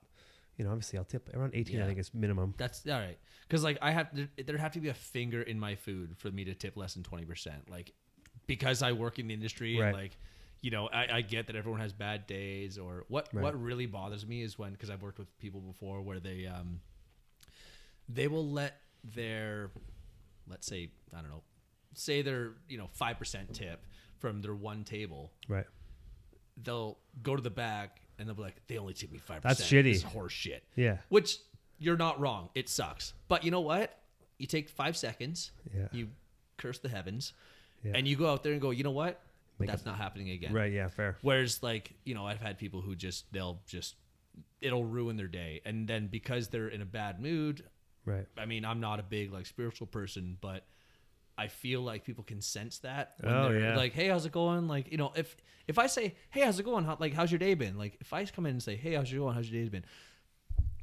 [SPEAKER 2] you know, obviously I'll tip around eighteen.
[SPEAKER 3] Yeah.
[SPEAKER 2] I think is minimum.
[SPEAKER 3] That's all right. Because like I have, there, there'd have to be a finger in my food for me to tip less than twenty percent. Like because I work in the industry, and
[SPEAKER 2] Right.
[SPEAKER 3] like you know, I, I get that everyone has bad days. Or what
[SPEAKER 2] Right.
[SPEAKER 3] what really bothers me is when because I've worked with people before where they um they will let their let's say I don't know say their you know five percent tip from their one table
[SPEAKER 2] Right.
[SPEAKER 3] they'll go to the back and they'll be like, they only took me five percent.
[SPEAKER 2] That's shitty.
[SPEAKER 3] This is horse shit.
[SPEAKER 2] Yeah.
[SPEAKER 3] Which you're not wrong. It sucks. But you know what? You take five seconds.
[SPEAKER 2] Yeah.
[SPEAKER 3] You curse the heavens,
[SPEAKER 2] Yeah.
[SPEAKER 3] and you go out there and go. You know what?
[SPEAKER 2] Make
[SPEAKER 3] That's not happening again.
[SPEAKER 2] Right. Yeah. Fair.
[SPEAKER 3] Whereas, like, you know, I've had people who just they'll just it'll ruin their day, and then because they're in a bad mood,
[SPEAKER 2] Right.
[SPEAKER 3] I mean, I'm not a big like spiritual person, but I feel like people can sense that.
[SPEAKER 2] Oh,
[SPEAKER 3] they're
[SPEAKER 2] yeah.
[SPEAKER 3] Like, hey, how's it going? Like, you know, if if I say, hey, how's it going? How, like, how's your day been? Like, if I come in and say, hey, how's your going? How's your day been?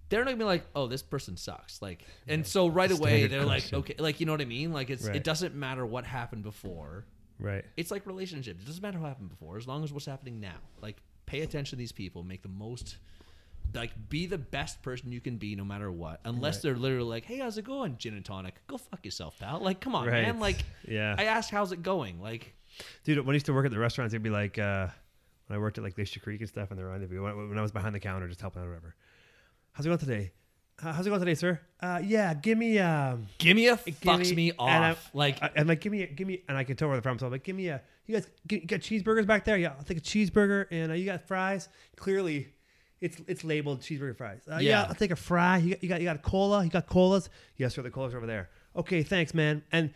[SPEAKER 3] They're not gonna be like, oh, this person sucks. Like, and so right away
[SPEAKER 2] Standard
[SPEAKER 3] they're like,
[SPEAKER 2] question.
[SPEAKER 3] okay, like you know what I mean? Like, it's
[SPEAKER 2] Right.
[SPEAKER 3] it doesn't matter what happened before.
[SPEAKER 2] Right.
[SPEAKER 3] It's like relationships. It doesn't matter what happened before, as long as what's happening now. Like, pay attention to these people. Make the most, like, be the best person you can be, no matter what. Unless they're literally like, "Hey, how's it going, gin and tonic? Go fuck yourself, pal." Like, come on,
[SPEAKER 2] Right.
[SPEAKER 3] man. Like,
[SPEAKER 2] Yeah.
[SPEAKER 3] I asked, "How's it going?" Like,
[SPEAKER 2] Dude, when I used to work at the restaurants, it'd be like uh, when I worked at like Leisha Creek and stuff, and the rendezvous. When, when I was behind the counter, just helping out, or whatever. How's it going today? Uh, how's it going today, sir? Uh, yeah, give me um,
[SPEAKER 3] give me a
[SPEAKER 2] give
[SPEAKER 3] fucks me, off.
[SPEAKER 2] And I'm,
[SPEAKER 3] like,
[SPEAKER 2] I, am like, give me, a, give me, and I can tell where the problem. So I'm like, give me a, you guys g you got cheeseburgers back there? Yeah, I'll take a cheeseburger, and uh, you got fries. Clearly, it's it's labeled cheeseburger fries. Uh, yeah.
[SPEAKER 3] Yeah.
[SPEAKER 2] I'll take a fry. You got, you got, you got a cola. You got colas? Yes, sir. The colas are over there. Okay, thanks, man. And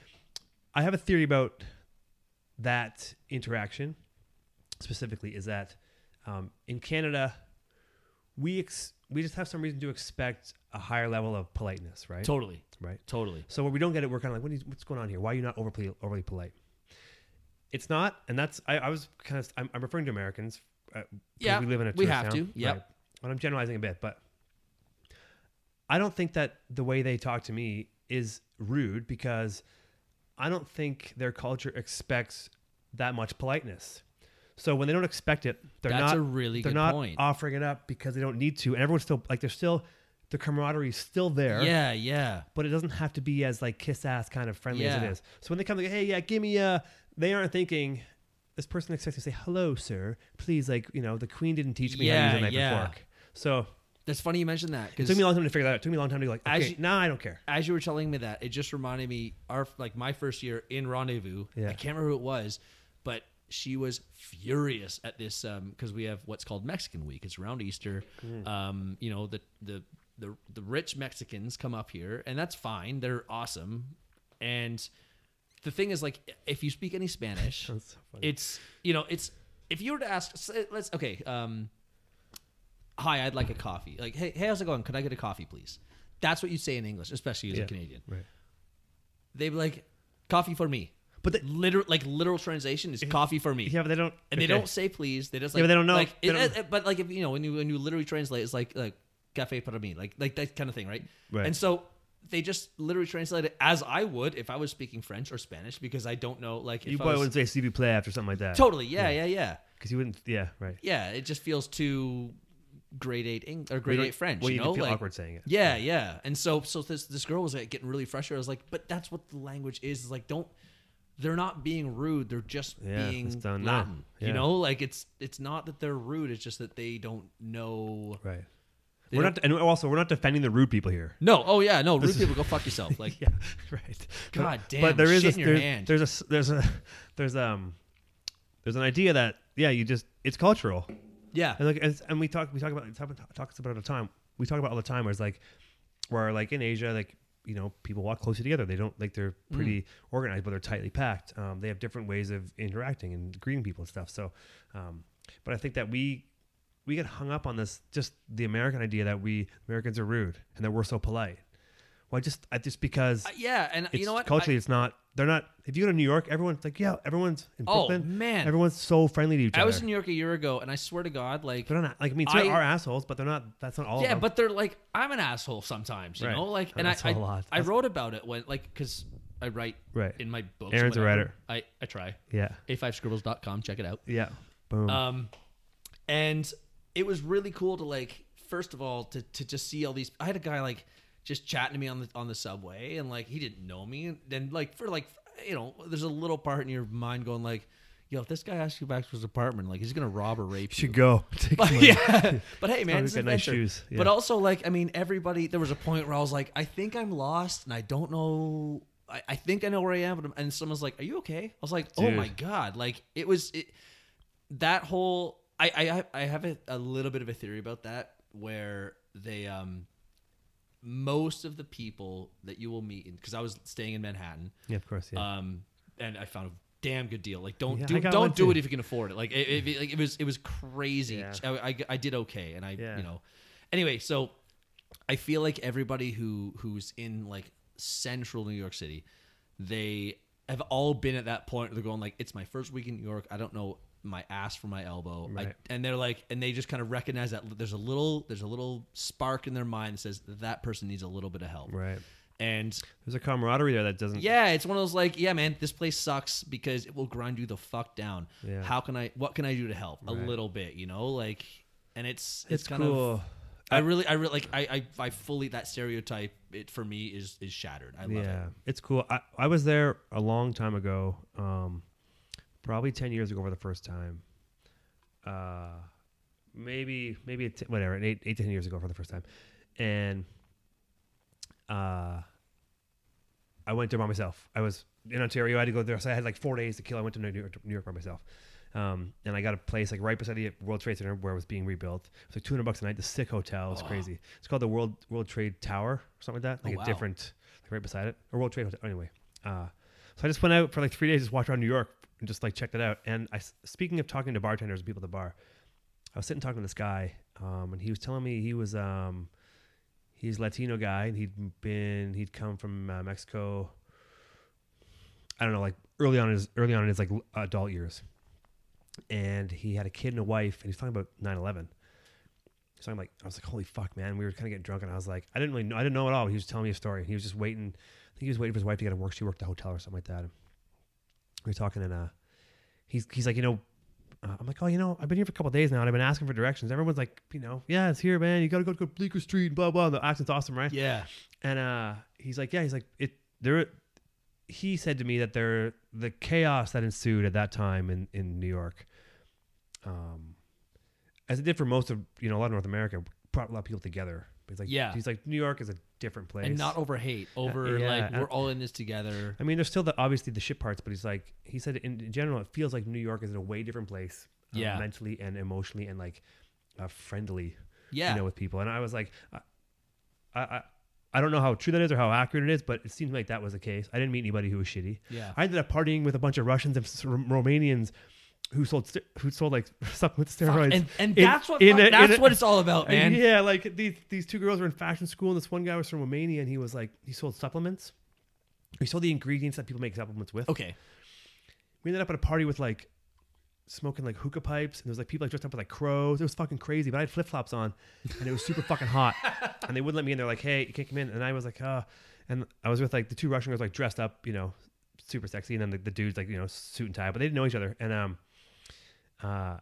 [SPEAKER 2] I have a theory about that interaction specifically is that um, in Canada, we ex- we just have some reason to expect a higher level of politeness, right?
[SPEAKER 3] totally,
[SPEAKER 2] Right.
[SPEAKER 3] totally.
[SPEAKER 2] So when we don't get it, we're kind of like, what is, what's going on here? Why are you not overly overly polite? It's not, and that's I, I was kind of I'm, I'm referring to Americans. Uh, 'cause
[SPEAKER 3] Yeah,
[SPEAKER 2] we live in a
[SPEAKER 3] we
[SPEAKER 2] tourist
[SPEAKER 3] have
[SPEAKER 2] town,
[SPEAKER 3] to, yep.
[SPEAKER 2] right. And I'm generalizing a bit, but I don't think that the way they talk to me is rude because I don't think their culture expects that much politeness. So when they don't expect it, they're
[SPEAKER 3] That's
[SPEAKER 2] not
[SPEAKER 3] a really
[SPEAKER 2] they're
[SPEAKER 3] good
[SPEAKER 2] not
[SPEAKER 3] point.
[SPEAKER 2] offering it up because they don't need to, and everyone's still like they're still the camaraderie is still there
[SPEAKER 3] Yeah, yeah.
[SPEAKER 2] but it doesn't have to be as like kiss ass kind of friendly as it
[SPEAKER 3] Yeah.
[SPEAKER 2] is. So when they come like, hey, yeah, give me a, they aren't thinking this person expects me to say hello, sir. Please, like you know, the queen didn't teach me how
[SPEAKER 3] Yeah,
[SPEAKER 2] to use a knife
[SPEAKER 3] yeah.
[SPEAKER 2] and fork. So
[SPEAKER 3] That's funny you mentioned that
[SPEAKER 2] it
[SPEAKER 3] because
[SPEAKER 2] took me a long time to figure that out. It took me a long time to go like,
[SPEAKER 3] As
[SPEAKER 2] okay,
[SPEAKER 3] you-
[SPEAKER 2] nah, I don't care.
[SPEAKER 3] as you were telling me that, it just reminded me our like my first year in Rendezvous.
[SPEAKER 2] Yeah.
[SPEAKER 3] I can't remember who it was, but she was furious at this because we have what's called Mexican Week. It's around Easter.
[SPEAKER 2] Mm.
[SPEAKER 3] Um, you know the the the the rich Mexicans come up here, and that's fine. They're awesome, and the thing is like if you speak any Spanish,
[SPEAKER 2] That's so funny.
[SPEAKER 3] it's you know it's if you were to ask, say- let's okay. Um, hi, I'd like a coffee. Like, hey, hey, how's it going? Could I get a coffee, please? That's what you say in English, especially as
[SPEAKER 2] Yeah.
[SPEAKER 3] a Canadian.
[SPEAKER 2] Right.
[SPEAKER 3] They'd be like, coffee for me.
[SPEAKER 2] But they-
[SPEAKER 3] literal, like literal translation is coffee for me.
[SPEAKER 2] Yeah, but they don't.
[SPEAKER 3] and they
[SPEAKER 2] okay.
[SPEAKER 3] don't say please. They just like
[SPEAKER 2] Yeah, but they don't know.
[SPEAKER 3] Like,
[SPEAKER 2] They
[SPEAKER 3] it-
[SPEAKER 2] don't-
[SPEAKER 3] it- but like if you know when you when you literally translate, it's like like cafe para mí, like like that kind of thing, right?
[SPEAKER 2] Right.
[SPEAKER 3] And so they just literally translate it as I would if I was speaking French or Spanish because I don't know like if
[SPEAKER 2] You
[SPEAKER 3] I
[SPEAKER 2] probably
[SPEAKER 3] was-
[SPEAKER 2] wouldn't say CB play after something like that.
[SPEAKER 3] totally yeah, yeah yeah
[SPEAKER 2] Because you wouldn't. Yeah. Right.
[SPEAKER 3] yeah It just feels too grade eight English or grade
[SPEAKER 2] don't-
[SPEAKER 3] eight French.
[SPEAKER 2] well, you
[SPEAKER 3] you
[SPEAKER 2] can
[SPEAKER 3] know,
[SPEAKER 2] feel
[SPEAKER 3] like,
[SPEAKER 2] awkward saying it.
[SPEAKER 3] Yeah, yeah. And so so this this girl was like getting really frustrated. I was like, but that's what the language is. Is like don't. They're not being rude. They're just
[SPEAKER 2] Yeah,
[SPEAKER 3] being
[SPEAKER 2] it's done now.
[SPEAKER 3] Latin.
[SPEAKER 2] Yeah.
[SPEAKER 3] You know, like it's it's not that they're rude. It's just that they don't know.
[SPEAKER 2] Right.
[SPEAKER 3] They
[SPEAKER 2] we're
[SPEAKER 3] don't-
[SPEAKER 2] not, and also we're not defending the rude people here.
[SPEAKER 3] No. Oh yeah. No. Rude people go fuck yourself. Like
[SPEAKER 2] Yeah, right.
[SPEAKER 3] God
[SPEAKER 2] but,
[SPEAKER 3] damn,
[SPEAKER 2] But there is
[SPEAKER 3] shit
[SPEAKER 2] a,
[SPEAKER 3] in your
[SPEAKER 2] there-
[SPEAKER 3] hand.
[SPEAKER 2] there's a s- there's a there's um there's an idea that yeah you just it's cultural
[SPEAKER 3] yeah. Uh,
[SPEAKER 2] and like it's, and we talk we talk about talk, about- talk about it all the time we talk about it all the time where it's like where like in Asia like you know people walk closely together they don't like they're
[SPEAKER 3] Mm.
[SPEAKER 2] pretty organized but they're tightly packed um, they have different ways of interacting and greeting people and stuff so um, but I think that we we get hung up on this just the American idea that we Americans are rude and that we're so polite why just I just because
[SPEAKER 3] Uh, yeah. And
[SPEAKER 2] it's
[SPEAKER 3] you know what?
[SPEAKER 2] culturally it's not they're not if you go to new york everyone's like yeah everyone's in
[SPEAKER 3] Oh,
[SPEAKER 2] brooklyn
[SPEAKER 3] man.
[SPEAKER 2] everyone's so friendly to each
[SPEAKER 3] I, I
[SPEAKER 2] other
[SPEAKER 3] was in New York a year ago, and I swear to God, like
[SPEAKER 2] they're not like i mean some
[SPEAKER 3] I-
[SPEAKER 2] are assholes but they're not that's not all
[SPEAKER 3] yeah,
[SPEAKER 2] of them.
[SPEAKER 3] but they're like I'm an asshole sometimes. You
[SPEAKER 2] Right.
[SPEAKER 3] know, like
[SPEAKER 2] An
[SPEAKER 3] and I
[SPEAKER 2] asshole
[SPEAKER 3] I-
[SPEAKER 2] a lot.
[SPEAKER 3] I wrote about it when like because I write
[SPEAKER 2] Right.
[SPEAKER 3] in my books.
[SPEAKER 2] Aaron's a
[SPEAKER 3] whenever.
[SPEAKER 2] writer.
[SPEAKER 3] I I try.
[SPEAKER 2] yeah
[SPEAKER 3] a5scribbles.com check it out
[SPEAKER 2] yeah boom
[SPEAKER 3] um and it was really cool to like first of all to to just see all these i had a guy like just chatting to me on the on the subway and like he didn't know me and then like for like you know there's a little part in your mind going like yo if this guy asks you back to his apartment like he's gonna rob or rape you
[SPEAKER 2] should go Take
[SPEAKER 3] but,
[SPEAKER 2] money.
[SPEAKER 3] yeah. but hey, man,
[SPEAKER 2] Oh,
[SPEAKER 3] it's
[SPEAKER 2] he's
[SPEAKER 3] an
[SPEAKER 2] got nice
[SPEAKER 3] adventure.
[SPEAKER 2] shoes. Yeah.
[SPEAKER 3] But also, like, I mean, everybody. There was a point where I was like, I think I'm lost, and I don't know. I, I think I know where I am, but I'm, and someone's like, "Are you okay?" I was like, "Oh
[SPEAKER 2] Dude.
[SPEAKER 3] my god!" Like, it was it, that whole. I I I have a, a little bit of a theory about that where they um most of the people that you will meet because I was staying in Manhattan
[SPEAKER 2] yeah of course yeah
[SPEAKER 3] um, and I found a damn good deal. Like, don't
[SPEAKER 2] Yeah, I
[SPEAKER 3] do,
[SPEAKER 2] got one
[SPEAKER 3] don't do it
[SPEAKER 2] too.
[SPEAKER 3] if you can afford it. Like, it, it, it- like, it was it was crazy.
[SPEAKER 2] Yeah.
[SPEAKER 3] I, I, I did okay, and I
[SPEAKER 2] Yeah.
[SPEAKER 3] you know. Anyway, so I feel like everybody who who's in like central New York City, they have all been at that point. They're going like, it's my first week in New York. I don't know my ass from my elbow. I,
[SPEAKER 2] Right.
[SPEAKER 3] and they're like, and they just kind of recognize that there's a little there's a little spark in their mind that says that person needs a little bit of help.
[SPEAKER 2] right
[SPEAKER 3] And
[SPEAKER 2] there's a camaraderie there that doesn't
[SPEAKER 3] yeah, it's one of those like, yeah, man, this place sucks because it will grind you the fuck down.
[SPEAKER 2] Yeah.
[SPEAKER 3] How can I? What can I do to help? A
[SPEAKER 2] Right.
[SPEAKER 3] little bit, you know, like, and it's it's,
[SPEAKER 2] it's,
[SPEAKER 3] kind
[SPEAKER 2] cool
[SPEAKER 3] of. I really, I really like. I, I, I fully that stereotype. It for me is is shattered. I love
[SPEAKER 2] yeah
[SPEAKER 3] it.
[SPEAKER 2] it's cool I, I was there a long time ago um probably 10 years ago for the first time uh maybe maybe a t- whatever an eight, eight to 10 years ago for the first time and uh i went there by myself i was in ontario i had to go there so i had like four days to kill i went to new york, new york by myself um, and I got a place like right beside the World Trade Center where it was being rebuilt. It was like 200 bucks a night. The sick hotel. It was
[SPEAKER 3] Oh, wow.
[SPEAKER 2] crazy. It's called the World World Trade Tower or something like that. Like
[SPEAKER 3] wow.
[SPEAKER 2] a different different, like right beside it, or World Trade Hotel. Anyway, uh, so I just went out for like three days, just walked around New York and just like checked it out. And I, s- speaking of talking to bartenders and people at the bar, I was sitting talking to this guy, um, and he was telling me he was um, he's Latino guy, and he'd been he'd come from uh, Mexico. I don't know, like early on in his early on in his like l- adult years, and he had a kid and a wife, and he's talking about 9-11. So I'm like, I was like, holy fuck, man. We were kind of getting drunk, and I was like, I didn't really know, I didn't know at all. He was telling me a story. He was just waiting. I think he was waiting for his wife to get a work. She worked at a hotel or something like that. We were talking, and uh, he's he's like, you know, uh, I'm like, oh, you know, I've been here for a couple days now, and I've been asking for directions. Everyone's like, you know, yeah, it's here, man. You gotta go to Bleecker Street, blah blah. And the accent's awesome, right?
[SPEAKER 3] Yeah,
[SPEAKER 2] And uh, he's like, yeah, he's like, it there. He said to me that there the chaos that ensued at that time in in New York, um, as it did for most of you know a lot of North America, brought a lot of people together. He's like,
[SPEAKER 3] Yeah.
[SPEAKER 2] he's like, New York is a different place.
[SPEAKER 3] and not over hate, over
[SPEAKER 2] yeah,
[SPEAKER 3] like
[SPEAKER 2] and-
[SPEAKER 3] we're all in this together.
[SPEAKER 2] I mean, there's still the obviously the shit parts, but he's like, he said in, in general, it feels like New York is in a way different place, uh,
[SPEAKER 3] Yeah.
[SPEAKER 2] mentally and emotionally and like uh, friendly
[SPEAKER 3] Yeah,
[SPEAKER 2] you know, with people. And I was like, I, I, I- I don't know how true that is or how accurate it is, but it seems like that was the case. I didn't meet anybody who was shitty.
[SPEAKER 3] Yeah.
[SPEAKER 2] I ended up partying with a bunch of Russians and s- Rom- Romanians who sold st- who sold like stuff with steroids.
[SPEAKER 3] and and
[SPEAKER 2] in-
[SPEAKER 3] that's what
[SPEAKER 2] in a- in
[SPEAKER 3] that's
[SPEAKER 2] a-
[SPEAKER 3] what it's all about, man.
[SPEAKER 2] Yeah, like these these two girls were in fashion school, and this one guy was from Romania, and he was like he sold supplements. He sold the ingredients that people make supplements with.
[SPEAKER 3] Okay.
[SPEAKER 2] We ended up at a party with like smoking like hookah pipes, and there was like people like dressed up with like crows. It was fucking crazy, but I had flip flops on, and it was super fucking hot. And they wouldn't let me in. They're like, "Hey, you can't come in." And I was like, "Uh," and I was with like the two Russian girls, like dressed up, you know, super sexy, and then the, the dudes like you know suit and tie, but they didn't know each other. And um, uh,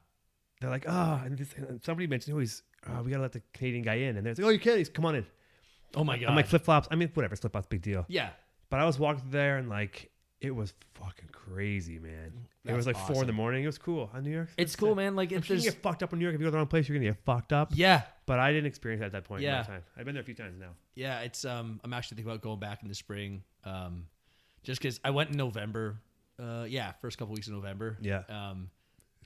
[SPEAKER 2] they're like, "Ah," and, this, and somebody mentioned, "Oh, he's uh, we gotta let the Canadian guy in," and they're like, "Oh, you can't. He's come on in."
[SPEAKER 3] Oh my god.
[SPEAKER 2] I'm like flip flops. I mean, whatever, flip flops, big deal.
[SPEAKER 3] yeah.
[SPEAKER 2] But I was walking there and like it was fucking crazy, man. it
[SPEAKER 3] That's
[SPEAKER 2] was like four in the
[SPEAKER 3] awesome.
[SPEAKER 2] morning. It was cool on New York.
[SPEAKER 3] It's cool, man. Like
[SPEAKER 2] If
[SPEAKER 3] it's
[SPEAKER 2] you
[SPEAKER 3] just
[SPEAKER 2] get fucked up in New York, if you go to the wrong place, you're gonna get fucked up.
[SPEAKER 3] yeah,
[SPEAKER 2] But I didn't experience that at that point in
[SPEAKER 3] Yeah.
[SPEAKER 2] my time. I've been there a few times now.
[SPEAKER 3] yeah. It's um, I'm actually thinking about going back in the spring, um, just because I went in November. Uh, yeah, first couple weeks of November.
[SPEAKER 2] Yeah.
[SPEAKER 3] Um,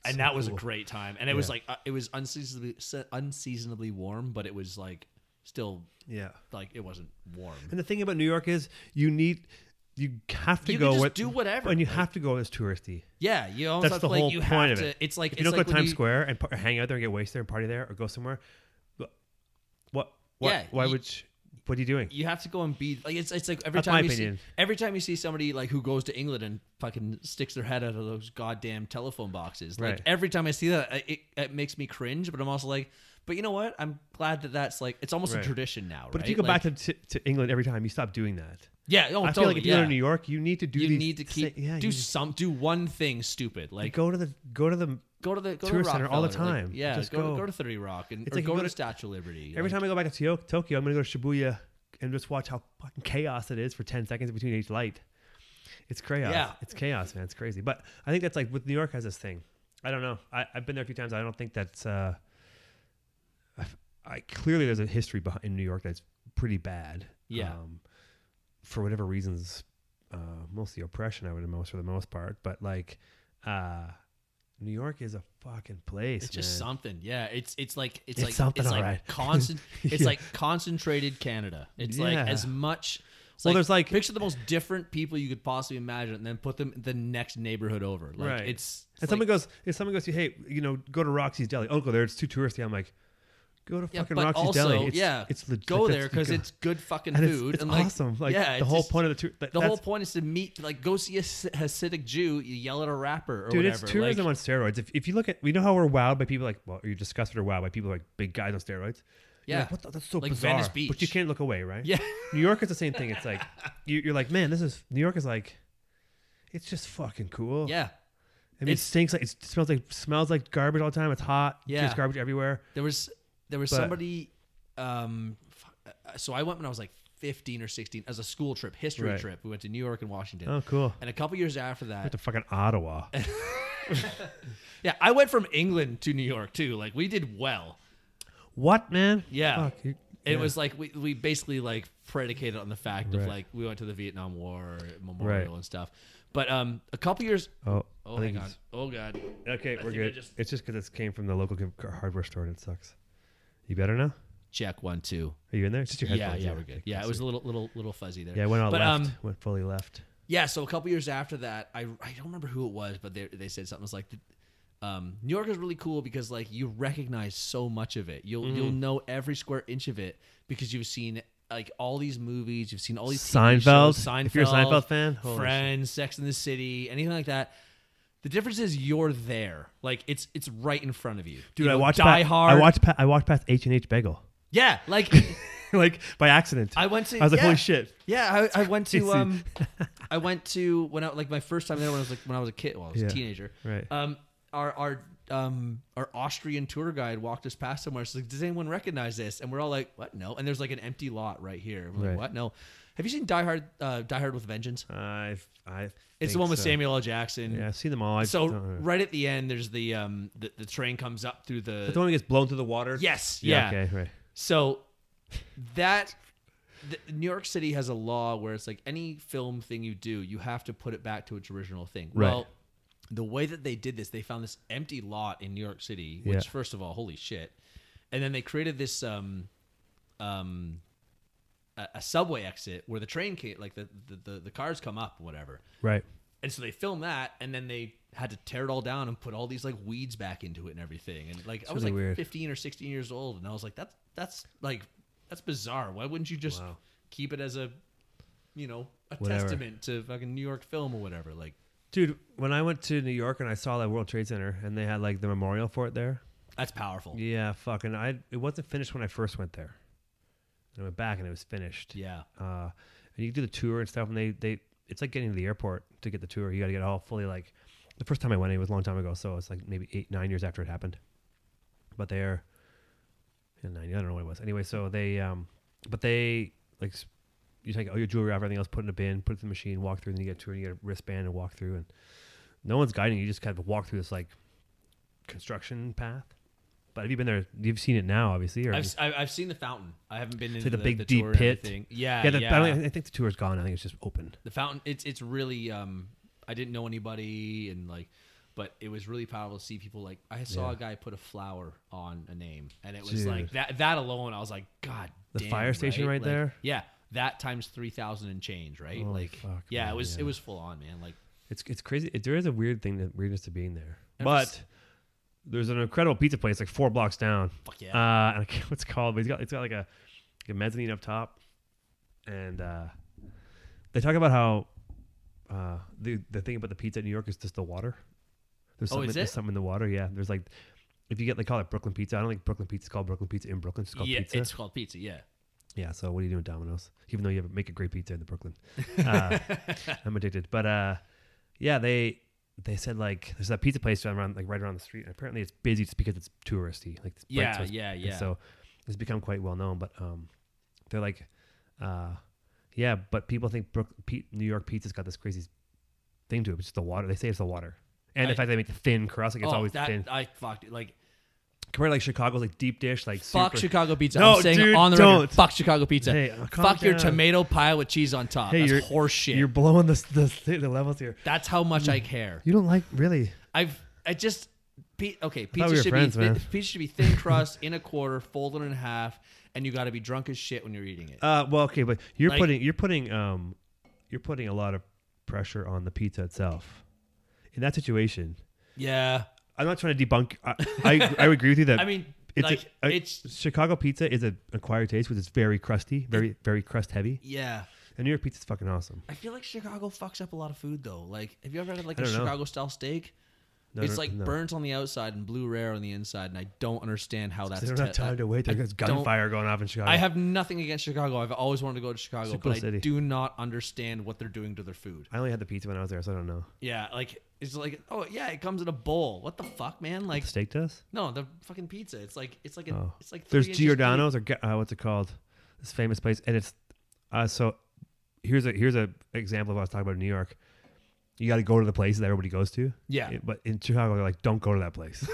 [SPEAKER 2] so
[SPEAKER 3] and that was
[SPEAKER 2] cool.
[SPEAKER 3] a great time, and it was like uh, it was unseasonably se- unseasonably warm, but it was like still
[SPEAKER 2] Yeah.
[SPEAKER 3] like it wasn't warm.
[SPEAKER 2] And the thing about New York is you need you have to
[SPEAKER 3] You can
[SPEAKER 2] go
[SPEAKER 3] just
[SPEAKER 2] with
[SPEAKER 3] do whatever,
[SPEAKER 2] and you
[SPEAKER 3] like-
[SPEAKER 2] have to go as touristy.
[SPEAKER 3] Yeah, you almost
[SPEAKER 2] That's
[SPEAKER 3] have
[SPEAKER 2] the
[SPEAKER 3] to, like
[SPEAKER 2] whole
[SPEAKER 3] you
[SPEAKER 2] point
[SPEAKER 3] have
[SPEAKER 2] of
[SPEAKER 3] to.
[SPEAKER 2] it.
[SPEAKER 3] It's like
[SPEAKER 2] If
[SPEAKER 3] it's
[SPEAKER 2] you don't
[SPEAKER 3] like
[SPEAKER 2] go to
[SPEAKER 3] when
[SPEAKER 2] Times
[SPEAKER 3] you-
[SPEAKER 2] Square and par- hang out there and get wasted and party there or go somewhere, what what what
[SPEAKER 3] Yeah,
[SPEAKER 2] why
[SPEAKER 3] you-
[SPEAKER 2] would you, what are you doing?
[SPEAKER 3] You have to go and be like it's. It's like every
[SPEAKER 2] That's my
[SPEAKER 3] time you
[SPEAKER 2] opinion.
[SPEAKER 3] see every time you see somebody like who goes to England and fucking sticks their head out of those goddamn telephone boxes.
[SPEAKER 2] Right.
[SPEAKER 3] Like every time I see that, I- it, it makes me cringe. But I'm also like, but you know what? I'm glad that that's like it's almost
[SPEAKER 2] Right.
[SPEAKER 3] a tradition now.
[SPEAKER 2] But if you go back to, to to England every time, you stop doing that.
[SPEAKER 3] yeah, no,
[SPEAKER 2] I
[SPEAKER 3] Oh, totally,
[SPEAKER 2] feel like if
[SPEAKER 3] yeah.
[SPEAKER 2] you're in New York, you need to do
[SPEAKER 3] you
[SPEAKER 2] these
[SPEAKER 3] need to keep
[SPEAKER 2] thi- yeah,
[SPEAKER 3] do
[SPEAKER 2] you just
[SPEAKER 3] some do one thing stupid like go,
[SPEAKER 2] go to the go to the
[SPEAKER 3] to the go
[SPEAKER 2] tourist
[SPEAKER 3] to
[SPEAKER 2] center all the
[SPEAKER 3] Rockefeller, like,
[SPEAKER 2] time.
[SPEAKER 3] yeah,
[SPEAKER 2] Just
[SPEAKER 3] go,
[SPEAKER 2] go.
[SPEAKER 3] To, go to Thirty Rock and
[SPEAKER 2] It's
[SPEAKER 3] or
[SPEAKER 2] like you
[SPEAKER 3] go
[SPEAKER 2] go
[SPEAKER 3] to,
[SPEAKER 2] to-
[SPEAKER 3] Statue of Liberty.
[SPEAKER 2] every
[SPEAKER 3] like,
[SPEAKER 2] time I go back to Tokyo, Tokyo, I'm gonna go to Shibuya and just watch how fucking chaos it is for ten seconds between each light. It's chaos.
[SPEAKER 3] Yeah.
[SPEAKER 2] It's chaos, man. It's crazy. But I think that's like with New York has this thing. I don't know. I, I've been there a few times. I don't think that's uh I, I- clearly there's a history behind in New York that's pretty bad.
[SPEAKER 3] Yeah.
[SPEAKER 2] Um, for whatever reasons, uh, mostly oppression, I would most for the most part. But like uh New York is a fucking place.
[SPEAKER 3] It's just
[SPEAKER 2] man.
[SPEAKER 3] something. Yeah, it's it's like it's,
[SPEAKER 2] It's
[SPEAKER 3] like
[SPEAKER 2] something,
[SPEAKER 3] it's like
[SPEAKER 2] alright.
[SPEAKER 3] concent- it's
[SPEAKER 2] Yeah.
[SPEAKER 3] like concentrated Canada. It's like
[SPEAKER 2] Yeah.
[SPEAKER 3] as much it's
[SPEAKER 2] Well, there's like-
[SPEAKER 3] picture the most different people you could possibly imagine and then put them in the next neighborhood over. Like
[SPEAKER 2] Right.
[SPEAKER 3] it's,
[SPEAKER 2] And
[SPEAKER 3] it's like,
[SPEAKER 2] someone goes, if someone goes to you, hey, you know, go to Roxy's Deli. Don't go there; it's too touristy. I'm like, go to
[SPEAKER 3] yeah,
[SPEAKER 2] fucking
[SPEAKER 3] but
[SPEAKER 2] Roxy's
[SPEAKER 3] also,
[SPEAKER 2] Deli. It's,
[SPEAKER 3] yeah,
[SPEAKER 2] it's legit.
[SPEAKER 3] go
[SPEAKER 2] That's-
[SPEAKER 3] there
[SPEAKER 2] you
[SPEAKER 3] because
[SPEAKER 2] go-
[SPEAKER 3] it's good fucking
[SPEAKER 2] and It's,
[SPEAKER 3] food.
[SPEAKER 2] it's
[SPEAKER 3] and like,
[SPEAKER 2] awesome. Like
[SPEAKER 3] yeah,
[SPEAKER 2] the
[SPEAKER 3] it's
[SPEAKER 2] whole
[SPEAKER 3] just-
[SPEAKER 2] point of the tour. that-
[SPEAKER 3] The whole
[SPEAKER 2] that's-
[SPEAKER 3] point is to meet, like, go see a, s- a Hasidic Jew, you yell at a rapper or
[SPEAKER 2] Dude,
[SPEAKER 3] whatever.
[SPEAKER 2] it's tourism
[SPEAKER 3] like,
[SPEAKER 2] on steroids. If, if you look at, we know how we're wowed by people like, well, or you disgusted or wowed by people like big guys on steroids. You're
[SPEAKER 3] Yeah.
[SPEAKER 2] like, what the, that's so
[SPEAKER 3] Like
[SPEAKER 2] bizarre.
[SPEAKER 3] Venice
[SPEAKER 2] But you
[SPEAKER 3] Beach.
[SPEAKER 2] can't look away, right?
[SPEAKER 3] yeah,
[SPEAKER 2] New York is the same thing. It's like you, you're like, man, this is New York is like, it's just fucking cool. I
[SPEAKER 3] yeah.
[SPEAKER 2] mean, it
[SPEAKER 3] It's-
[SPEAKER 2] stinks like it smells like smells like garbage all the time. It's hot.
[SPEAKER 3] Yeah.
[SPEAKER 2] there's garbage everywhere.
[SPEAKER 3] There was there was
[SPEAKER 2] But-
[SPEAKER 3] somebody. Um, fu- uh, so I went when I was like fifteen or sixteen as a school trip, history
[SPEAKER 2] Right.
[SPEAKER 3] trip. We went to New York and Washington,
[SPEAKER 2] Oh, cool.
[SPEAKER 3] and a couple years after
[SPEAKER 2] Went
[SPEAKER 3] that,
[SPEAKER 2] to fucking Ottawa.
[SPEAKER 3] yeah, I went from England to New York too. Like we did well.
[SPEAKER 2] What man?
[SPEAKER 3] Yeah.
[SPEAKER 2] Fuck, you-
[SPEAKER 3] It
[SPEAKER 2] yeah.
[SPEAKER 3] was like we, we basically like predicated on the fact of
[SPEAKER 2] Right.
[SPEAKER 3] like we went to the Vietnam War memorial
[SPEAKER 2] Right.
[SPEAKER 3] and stuff. But um, a couple years.
[SPEAKER 2] Oh,
[SPEAKER 3] Oh,
[SPEAKER 2] I
[SPEAKER 3] hang
[SPEAKER 2] think
[SPEAKER 3] on.
[SPEAKER 2] it's-
[SPEAKER 3] Oh God.
[SPEAKER 2] Okay,
[SPEAKER 3] I
[SPEAKER 2] we're
[SPEAKER 3] think I
[SPEAKER 2] good.
[SPEAKER 3] just-
[SPEAKER 2] It's just because it came from the local com- car- hardware store and it sucks. You better now.
[SPEAKER 3] Check one two.
[SPEAKER 2] Are you in there? It's just your
[SPEAKER 3] Yeah,
[SPEAKER 2] headphones.
[SPEAKER 3] yeah, we're good. Yeah, it was a little little little fuzzy there.
[SPEAKER 2] Yeah, it went all
[SPEAKER 3] But,
[SPEAKER 2] left.
[SPEAKER 3] um,
[SPEAKER 2] went fully left.
[SPEAKER 3] Yeah, so a couple years after that, I, I don't remember who it was, but they, they said something it was like, um, New York is really cool because like you recognize so much of it. You'll you'll
[SPEAKER 2] Mm-hmm.
[SPEAKER 3] know every square inch of it because you've seen like all these movies, you've seen all these TV
[SPEAKER 2] Seinfeld?
[SPEAKER 3] shows, Seinfeld.
[SPEAKER 2] If you're a Seinfeld fan, holy shit.
[SPEAKER 3] Friends, Sex in the City, anything like that. The difference is you're there, like it's it's right in front of you,
[SPEAKER 2] Dude,
[SPEAKER 3] You
[SPEAKER 2] I
[SPEAKER 3] know,
[SPEAKER 2] watched.
[SPEAKER 3] Die
[SPEAKER 2] pa-
[SPEAKER 3] Hard.
[SPEAKER 2] I watched. Pa- I walked past H and H Bagel,
[SPEAKER 3] Yeah, like
[SPEAKER 2] like by accident.
[SPEAKER 3] I went to.
[SPEAKER 2] I was like,
[SPEAKER 3] yeah.
[SPEAKER 2] holy shit.
[SPEAKER 3] Yeah, I, I went to
[SPEAKER 2] crazy.
[SPEAKER 3] um, I went to when I like my first time there when I was like when I was a kid, well, I was
[SPEAKER 2] Yeah,
[SPEAKER 3] a teenager.
[SPEAKER 2] right.
[SPEAKER 3] Um, our our um our Austrian tour guide walked us past somewhere. She's like, "Does anyone recognize this?" And we're all like, "What? No." And there's like an empty lot right here. We're
[SPEAKER 2] Right.
[SPEAKER 3] like, "What? No." Have you seen Die Hard? Uh, Die Hard with a Vengeance.
[SPEAKER 2] I. I. think
[SPEAKER 3] It's the one with
[SPEAKER 2] so.
[SPEAKER 3] Samuel L. Jackson.
[SPEAKER 2] Yeah, I've seen them all. I
[SPEAKER 3] So
[SPEAKER 2] don't know.
[SPEAKER 3] right at the end, there's the um the, the train comes up through
[SPEAKER 2] But the one that gets blown through the water.
[SPEAKER 3] Yes. Yeah.
[SPEAKER 2] Okay. Right.
[SPEAKER 3] So that th- New York City has a law where it's like any film thing you do, you have to put it back to its original thing.
[SPEAKER 2] Right.
[SPEAKER 3] Well, the way that they did this, they found this empty lot in New York City, which
[SPEAKER 2] Yeah.
[SPEAKER 3] first of all, holy shit. And then they created this um um a, a subway exit where the train can like the, the the the cars come up and whatever.
[SPEAKER 2] Right.
[SPEAKER 3] And so they film that and then they had to tear it all down and put all these like weeds back into it and everything. And like I was
[SPEAKER 2] really
[SPEAKER 3] like
[SPEAKER 2] weird.
[SPEAKER 3] 15 or 16 years old, and I was like, that's that's like that's bizarre. Why wouldn't you just
[SPEAKER 2] Wow.
[SPEAKER 3] keep it as a you know a
[SPEAKER 2] Whatever.
[SPEAKER 3] testament to fucking New York film or whatever? Like
[SPEAKER 2] Dude, when I went to New York and I saw that World Trade Center and they had like the memorial for it there.
[SPEAKER 3] that's powerful. Yeah.
[SPEAKER 2] Yeah, fucking. I it wasn't finished when I first went there. I went back and it was finished. Uh, and you do the tour and stuff, and they they it's like getting to the airport to get the tour. You got to get all fully like the first time I went, it was a long time ago, so it's like maybe eight nine years after it happened. But they're yeah, nine, I don't know what it was. Anyway, so they um, but they like s- you take all your jewelry off, everything else, put it in a bin, put it in the machine, walk through, and then you get a tour, and you get a wristband and walk through, and no one's guiding you. You just kind of walk through this like construction path. But have you been there? You've seen it now, obviously. Or
[SPEAKER 3] I've, s- I- I've seen the fountain. I haven't been into
[SPEAKER 2] the big
[SPEAKER 3] the
[SPEAKER 2] deep
[SPEAKER 3] tour and
[SPEAKER 2] pit.
[SPEAKER 3] everything. Yeah,
[SPEAKER 2] yeah, the,
[SPEAKER 3] yeah.
[SPEAKER 2] I, don't, I think the tour's gone. I think it's just open.
[SPEAKER 3] the fountain it's it's really um i didn't know anybody and like but it was really powerful to see people like i saw a guy put a flower on a name and it was like
[SPEAKER 2] Dude.
[SPEAKER 3] that that alone i was like god
[SPEAKER 2] The
[SPEAKER 3] damn,
[SPEAKER 2] fire station right
[SPEAKER 3] Like,
[SPEAKER 2] there?
[SPEAKER 3] yeah that times 3000 and change right
[SPEAKER 2] Holy
[SPEAKER 3] like
[SPEAKER 2] fuck,
[SPEAKER 3] yeah
[SPEAKER 2] man,
[SPEAKER 3] it was
[SPEAKER 2] yeah.
[SPEAKER 3] it was full on man like
[SPEAKER 2] It's it's crazy. It, there is a weird thing that weirdness to being there,
[SPEAKER 3] And
[SPEAKER 2] but
[SPEAKER 3] it's-
[SPEAKER 2] there's an incredible pizza place like four blocks down.
[SPEAKER 3] fuck
[SPEAKER 2] Uh,
[SPEAKER 3] yeah
[SPEAKER 2] and I can't what it's called, but it's got it's got like a, like a mezzanine up top, and uh, they talk about how uh, the the thing about the pizza in New York is just the water. There's
[SPEAKER 3] Oh,
[SPEAKER 2] something,
[SPEAKER 3] is
[SPEAKER 2] there's
[SPEAKER 3] it?
[SPEAKER 2] something in the water. Yeah, there's like if you get they call it Brooklyn pizza. I don't think Brooklyn pizza is called Brooklyn pizza in Brooklyn. It's just called
[SPEAKER 3] yeah
[SPEAKER 2] pizza.
[SPEAKER 3] it's called pizza yeah
[SPEAKER 2] Yeah, so what are you doing, Domino's? Even though you have, make a great pizza in the Brooklyn, uh, I'm addicted. But uh, yeah, they they said like there's that pizza place around like right around the street. And apparently, it's busy just because it's touristy. Like it's bright,
[SPEAKER 3] Yeah,
[SPEAKER 2] so it's-
[SPEAKER 3] yeah,
[SPEAKER 2] and
[SPEAKER 3] yeah.
[SPEAKER 2] So it's become quite well known. But um, they're like, uh, yeah, but people think Brook, P- New York pizza's got this crazy thing to it. It's just the water. They say it's the water, and the
[SPEAKER 3] I-
[SPEAKER 2] fact they make the thin crust, like it's
[SPEAKER 3] oh,
[SPEAKER 2] always
[SPEAKER 3] that
[SPEAKER 2] thin.
[SPEAKER 3] i fucked it like
[SPEAKER 2] Compared to like Chicago's like deep dish, like
[SPEAKER 3] Fuck
[SPEAKER 2] super,
[SPEAKER 3] Chicago pizza.
[SPEAKER 2] No,
[SPEAKER 3] I'm saying
[SPEAKER 2] dude,
[SPEAKER 3] on the
[SPEAKER 2] don't.
[SPEAKER 3] record. Fuck Chicago pizza.
[SPEAKER 2] Hey, uh, calm
[SPEAKER 3] fuck your
[SPEAKER 2] down.
[SPEAKER 3] tomato pie with cheese on top.
[SPEAKER 2] Hey, you're-
[SPEAKER 3] That's horse shit.
[SPEAKER 2] You're Mm. blowing the, the the levels here.
[SPEAKER 3] That's how much I care.
[SPEAKER 2] You don't like really.
[SPEAKER 3] I've I just pe- okay.
[SPEAKER 2] we
[SPEAKER 3] Pizza
[SPEAKER 2] were
[SPEAKER 3] should
[SPEAKER 2] friends,
[SPEAKER 3] be thi-
[SPEAKER 2] man.
[SPEAKER 3] pizza should be thin crust in a quarter, folded in half, and you got to be drunk as shit when you're eating it.
[SPEAKER 2] Uh, well, okay, but you're
[SPEAKER 3] Like-
[SPEAKER 2] putting you're putting um, you're putting a lot of pressure on the pizza itself. In that situation,
[SPEAKER 3] yeah,
[SPEAKER 2] I'm not trying to debunk. I I, I agree with you that.
[SPEAKER 3] I mean,
[SPEAKER 2] it's a-
[SPEAKER 3] like
[SPEAKER 2] a-
[SPEAKER 3] it's
[SPEAKER 2] Chicago pizza is an acquired taste, which is very crusty, very very crust heavy.
[SPEAKER 3] yeah.
[SPEAKER 2] And New York pizza's fucking awesome.
[SPEAKER 3] I feel like Chicago fucks up a lot of food though. Like, have you ever had like
[SPEAKER 2] I
[SPEAKER 3] a
[SPEAKER 2] don't know.
[SPEAKER 3] Chicago style steak?
[SPEAKER 2] No,
[SPEAKER 3] it's
[SPEAKER 2] no,
[SPEAKER 3] like
[SPEAKER 2] no.
[SPEAKER 3] burnt on the outside and blue rare on the inside, and I don't understand how that's.
[SPEAKER 2] They don't have
[SPEAKER 3] te-
[SPEAKER 2] time to wait.
[SPEAKER 3] I
[SPEAKER 2] There's
[SPEAKER 3] don't-
[SPEAKER 2] gunfire going off in Chicago.
[SPEAKER 3] I have nothing against Chicago. I've always wanted to go to Chicago,
[SPEAKER 2] It's a
[SPEAKER 3] but
[SPEAKER 2] cool
[SPEAKER 3] I
[SPEAKER 2] city.
[SPEAKER 3] do not understand what they're doing to their food.
[SPEAKER 2] I only had the pizza when I was there, so I don't know.
[SPEAKER 3] Yeah, like it's like oh yeah, it comes in a bowl. What the fuck, man? Like
[SPEAKER 2] The steak does.
[SPEAKER 3] no, the fucking pizza. It's like it's like a,
[SPEAKER 2] Oh.
[SPEAKER 3] it's like three
[SPEAKER 2] there's
[SPEAKER 3] inches deep.
[SPEAKER 2] Giordano's or Ga- uh, what's it called? This famous place, and it's uh, so here's a here's a example of what I was talking about in New York. You got to go to the places that everybody goes to.
[SPEAKER 3] Yeah.
[SPEAKER 2] It- but in Chicago, they're like, don't go to that place.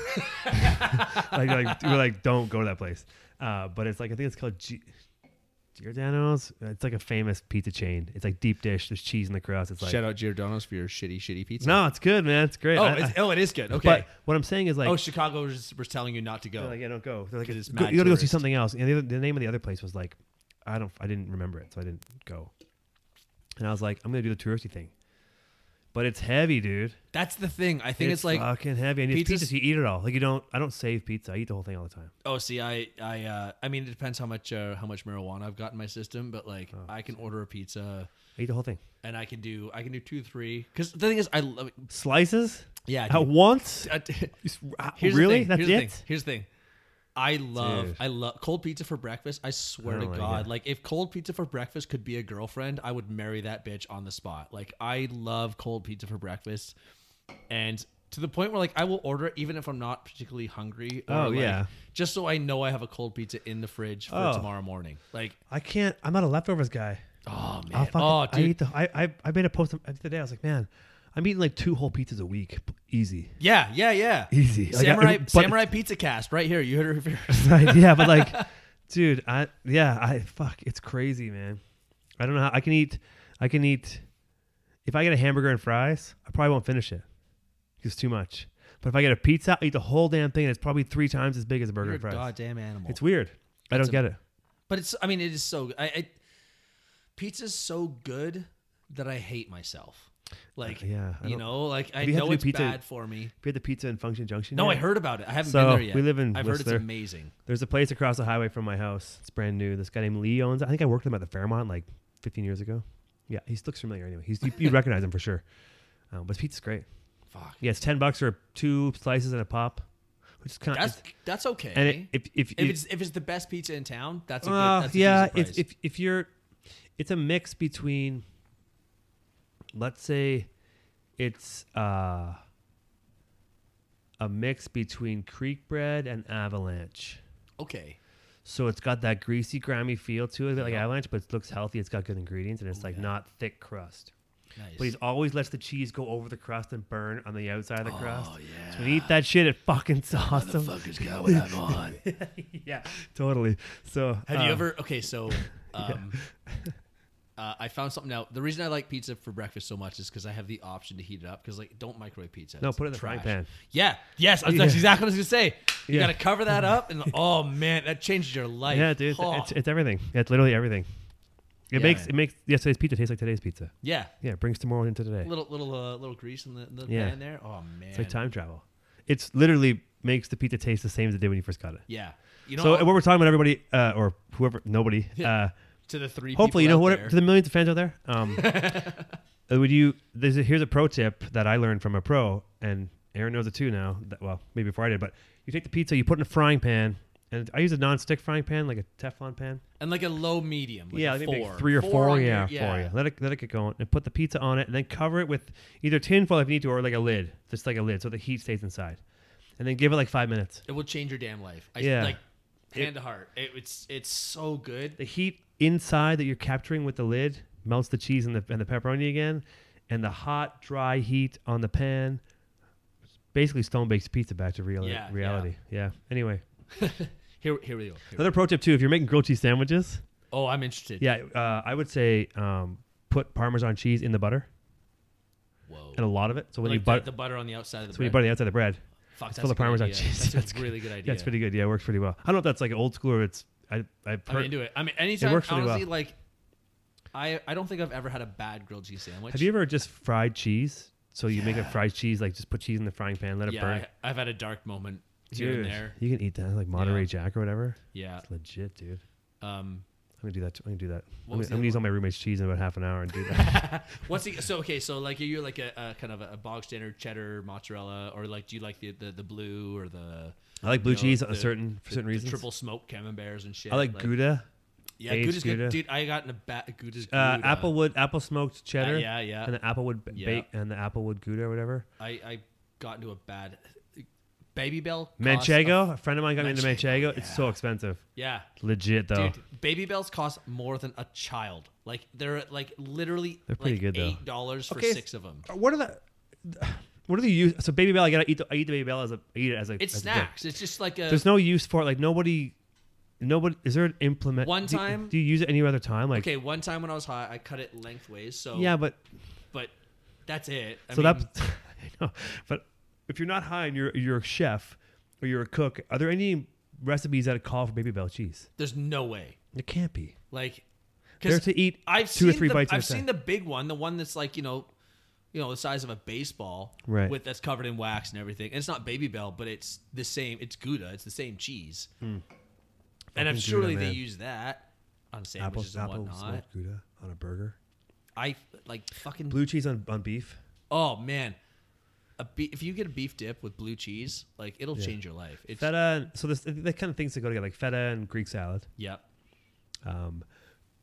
[SPEAKER 2] like, like we're like, don't go to that place. Uh, but it's like I think it's called G- Giordano's. It's like a famous pizza chain. It's like deep dish. There's cheese in the crust. It's like
[SPEAKER 3] Shout out Giordano's for your shitty, shitty pizza.
[SPEAKER 2] no, it's good, man. It's great.
[SPEAKER 3] oh,
[SPEAKER 2] I-
[SPEAKER 3] it's,
[SPEAKER 2] I-
[SPEAKER 3] oh, it is good. Okay.
[SPEAKER 2] But what I'm saying is like,
[SPEAKER 3] oh, Chicago was, was telling you not to go.
[SPEAKER 2] they're like, yeah, don't go. They're like,
[SPEAKER 3] 'Cause
[SPEAKER 2] it's
[SPEAKER 3] it's
[SPEAKER 2] go,
[SPEAKER 3] mad
[SPEAKER 2] you gotta go see
[SPEAKER 3] tourist.
[SPEAKER 2] something else. And the, other, the name of the other place was like, I don't, I didn't remember it, so I didn't go. And I was like, I'm gonna do the touristy thing, but it's heavy, dude.
[SPEAKER 3] That's the thing. I think it's, like
[SPEAKER 2] fucking heavy. And it's
[SPEAKER 3] pizza's-
[SPEAKER 2] pizza, so you eat it all. Like you don't, I don't save pizza. I eat the whole thing all the time.
[SPEAKER 3] oh, see, I I uh, I mean, it depends how much uh, how much marijuana I've got in my system, but like
[SPEAKER 2] Oh,
[SPEAKER 3] I can order a pizza
[SPEAKER 2] I eat the whole thing.
[SPEAKER 3] and I can do I can do two, three. Because the thing is, I love.
[SPEAKER 2] Slices
[SPEAKER 3] Yeah.
[SPEAKER 2] at
[SPEAKER 3] dude.
[SPEAKER 2] once.
[SPEAKER 3] I-
[SPEAKER 2] Just- uh,
[SPEAKER 3] Here's
[SPEAKER 2] really?
[SPEAKER 3] The thing.
[SPEAKER 2] That's it.
[SPEAKER 3] Here's The thing. Here's the thing. I love
[SPEAKER 2] Dude. Oh
[SPEAKER 3] I love cold pizza for breakfast. I swear
[SPEAKER 2] I
[SPEAKER 3] to
[SPEAKER 2] don't like
[SPEAKER 3] God,
[SPEAKER 2] it.
[SPEAKER 3] like if cold pizza for breakfast could be a girlfriend, I would marry that bitch on the spot. Like I love cold pizza for breakfast, and to the point where like I will order it even if I'm not particularly hungry. or,
[SPEAKER 2] Oh,
[SPEAKER 3] like,
[SPEAKER 2] yeah.
[SPEAKER 3] just so I know I have a cold pizza in the fridge for
[SPEAKER 2] Oh.
[SPEAKER 3] tomorrow morning. Like
[SPEAKER 2] I can't. I'm not a leftovers guy.
[SPEAKER 3] oh
[SPEAKER 2] I'll
[SPEAKER 3] man,
[SPEAKER 2] fucking,
[SPEAKER 3] oh
[SPEAKER 2] I
[SPEAKER 3] dude,
[SPEAKER 2] eat the. I, I I made a post the other day. I was like, man, I'm eating like two whole pizzas a week, easy.
[SPEAKER 3] yeah, yeah, yeah.
[SPEAKER 2] Easy. Like, I-
[SPEAKER 3] Samurai
[SPEAKER 2] but-
[SPEAKER 3] Samurai Pizza Cast right here. You heard her first.
[SPEAKER 2] right? Yeah, but like, dude, I yeah, I fuck, it's crazy, man. I don't know how I can eat. I can eat. If I get a hamburger and fries, I probably won't finish it. 'cause It's too much. But if I get a pizza, I'll eat the whole damn thing. And it's probably three times as big as a burger
[SPEAKER 3] You're a
[SPEAKER 2] and fries.
[SPEAKER 3] goddamn animal.
[SPEAKER 2] It's weird. I don't
[SPEAKER 3] a-
[SPEAKER 2] get it.
[SPEAKER 3] But it's I mean it is so I, I pizza's so good that I hate myself. Like,
[SPEAKER 2] Uh, yeah, I
[SPEAKER 3] you
[SPEAKER 2] don't-
[SPEAKER 3] know, like I
[SPEAKER 2] Have you had
[SPEAKER 3] know
[SPEAKER 2] to do
[SPEAKER 3] it's
[SPEAKER 2] pizza-
[SPEAKER 3] bad for me.
[SPEAKER 2] We had the pizza in Function Junction.
[SPEAKER 3] No, I
[SPEAKER 2] yet?
[SPEAKER 3] heard about it. I haven't
[SPEAKER 2] So,
[SPEAKER 3] been there yet.
[SPEAKER 2] we live in
[SPEAKER 3] I've
[SPEAKER 2] Whistler.
[SPEAKER 3] heard it's amazing.
[SPEAKER 2] There's a place across the highway from my house. It's brand new. This guy named Lee owns. it. I think I worked with him at the Fairmont like 15 years ago. Yeah, he looks familiar anyway. He's you, you recognize him for sure. Um, but his pizza's great.
[SPEAKER 3] Fuck.
[SPEAKER 2] Yeah, it's 10 bucks for two slices and a pop, which is kind of
[SPEAKER 3] That's that's okay.
[SPEAKER 2] and it, if if,
[SPEAKER 3] if
[SPEAKER 2] you-
[SPEAKER 3] it's if it's the best pizza in town, that's a good.
[SPEAKER 2] Well,
[SPEAKER 3] that's a
[SPEAKER 2] yeah,
[SPEAKER 3] decent
[SPEAKER 2] if,
[SPEAKER 3] price.
[SPEAKER 2] if if you're, it's a mix between. Let's say, it's uh, a mix between creek bread and avalanche.
[SPEAKER 3] okay,
[SPEAKER 2] So it's got that greasy, grimy feel to it, a bit like
[SPEAKER 3] Yeah.
[SPEAKER 2] avalanche, but it looks healthy. It's got good ingredients, and it's like
[SPEAKER 3] Uh-huh. Oh, yeah.
[SPEAKER 2] not thick crust.
[SPEAKER 3] nice.
[SPEAKER 2] But he's always lets the cheese go over the crust and burn on the outside of the crust.
[SPEAKER 3] Oh
[SPEAKER 2] So
[SPEAKER 3] yeah.
[SPEAKER 2] when you eat that shit, it fucking awesome.
[SPEAKER 3] Motherfuckers got what I'm on.
[SPEAKER 2] yeah, totally. So
[SPEAKER 3] Have you
[SPEAKER 2] uh,
[SPEAKER 3] ever? Okay, so um, uh, I found something out. The reason I like pizza for breakfast so much is because I have the option to heat it up. Because like, don't microwave pizza.
[SPEAKER 2] No,
[SPEAKER 3] It's
[SPEAKER 2] put it in the frying pan.
[SPEAKER 3] Yeah. Yes, that's
[SPEAKER 2] Yeah.
[SPEAKER 3] exactly what I was gonna say. You
[SPEAKER 2] Yeah.
[SPEAKER 3] gotta cover that up, and oh man, that changes your life.
[SPEAKER 2] Yeah, dude, it's,
[SPEAKER 3] Oh,
[SPEAKER 2] it's, it's everything. It's literally everything. It
[SPEAKER 3] Yeah,
[SPEAKER 2] makes
[SPEAKER 3] man.
[SPEAKER 2] it makes yesterday's pizza taste like today's pizza.
[SPEAKER 3] yeah.
[SPEAKER 2] Yeah, it brings tomorrow into today.
[SPEAKER 3] Little little uh, little grease in the, in the
[SPEAKER 2] Yeah.
[SPEAKER 3] pan there. Oh man.
[SPEAKER 2] It's like time travel. It's literally makes the pizza taste the same as it did when you first got it.
[SPEAKER 3] Yeah. You know.
[SPEAKER 2] so what we're talking about, everybody uh, or whoever, nobody. Uh,
[SPEAKER 3] to the three.
[SPEAKER 2] hopefully, you
[SPEAKER 3] people
[SPEAKER 2] know
[SPEAKER 3] out
[SPEAKER 2] what?
[SPEAKER 3] there-
[SPEAKER 2] To the millions of fans out there, um, uh, would you? There's a, here's a pro tip that I learned from a pro, and Aaron knows it too now. That, well, maybe before I did, but you take the pizza, you put it in a frying pan, and I use a non-stick frying pan, like a Teflon pan.
[SPEAKER 3] and like a low medium. Like
[SPEAKER 2] yeah,
[SPEAKER 3] a
[SPEAKER 2] I think
[SPEAKER 3] four.
[SPEAKER 2] like three or four.
[SPEAKER 3] on your-
[SPEAKER 2] yeah, four. Yeah, let it let it get going, and put the pizza on it, and then cover it with either tin foil if you need to, or like a lid, just like a lid, so the heat stays inside, and then give it like five minutes.
[SPEAKER 3] It will change your damn life. I,
[SPEAKER 2] Yeah.
[SPEAKER 3] Like hand to heart. It, it's it's so good.
[SPEAKER 2] The heat inside that you're capturing with the lid melts the cheese and the and the pepperoni again, and the hot dry heat on the pan, basically stone bakes pizza back to real
[SPEAKER 3] Yeah, yeah.
[SPEAKER 2] reality. Yeah. Anyway,
[SPEAKER 3] Here here we go. Here we go.
[SPEAKER 2] another pro tip too: if you're making grilled cheese sandwiches,
[SPEAKER 3] Oh, I'm interested.
[SPEAKER 2] yeah, uh, I would say um, put Parmesan cheese in the butter
[SPEAKER 3] Whoa.
[SPEAKER 2] and a lot of it. So when
[SPEAKER 3] like
[SPEAKER 2] you butter,
[SPEAKER 3] the, the butter on the outside of the
[SPEAKER 2] so when you
[SPEAKER 3] bread.
[SPEAKER 2] butter the outside of the bread.
[SPEAKER 3] Fuck,
[SPEAKER 2] It's
[SPEAKER 3] that's
[SPEAKER 2] full
[SPEAKER 3] a
[SPEAKER 2] of
[SPEAKER 3] good
[SPEAKER 2] Parmesan
[SPEAKER 3] idea.
[SPEAKER 2] cheese.
[SPEAKER 3] That's a really good idea.
[SPEAKER 2] Yeah, it's pretty good. Yeah, it works pretty well. I don't know if that's like old school or it's. I I
[SPEAKER 3] I'm into it. I mean, anytime,
[SPEAKER 2] works really
[SPEAKER 3] honestly,
[SPEAKER 2] well.
[SPEAKER 3] like, I I don't think I've ever had a bad grilled cheese sandwich.
[SPEAKER 2] Have you ever just fried cheese? So you make a
[SPEAKER 3] Yeah.
[SPEAKER 2] fried cheese, like just put cheese in the frying pan, let it
[SPEAKER 3] yeah,
[SPEAKER 2] burn.
[SPEAKER 3] I, I've had a dark moment here
[SPEAKER 2] Dude,
[SPEAKER 3] and there.
[SPEAKER 2] you can eat that like Monterey
[SPEAKER 3] Yeah.
[SPEAKER 2] Jack or whatever.
[SPEAKER 3] Yeah.
[SPEAKER 2] It's legit, dude.
[SPEAKER 3] Um.
[SPEAKER 2] I'm gonna do that. Too. I'm gonna do that. I'm
[SPEAKER 3] What
[SPEAKER 2] gonna,
[SPEAKER 3] was
[SPEAKER 2] I'm
[SPEAKER 3] the
[SPEAKER 2] gonna
[SPEAKER 3] other
[SPEAKER 2] use all my roommate's cheese in about half an hour and do that.
[SPEAKER 3] What's the so okay? So like, are you like a, a kind of a bog standard cheddar mozzarella, or like, do you like the the, the blue or the
[SPEAKER 2] I like blue
[SPEAKER 3] you know,
[SPEAKER 2] cheese on
[SPEAKER 3] the-
[SPEAKER 2] certain for
[SPEAKER 3] the-
[SPEAKER 2] certain
[SPEAKER 3] the
[SPEAKER 2] reasons.
[SPEAKER 3] triple smoked camemberts and shit?
[SPEAKER 2] I like, Gouda,
[SPEAKER 3] Yeah,
[SPEAKER 2] aged
[SPEAKER 3] Gouda's good.
[SPEAKER 2] Gouda.
[SPEAKER 3] Dude, I got in a bat Gouda's
[SPEAKER 2] uh,
[SPEAKER 3] Gouda.
[SPEAKER 2] applewood, apple smoked cheddar.
[SPEAKER 3] yeah, yeah.
[SPEAKER 2] And the applewood b-
[SPEAKER 3] Yeah.
[SPEAKER 2] bake and the applewood Gouda or whatever.
[SPEAKER 3] I I got into a bad baby bell. cost
[SPEAKER 2] Manchego.
[SPEAKER 3] a-
[SPEAKER 2] A friend of mine got me into
[SPEAKER 3] Manchego,
[SPEAKER 2] Manchego. It's so expensive.
[SPEAKER 3] yeah.
[SPEAKER 2] Legit though.
[SPEAKER 3] Dude, baby bells cost more than a child. Like they're like literally
[SPEAKER 2] They're pretty
[SPEAKER 3] like,
[SPEAKER 2] good, though.
[SPEAKER 3] eight dollars for
[SPEAKER 2] Okay.
[SPEAKER 3] six of them.
[SPEAKER 2] Uh, What are the what are the use? So baby bell, I gotta eat. The, I eat the baby bell as a I eat it as a.
[SPEAKER 3] It's
[SPEAKER 2] as a dip.
[SPEAKER 3] snacks. It's just like a
[SPEAKER 2] There's no use for it. Like nobody, nobody. Is there an implement?
[SPEAKER 3] One
[SPEAKER 2] do-
[SPEAKER 3] time-
[SPEAKER 2] Do, you use it any other time? Like
[SPEAKER 3] okay. One time when I was high, I cut it lengthways. So
[SPEAKER 2] yeah, but
[SPEAKER 3] but that's it. I
[SPEAKER 2] so
[SPEAKER 3] mean,
[SPEAKER 2] that. I know, but if you're not high and you're you're a chef or you're a cook, are there any recipes that call for baby bell cheese?
[SPEAKER 3] there's no way.
[SPEAKER 2] There can't be.
[SPEAKER 3] Like
[SPEAKER 2] They're
[SPEAKER 3] because
[SPEAKER 2] to eat
[SPEAKER 3] I've
[SPEAKER 2] two or
[SPEAKER 3] seen
[SPEAKER 2] three
[SPEAKER 3] the,
[SPEAKER 2] bites. at
[SPEAKER 3] I've
[SPEAKER 2] a
[SPEAKER 3] seen
[SPEAKER 2] time.
[SPEAKER 3] the big one, the one that's like you know, you know, the size of a baseball,
[SPEAKER 2] Right.
[SPEAKER 3] With that's covered in wax and everything. And it's not Baby Bell, but it's the same. It's Gouda. It's the same cheese. And I'm
[SPEAKER 2] Hmm. Fucking Gouda,
[SPEAKER 3] surely they
[SPEAKER 2] man.
[SPEAKER 3] use that on
[SPEAKER 2] apple
[SPEAKER 3] sandwiches and
[SPEAKER 2] apple
[SPEAKER 3] whatnot.
[SPEAKER 2] smoked gouda on a burger.
[SPEAKER 3] I like fucking.
[SPEAKER 2] Blue cheese on, on beef.
[SPEAKER 3] Oh man, a be- if you get a beef dip with blue cheese, like it'll change your life. It's
[SPEAKER 2] Feta. and- So this the kind of things that go together, like feta and Greek salad.
[SPEAKER 3] yep.
[SPEAKER 2] um,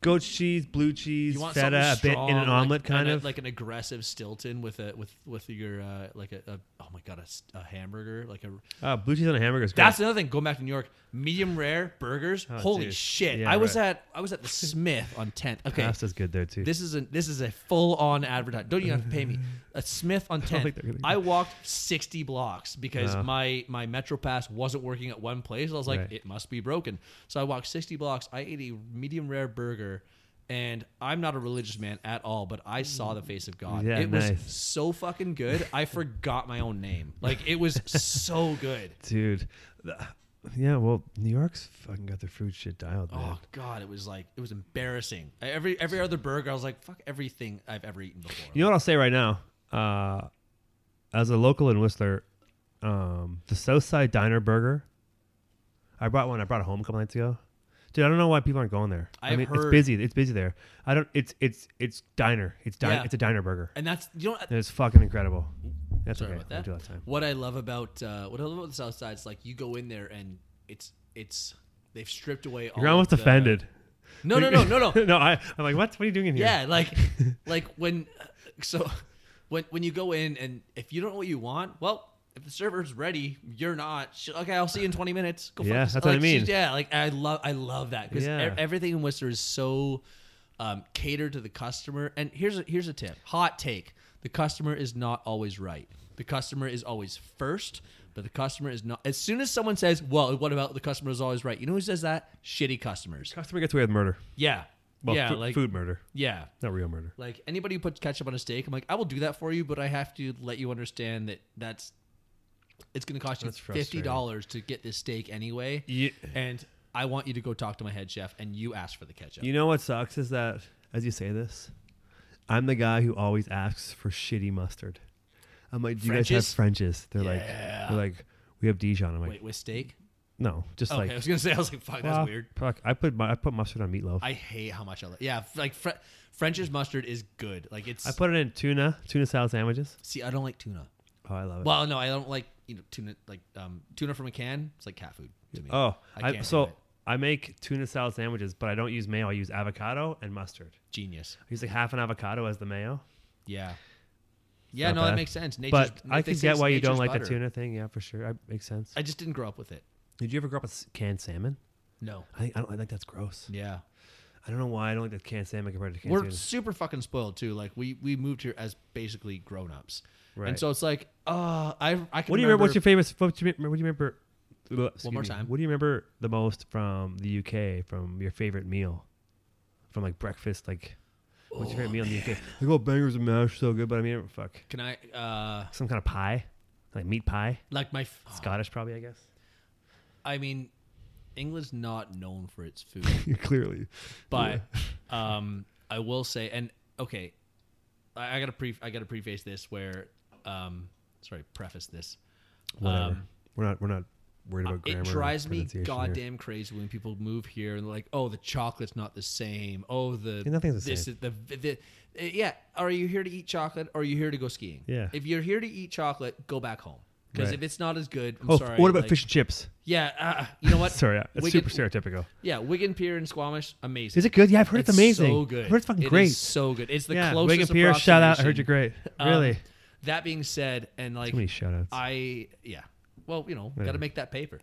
[SPEAKER 2] goat cheese, blue cheese,
[SPEAKER 3] You want
[SPEAKER 2] feta, a
[SPEAKER 3] something
[SPEAKER 2] bit
[SPEAKER 3] strong,
[SPEAKER 2] in an
[SPEAKER 3] like-
[SPEAKER 2] omelet, kind
[SPEAKER 3] a-
[SPEAKER 2] of.
[SPEAKER 3] like an aggressive Stilton with a with with your uh, like a, a oh my god a s a a hamburger like a
[SPEAKER 2] uh, blue cheese on a hamburger is great.
[SPEAKER 3] That's another thing. Going back to New York, medium rare burgers. Holy
[SPEAKER 2] Oh, dude.
[SPEAKER 3] shit!
[SPEAKER 2] Yeah,
[SPEAKER 3] I was
[SPEAKER 2] right.
[SPEAKER 3] at I was at the Smith on 10th. Okay,
[SPEAKER 2] Pasta's good there too.
[SPEAKER 3] this is a this is a full on advertise. Don't even have to pay me. A Smith on
[SPEAKER 2] don't
[SPEAKER 3] 10th.
[SPEAKER 2] think they're gonna-
[SPEAKER 3] I walked 60 blocks because
[SPEAKER 2] Uh.
[SPEAKER 3] my my Metro Pass wasn't working at one place. I was like,
[SPEAKER 2] Right.
[SPEAKER 3] it must be broken. So I walked 60 blocks. I ate a medium rare burger. And I'm not a religious man at all, but I saw the face of God.
[SPEAKER 2] Yeah,
[SPEAKER 3] it was
[SPEAKER 2] nice.
[SPEAKER 3] so fucking good. I forgot my own name. Like it was so good.
[SPEAKER 2] Dude, the- yeah, well, New York's fucking got their food shit dialed, man.
[SPEAKER 3] Oh god, it was like it was embarrassing. E, Every every other burger, I was like, fuck everything I've ever eaten before.
[SPEAKER 2] You know what I'll say right now? Uh, as a local in Whistler, um, the Southside Diner Burger. I brought one. I brought it home a couple nights ago. Dude, I don't know why people aren't going there. I
[SPEAKER 3] I've
[SPEAKER 2] mean, it's
[SPEAKER 3] heard-
[SPEAKER 2] busy. It's busy there. I don't. It's it's it's diner. It's diner.
[SPEAKER 3] Yeah.
[SPEAKER 2] It's a diner burger.
[SPEAKER 3] and that's you know
[SPEAKER 2] And it's fucking incredible. That's
[SPEAKER 3] Sorry
[SPEAKER 2] okay.
[SPEAKER 3] about
[SPEAKER 2] We'll
[SPEAKER 3] that.
[SPEAKER 2] do that time.
[SPEAKER 3] What I love about uh, what I love about the South Side is like you go in there and it's it's they've stripped away. all
[SPEAKER 2] You're almost
[SPEAKER 3] of the-
[SPEAKER 2] offended.
[SPEAKER 3] uh, No, no, no, no, no.
[SPEAKER 2] no, I, I'm like, what? What are you doing in here?
[SPEAKER 3] yeah, like like when so when when you go in and if you don't know what you want, well. If the server's ready, you're not. She- Okay, I'll see you in 20 minutes. Go fuck
[SPEAKER 2] Yeah,
[SPEAKER 3] yourself.
[SPEAKER 2] that's what I
[SPEAKER 3] Like, she-
[SPEAKER 2] mean.
[SPEAKER 3] Yeah, like I love, I love that because
[SPEAKER 2] Yeah.
[SPEAKER 3] everything in Whistler is so um, catered to the customer. And here's a, here's a tip: hot take. The customer is not always right. The customer is always first, but the customer is not. As soon as someone says, "Well, what about the customer is always right?" You know who says that? Shitty customers.
[SPEAKER 2] Customer gets away with murder.
[SPEAKER 3] Yeah,
[SPEAKER 2] Well,
[SPEAKER 3] yeah,
[SPEAKER 2] fu-
[SPEAKER 3] like
[SPEAKER 2] food murder,
[SPEAKER 3] yeah,
[SPEAKER 2] not real murder.
[SPEAKER 3] like anybody who puts ketchup on a steak, I'm like, I will do that for you, but I have to let you understand that that's it's going to cost you
[SPEAKER 2] That's
[SPEAKER 3] fifty
[SPEAKER 2] frustrating.
[SPEAKER 3] dollars to get this steak anyway,
[SPEAKER 2] Yeah.
[SPEAKER 3] and I want you to go talk to my head chef and you ask for the ketchup.
[SPEAKER 2] You know what sucks is that as you say this, I'm the guy who always asks for shitty mustard. I'm like, do you guys
[SPEAKER 3] French's?
[SPEAKER 2] have Frenches? They're
[SPEAKER 3] Yeah.
[SPEAKER 2] like, they're like, we have Dijon. I'm like,
[SPEAKER 3] Wait, with steak?
[SPEAKER 2] no, just
[SPEAKER 3] Okay,
[SPEAKER 2] like,
[SPEAKER 3] I was gonna say, I was like, fuck, that's
[SPEAKER 2] well,
[SPEAKER 3] weird.
[SPEAKER 2] fuck, I put mu- I put mustard on meatloaf. I,
[SPEAKER 3] I hate how much I love. Yeah, f- like Fre- French's mustard is good. Like it's.
[SPEAKER 2] put it in tuna, tuna salad sandwiches.
[SPEAKER 3] see, I don't like tuna.
[SPEAKER 2] Oh, I love it.
[SPEAKER 3] Well, no, I don't like you know tuna like um tuna from a can. It's like cat food to me.
[SPEAKER 2] oh,
[SPEAKER 3] I
[SPEAKER 2] I,
[SPEAKER 3] can't
[SPEAKER 2] so
[SPEAKER 3] have it.
[SPEAKER 2] I make tuna salad sandwiches, but I don't use mayo. I use avocado and mustard.
[SPEAKER 3] genius.
[SPEAKER 2] I use like half an avocado as the mayo.
[SPEAKER 3] Yeah. Yeah,
[SPEAKER 2] Not
[SPEAKER 3] no,
[SPEAKER 2] bad.
[SPEAKER 3] that makes sense. Nature's,
[SPEAKER 2] but I
[SPEAKER 3] they
[SPEAKER 2] can
[SPEAKER 3] say
[SPEAKER 2] get
[SPEAKER 3] it's
[SPEAKER 2] why you don't
[SPEAKER 3] nature's
[SPEAKER 2] like the
[SPEAKER 3] butter.
[SPEAKER 2] tuna thing. Yeah, for sure. I, makes sense.
[SPEAKER 3] I just didn't grow up with it.
[SPEAKER 2] Did you ever grow up with s- canned salmon?
[SPEAKER 3] No.
[SPEAKER 2] I think I don't. I think that's gross.
[SPEAKER 3] Yeah.
[SPEAKER 2] I don't know why I don't like the canned salmon compared to canned
[SPEAKER 3] We're
[SPEAKER 2] tuna.
[SPEAKER 3] super fucking spoiled too. Like we we moved here as basically grown ups.
[SPEAKER 2] Right.
[SPEAKER 3] And so it's like, uh I I can
[SPEAKER 2] What do you remember? What's your famous? What do you remember? What do you remember Ugh, excuse
[SPEAKER 3] more
[SPEAKER 2] me.
[SPEAKER 3] time.
[SPEAKER 2] What do you remember the most from the UK? From your favorite meal? From like breakfast? Like what's your favorite meal in the UK? Like oh, bangers and mash so good, but I mean fuck
[SPEAKER 3] can I uh
[SPEAKER 2] some kind of pie, like meat pie,
[SPEAKER 3] like my f-
[SPEAKER 2] Scottish probably I guess.
[SPEAKER 3] I mean England's not known for its food.
[SPEAKER 2] Clearly,
[SPEAKER 3] But um, I will say, and okay, I, I gotta pre I gotta preface this where, um, sorry, preface this. Um,
[SPEAKER 2] whatever. we're not. We're not worried about grammar.
[SPEAKER 3] Uh, It
[SPEAKER 2] or
[SPEAKER 3] drives me
[SPEAKER 2] pronunciation here.
[SPEAKER 3] goddamn crazy when people move here and they're like, oh, the chocolate's not the same. Oh, the
[SPEAKER 2] Yeah, nothing's the
[SPEAKER 3] this
[SPEAKER 2] same.
[SPEAKER 3] is the, the eh, yeah. Are you here to eat chocolate? or Are you here to go skiing?
[SPEAKER 2] Yeah.
[SPEAKER 3] If you're here to eat chocolate, go back home because
[SPEAKER 2] Right.
[SPEAKER 3] if it's not as good, I'm
[SPEAKER 2] Oh,
[SPEAKER 3] sorry.
[SPEAKER 2] what about
[SPEAKER 3] like-
[SPEAKER 2] fish and chips?
[SPEAKER 3] Yeah, uh, you know what?
[SPEAKER 2] Sorry, uh, it's
[SPEAKER 3] Wigan-
[SPEAKER 2] super stereotypical.
[SPEAKER 3] Yeah, Wigan Pier in Squamish, amazing.
[SPEAKER 2] Is it good? Yeah, I've heard it's, amazing.
[SPEAKER 3] So good.
[SPEAKER 2] I've heard it's fucking
[SPEAKER 3] It is
[SPEAKER 2] great.
[SPEAKER 3] so good. It's the
[SPEAKER 2] yeah,
[SPEAKER 3] closest.
[SPEAKER 2] Wigan Pier, shout out. I heard you're
[SPEAKER 3] approximation.
[SPEAKER 2] great.
[SPEAKER 3] Um,
[SPEAKER 2] Really.
[SPEAKER 3] that being said, and like
[SPEAKER 2] Too many shout outs.
[SPEAKER 3] I, yeah. Well, you know, got to
[SPEAKER 2] Whatever.
[SPEAKER 3] make that paper.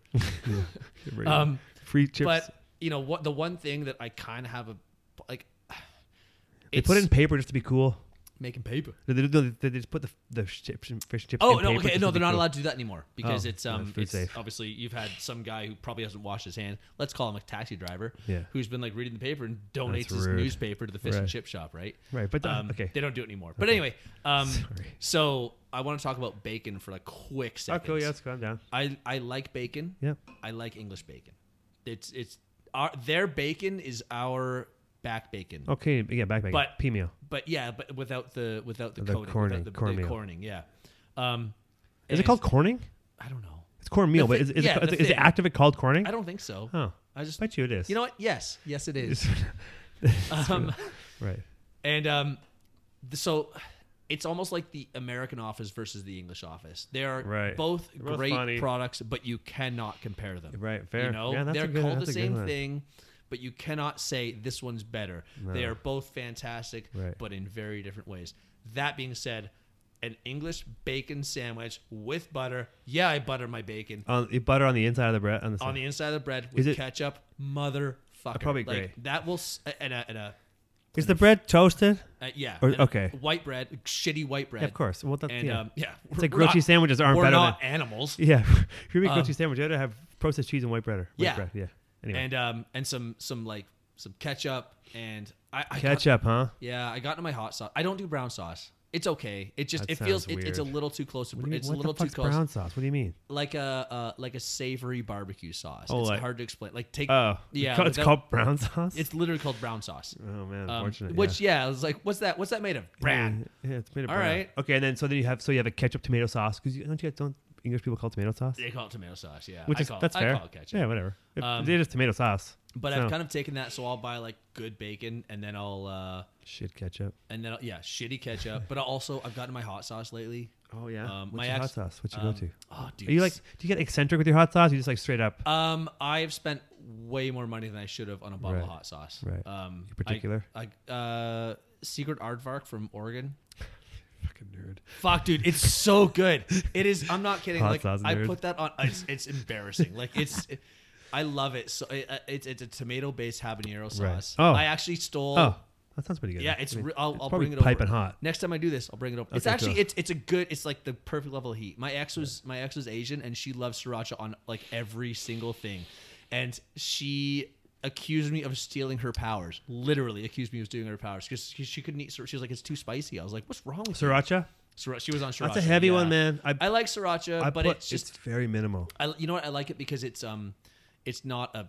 [SPEAKER 2] Um,
[SPEAKER 3] um,
[SPEAKER 2] Free chips.
[SPEAKER 3] but you know what? The one thing that I kind of have a like.
[SPEAKER 2] they put it in paper just to be cool.
[SPEAKER 3] making paper.
[SPEAKER 2] They, they, they, they just put the, the chips and fish and chips.
[SPEAKER 3] Oh
[SPEAKER 2] in
[SPEAKER 3] no!
[SPEAKER 2] paper
[SPEAKER 3] Okay,
[SPEAKER 2] just
[SPEAKER 3] no,
[SPEAKER 2] to be
[SPEAKER 3] they're not
[SPEAKER 2] cool.
[SPEAKER 3] allowed to do that anymore because
[SPEAKER 2] Oh,
[SPEAKER 3] it's
[SPEAKER 2] yeah,
[SPEAKER 3] um,
[SPEAKER 2] food
[SPEAKER 3] it's
[SPEAKER 2] safe.
[SPEAKER 3] obviously you've had some guy who probably hasn't washed his hand. Let's call him a taxi driver.
[SPEAKER 2] Yeah.
[SPEAKER 3] who's been like reading the paper and donates his
[SPEAKER 2] rude.
[SPEAKER 3] newspaper to the fish and
[SPEAKER 2] Right.
[SPEAKER 3] chip shop, right?
[SPEAKER 2] Right, but, uh,
[SPEAKER 3] um,
[SPEAKER 2] okay.
[SPEAKER 3] they don't do it anymore. But anyway, um,
[SPEAKER 2] Sorry.
[SPEAKER 3] so I want to talk about bacon for like quick
[SPEAKER 2] Oh,
[SPEAKER 3] seconds.
[SPEAKER 2] cool. Yeah, let's calm down.
[SPEAKER 3] I I like bacon.
[SPEAKER 2] Yeah.
[SPEAKER 3] I like English bacon. It's it's our their bacon is our back bacon.
[SPEAKER 2] Okay. Yeah, back bacon.
[SPEAKER 3] But-
[SPEAKER 2] P meal.
[SPEAKER 3] But yeah, but without the without the,
[SPEAKER 2] The
[SPEAKER 3] coating,
[SPEAKER 2] corning,
[SPEAKER 3] without the, the
[SPEAKER 2] cornmeal.
[SPEAKER 3] corning, yeah. Um,
[SPEAKER 2] Is
[SPEAKER 3] and-
[SPEAKER 2] it called corning?
[SPEAKER 3] I don't know.
[SPEAKER 2] It's cornmeal,
[SPEAKER 3] The
[SPEAKER 2] but
[SPEAKER 3] thi-
[SPEAKER 2] is, is,
[SPEAKER 3] yeah,
[SPEAKER 2] it,
[SPEAKER 3] the
[SPEAKER 2] is the
[SPEAKER 3] thing.
[SPEAKER 2] act of it called corning?
[SPEAKER 3] I don't think so.
[SPEAKER 2] Oh,
[SPEAKER 3] I just
[SPEAKER 2] bet you it is.
[SPEAKER 3] you know what? Yes, yes, it is. um,
[SPEAKER 2] right.
[SPEAKER 3] and um, th- so it's almost like the American Office versus the English Office. They are
[SPEAKER 2] Right.
[SPEAKER 3] both
[SPEAKER 2] They're both
[SPEAKER 3] great
[SPEAKER 2] funny.
[SPEAKER 3] products, but you cannot compare them.
[SPEAKER 2] Right, fair.
[SPEAKER 3] You know,
[SPEAKER 2] Yeah, that's a
[SPEAKER 3] they're
[SPEAKER 2] good-
[SPEAKER 3] called the
[SPEAKER 2] that's a good
[SPEAKER 3] same
[SPEAKER 2] one.
[SPEAKER 3] thing, but you cannot say this one's better. They
[SPEAKER 2] No.
[SPEAKER 3] are both fantastic,
[SPEAKER 2] Right.
[SPEAKER 3] but in very different ways. That being said, an English bacon sandwich with butter. Yeah, I butter my bacon
[SPEAKER 2] On, you butter on the inside of the bread. On the,
[SPEAKER 3] on
[SPEAKER 2] side.
[SPEAKER 3] the inside of the bread with
[SPEAKER 2] it-
[SPEAKER 3] ketchup. Motherfucker,
[SPEAKER 2] probably
[SPEAKER 3] like,
[SPEAKER 2] agree.
[SPEAKER 3] that will s- and a, and a
[SPEAKER 2] is the bread toasted?
[SPEAKER 3] uh, yeah.
[SPEAKER 2] Or-
[SPEAKER 3] and
[SPEAKER 2] okay.
[SPEAKER 3] White bread, shitty white bread.
[SPEAKER 2] Yeah, of course. Well, that's
[SPEAKER 3] And
[SPEAKER 2] yeah.
[SPEAKER 3] um, yeah,
[SPEAKER 2] It's like grilled cheese sandwiches aren't
[SPEAKER 3] we're
[SPEAKER 2] better
[SPEAKER 3] not animals.
[SPEAKER 2] Yeah, if you make grilled
[SPEAKER 3] Um,
[SPEAKER 2] cheese sandwich, you have to have processed cheese and white bread. Or white
[SPEAKER 3] Yeah.
[SPEAKER 2] bread. yeah. Anyway,
[SPEAKER 3] And um, and some some like some ketchup and I, I got-
[SPEAKER 2] ketchup, huh?
[SPEAKER 3] yeah, I got into my hot sauce. I don't do brown sauce. It's okay. It just
[SPEAKER 2] That
[SPEAKER 3] it feels
[SPEAKER 2] sounds
[SPEAKER 3] it, it's a
[SPEAKER 2] weird.
[SPEAKER 3] little too close to
[SPEAKER 2] What do you mean?
[SPEAKER 3] it's
[SPEAKER 2] what
[SPEAKER 3] a little
[SPEAKER 2] the
[SPEAKER 3] too
[SPEAKER 2] fuck's
[SPEAKER 3] close
[SPEAKER 2] brown sauce? What do you mean?
[SPEAKER 3] like a uh, like a savory barbecue sauce.
[SPEAKER 2] Oh,
[SPEAKER 3] it's
[SPEAKER 2] like-
[SPEAKER 3] hard to explain. Like take
[SPEAKER 2] Oh,
[SPEAKER 3] yeah,
[SPEAKER 2] yeah. It's
[SPEAKER 3] without-
[SPEAKER 2] called brown sauce.
[SPEAKER 3] it's literally called brown sauce.
[SPEAKER 2] oh man,
[SPEAKER 3] Um,
[SPEAKER 2] unfortunate.
[SPEAKER 3] which
[SPEAKER 2] yeah.
[SPEAKER 3] yeah. I was like, what's that? What's that made of? Bran.
[SPEAKER 2] Yeah, yeah, it's made of
[SPEAKER 3] All
[SPEAKER 2] brown.
[SPEAKER 3] right.
[SPEAKER 2] Okay, and then so then you have so you have a ketchup tomato sauce because don't you guys don't English people call it tomato sauce?
[SPEAKER 3] They call it tomato sauce. Yeah,
[SPEAKER 2] Which
[SPEAKER 3] I
[SPEAKER 2] is
[SPEAKER 3] call,
[SPEAKER 2] that's
[SPEAKER 3] I
[SPEAKER 2] fair.
[SPEAKER 3] call it ketchup.
[SPEAKER 2] Yeah, whatever. It,
[SPEAKER 3] Um,
[SPEAKER 2] it is tomato sauce.
[SPEAKER 3] But
[SPEAKER 2] So-
[SPEAKER 3] I've kind of taken that, so I'll buy like good bacon, and then I'll uh
[SPEAKER 2] shit ketchup.
[SPEAKER 3] and then I'll, yeah, shitty ketchup. but I'll also I've gotten my hot sauce lately.
[SPEAKER 2] Oh yeah. What's
[SPEAKER 3] Um, my
[SPEAKER 2] your hot
[SPEAKER 3] ex-
[SPEAKER 2] sauce? What you
[SPEAKER 3] um,
[SPEAKER 2] go to?
[SPEAKER 3] Oh, dude.
[SPEAKER 2] Are you like do you get eccentric with your hot sauce? You just like straight up
[SPEAKER 3] Um, I've spent way more money than I should have on a bottle of
[SPEAKER 2] Right.
[SPEAKER 3] hot sauce.
[SPEAKER 2] Right.
[SPEAKER 3] Um,
[SPEAKER 2] In particular?
[SPEAKER 3] I, I uh, Secret Aardvark from Oregon.
[SPEAKER 2] fucking nerd.
[SPEAKER 3] Fuck, dude, it's so good. It is. I'm not kidding.
[SPEAKER 2] Hot
[SPEAKER 3] like
[SPEAKER 2] sauce
[SPEAKER 3] I
[SPEAKER 2] nerd.
[SPEAKER 3] put that on. It's, it's embarrassing. Like it's. I love it. So it, uh, it's it's a tomato based habanero
[SPEAKER 2] Right.
[SPEAKER 3] sauce.
[SPEAKER 2] Oh.
[SPEAKER 3] I actually stole.
[SPEAKER 2] Oh, that sounds pretty good.
[SPEAKER 3] Yeah, it's.
[SPEAKER 2] I mean,
[SPEAKER 3] re- I'll,
[SPEAKER 2] it's
[SPEAKER 3] I'll
[SPEAKER 2] probably
[SPEAKER 3] bring it over.
[SPEAKER 2] piping hot.
[SPEAKER 3] Next time I do this, I'll bring it over. it's
[SPEAKER 2] Okay,
[SPEAKER 3] actually
[SPEAKER 2] cool.
[SPEAKER 3] it's it's a good. It's like the perfect level of heat. My ex was my ex was Asian, and she loved sriracha on like every single thing, and she accused me of stealing her powers. Literally accused me of stealing her powers because she couldn't eat. sri- She was like, "It's too spicy." I was like, "What's wrong with you?"
[SPEAKER 2] Sriracha.
[SPEAKER 3] Sriracha. She was on sriracha.
[SPEAKER 2] That's a heavy
[SPEAKER 3] yeah.
[SPEAKER 2] one, man. I,
[SPEAKER 3] I like sriracha,
[SPEAKER 2] I
[SPEAKER 3] but
[SPEAKER 2] put,
[SPEAKER 3] it's just
[SPEAKER 2] very minimal.
[SPEAKER 3] I, you know what I like it because it's um it's not a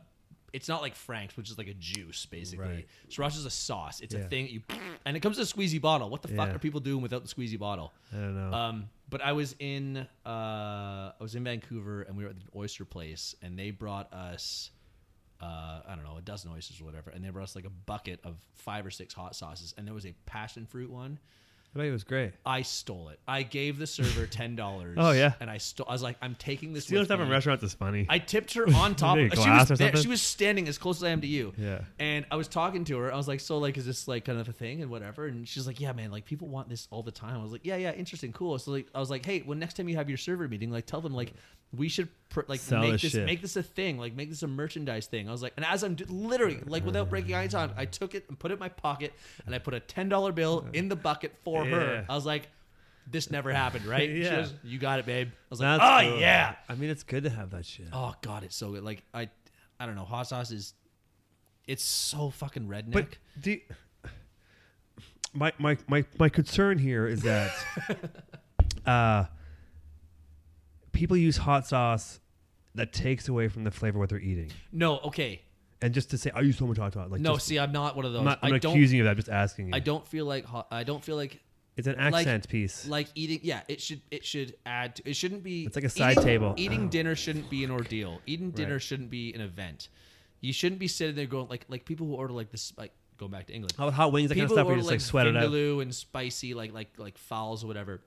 [SPEAKER 3] it's not like Frank's which is like a juice basically.
[SPEAKER 2] Right.
[SPEAKER 3] Sriracha is a sauce. It's
[SPEAKER 2] Yeah.
[SPEAKER 3] a thing that you and it comes in a squeezy bottle. What the fuck
[SPEAKER 2] Yeah.
[SPEAKER 3] are people doing without the squeezy bottle?
[SPEAKER 2] I don't know.
[SPEAKER 3] Um, but I was in uh, I was in Vancouver and we were at the oyster place and they brought us uh, I don't know a dozen oysters or whatever and they brought us like a bucket of five or six hot sauces and there was a passion fruit one.
[SPEAKER 2] I bet it was great.
[SPEAKER 3] I stole it. I gave the server ten dollars.
[SPEAKER 2] Oh, yeah.
[SPEAKER 3] and I stole. I was like, I'm taking this.
[SPEAKER 2] Stealing
[SPEAKER 3] with
[SPEAKER 2] stuff
[SPEAKER 3] me.
[SPEAKER 2] from restaurants is funny.
[SPEAKER 3] I tipped her on top.
[SPEAKER 2] Maybe
[SPEAKER 3] of,
[SPEAKER 2] a
[SPEAKER 3] she
[SPEAKER 2] glass or
[SPEAKER 3] was there,
[SPEAKER 2] something?
[SPEAKER 3] she was standing as close as I am to you.
[SPEAKER 2] Yeah.
[SPEAKER 3] And I was talking to her. I was like, "So like, is this like kind of a thing and whatever?" And she's like, "Yeah, man. Like people want this all the time." I was like, "Yeah, yeah, interesting, cool." So like, I was like, "Hey, when next time you have your server meeting, like tell them like we should pr- like
[SPEAKER 2] Sell
[SPEAKER 3] make
[SPEAKER 2] this
[SPEAKER 3] this
[SPEAKER 2] shit.
[SPEAKER 3] make this a thing, like make this a merchandise thing." I was like, and as I'm d- literally like without breaking eyes on, I took it and put it in my pocket, and I put a ten dollar bill in the bucket for
[SPEAKER 2] Yeah.
[SPEAKER 3] her. I was like. This never happened, right? She
[SPEAKER 2] Yeah.
[SPEAKER 3] goes, you got it, babe. I was like,
[SPEAKER 2] That's
[SPEAKER 3] oh,
[SPEAKER 2] cool.
[SPEAKER 3] yeah.
[SPEAKER 2] I mean, it's good to have that shit.
[SPEAKER 3] Oh god, it's so good. Like I, I don't know. Hot sauce is, it's so fucking redneck.
[SPEAKER 2] But do you- my, my my my concern here is that uh, people use hot sauce that takes away from the flavor of what they're eating,
[SPEAKER 3] no, okay,
[SPEAKER 2] and just to say, I use so much hot sauce. Like,
[SPEAKER 3] no.
[SPEAKER 2] just,
[SPEAKER 3] see, I'm not one of those.
[SPEAKER 2] I'm not, I'm
[SPEAKER 3] I
[SPEAKER 2] not
[SPEAKER 3] don't.
[SPEAKER 2] accusing you of that. I'm just asking you.
[SPEAKER 3] I don't feel like hot. I don't feel like
[SPEAKER 2] It's an
[SPEAKER 3] like-
[SPEAKER 2] accent piece.
[SPEAKER 3] like eating. Yeah, it should. It should add. To, it shouldn't be.
[SPEAKER 2] It's like a side
[SPEAKER 3] eating-
[SPEAKER 2] table.
[SPEAKER 3] Eating dinner shouldn't be an ordeal. Eating dinner
[SPEAKER 2] Right.
[SPEAKER 3] shouldn't be an event. You shouldn't be sitting there going like like people who order like this like going back to England.
[SPEAKER 2] How about hot wings? Oh, That kind of
[SPEAKER 3] people
[SPEAKER 2] stuff. Where
[SPEAKER 3] order,
[SPEAKER 2] you just like, sweat it out.
[SPEAKER 3] vindaloo and spicy like like like fowls or whatever.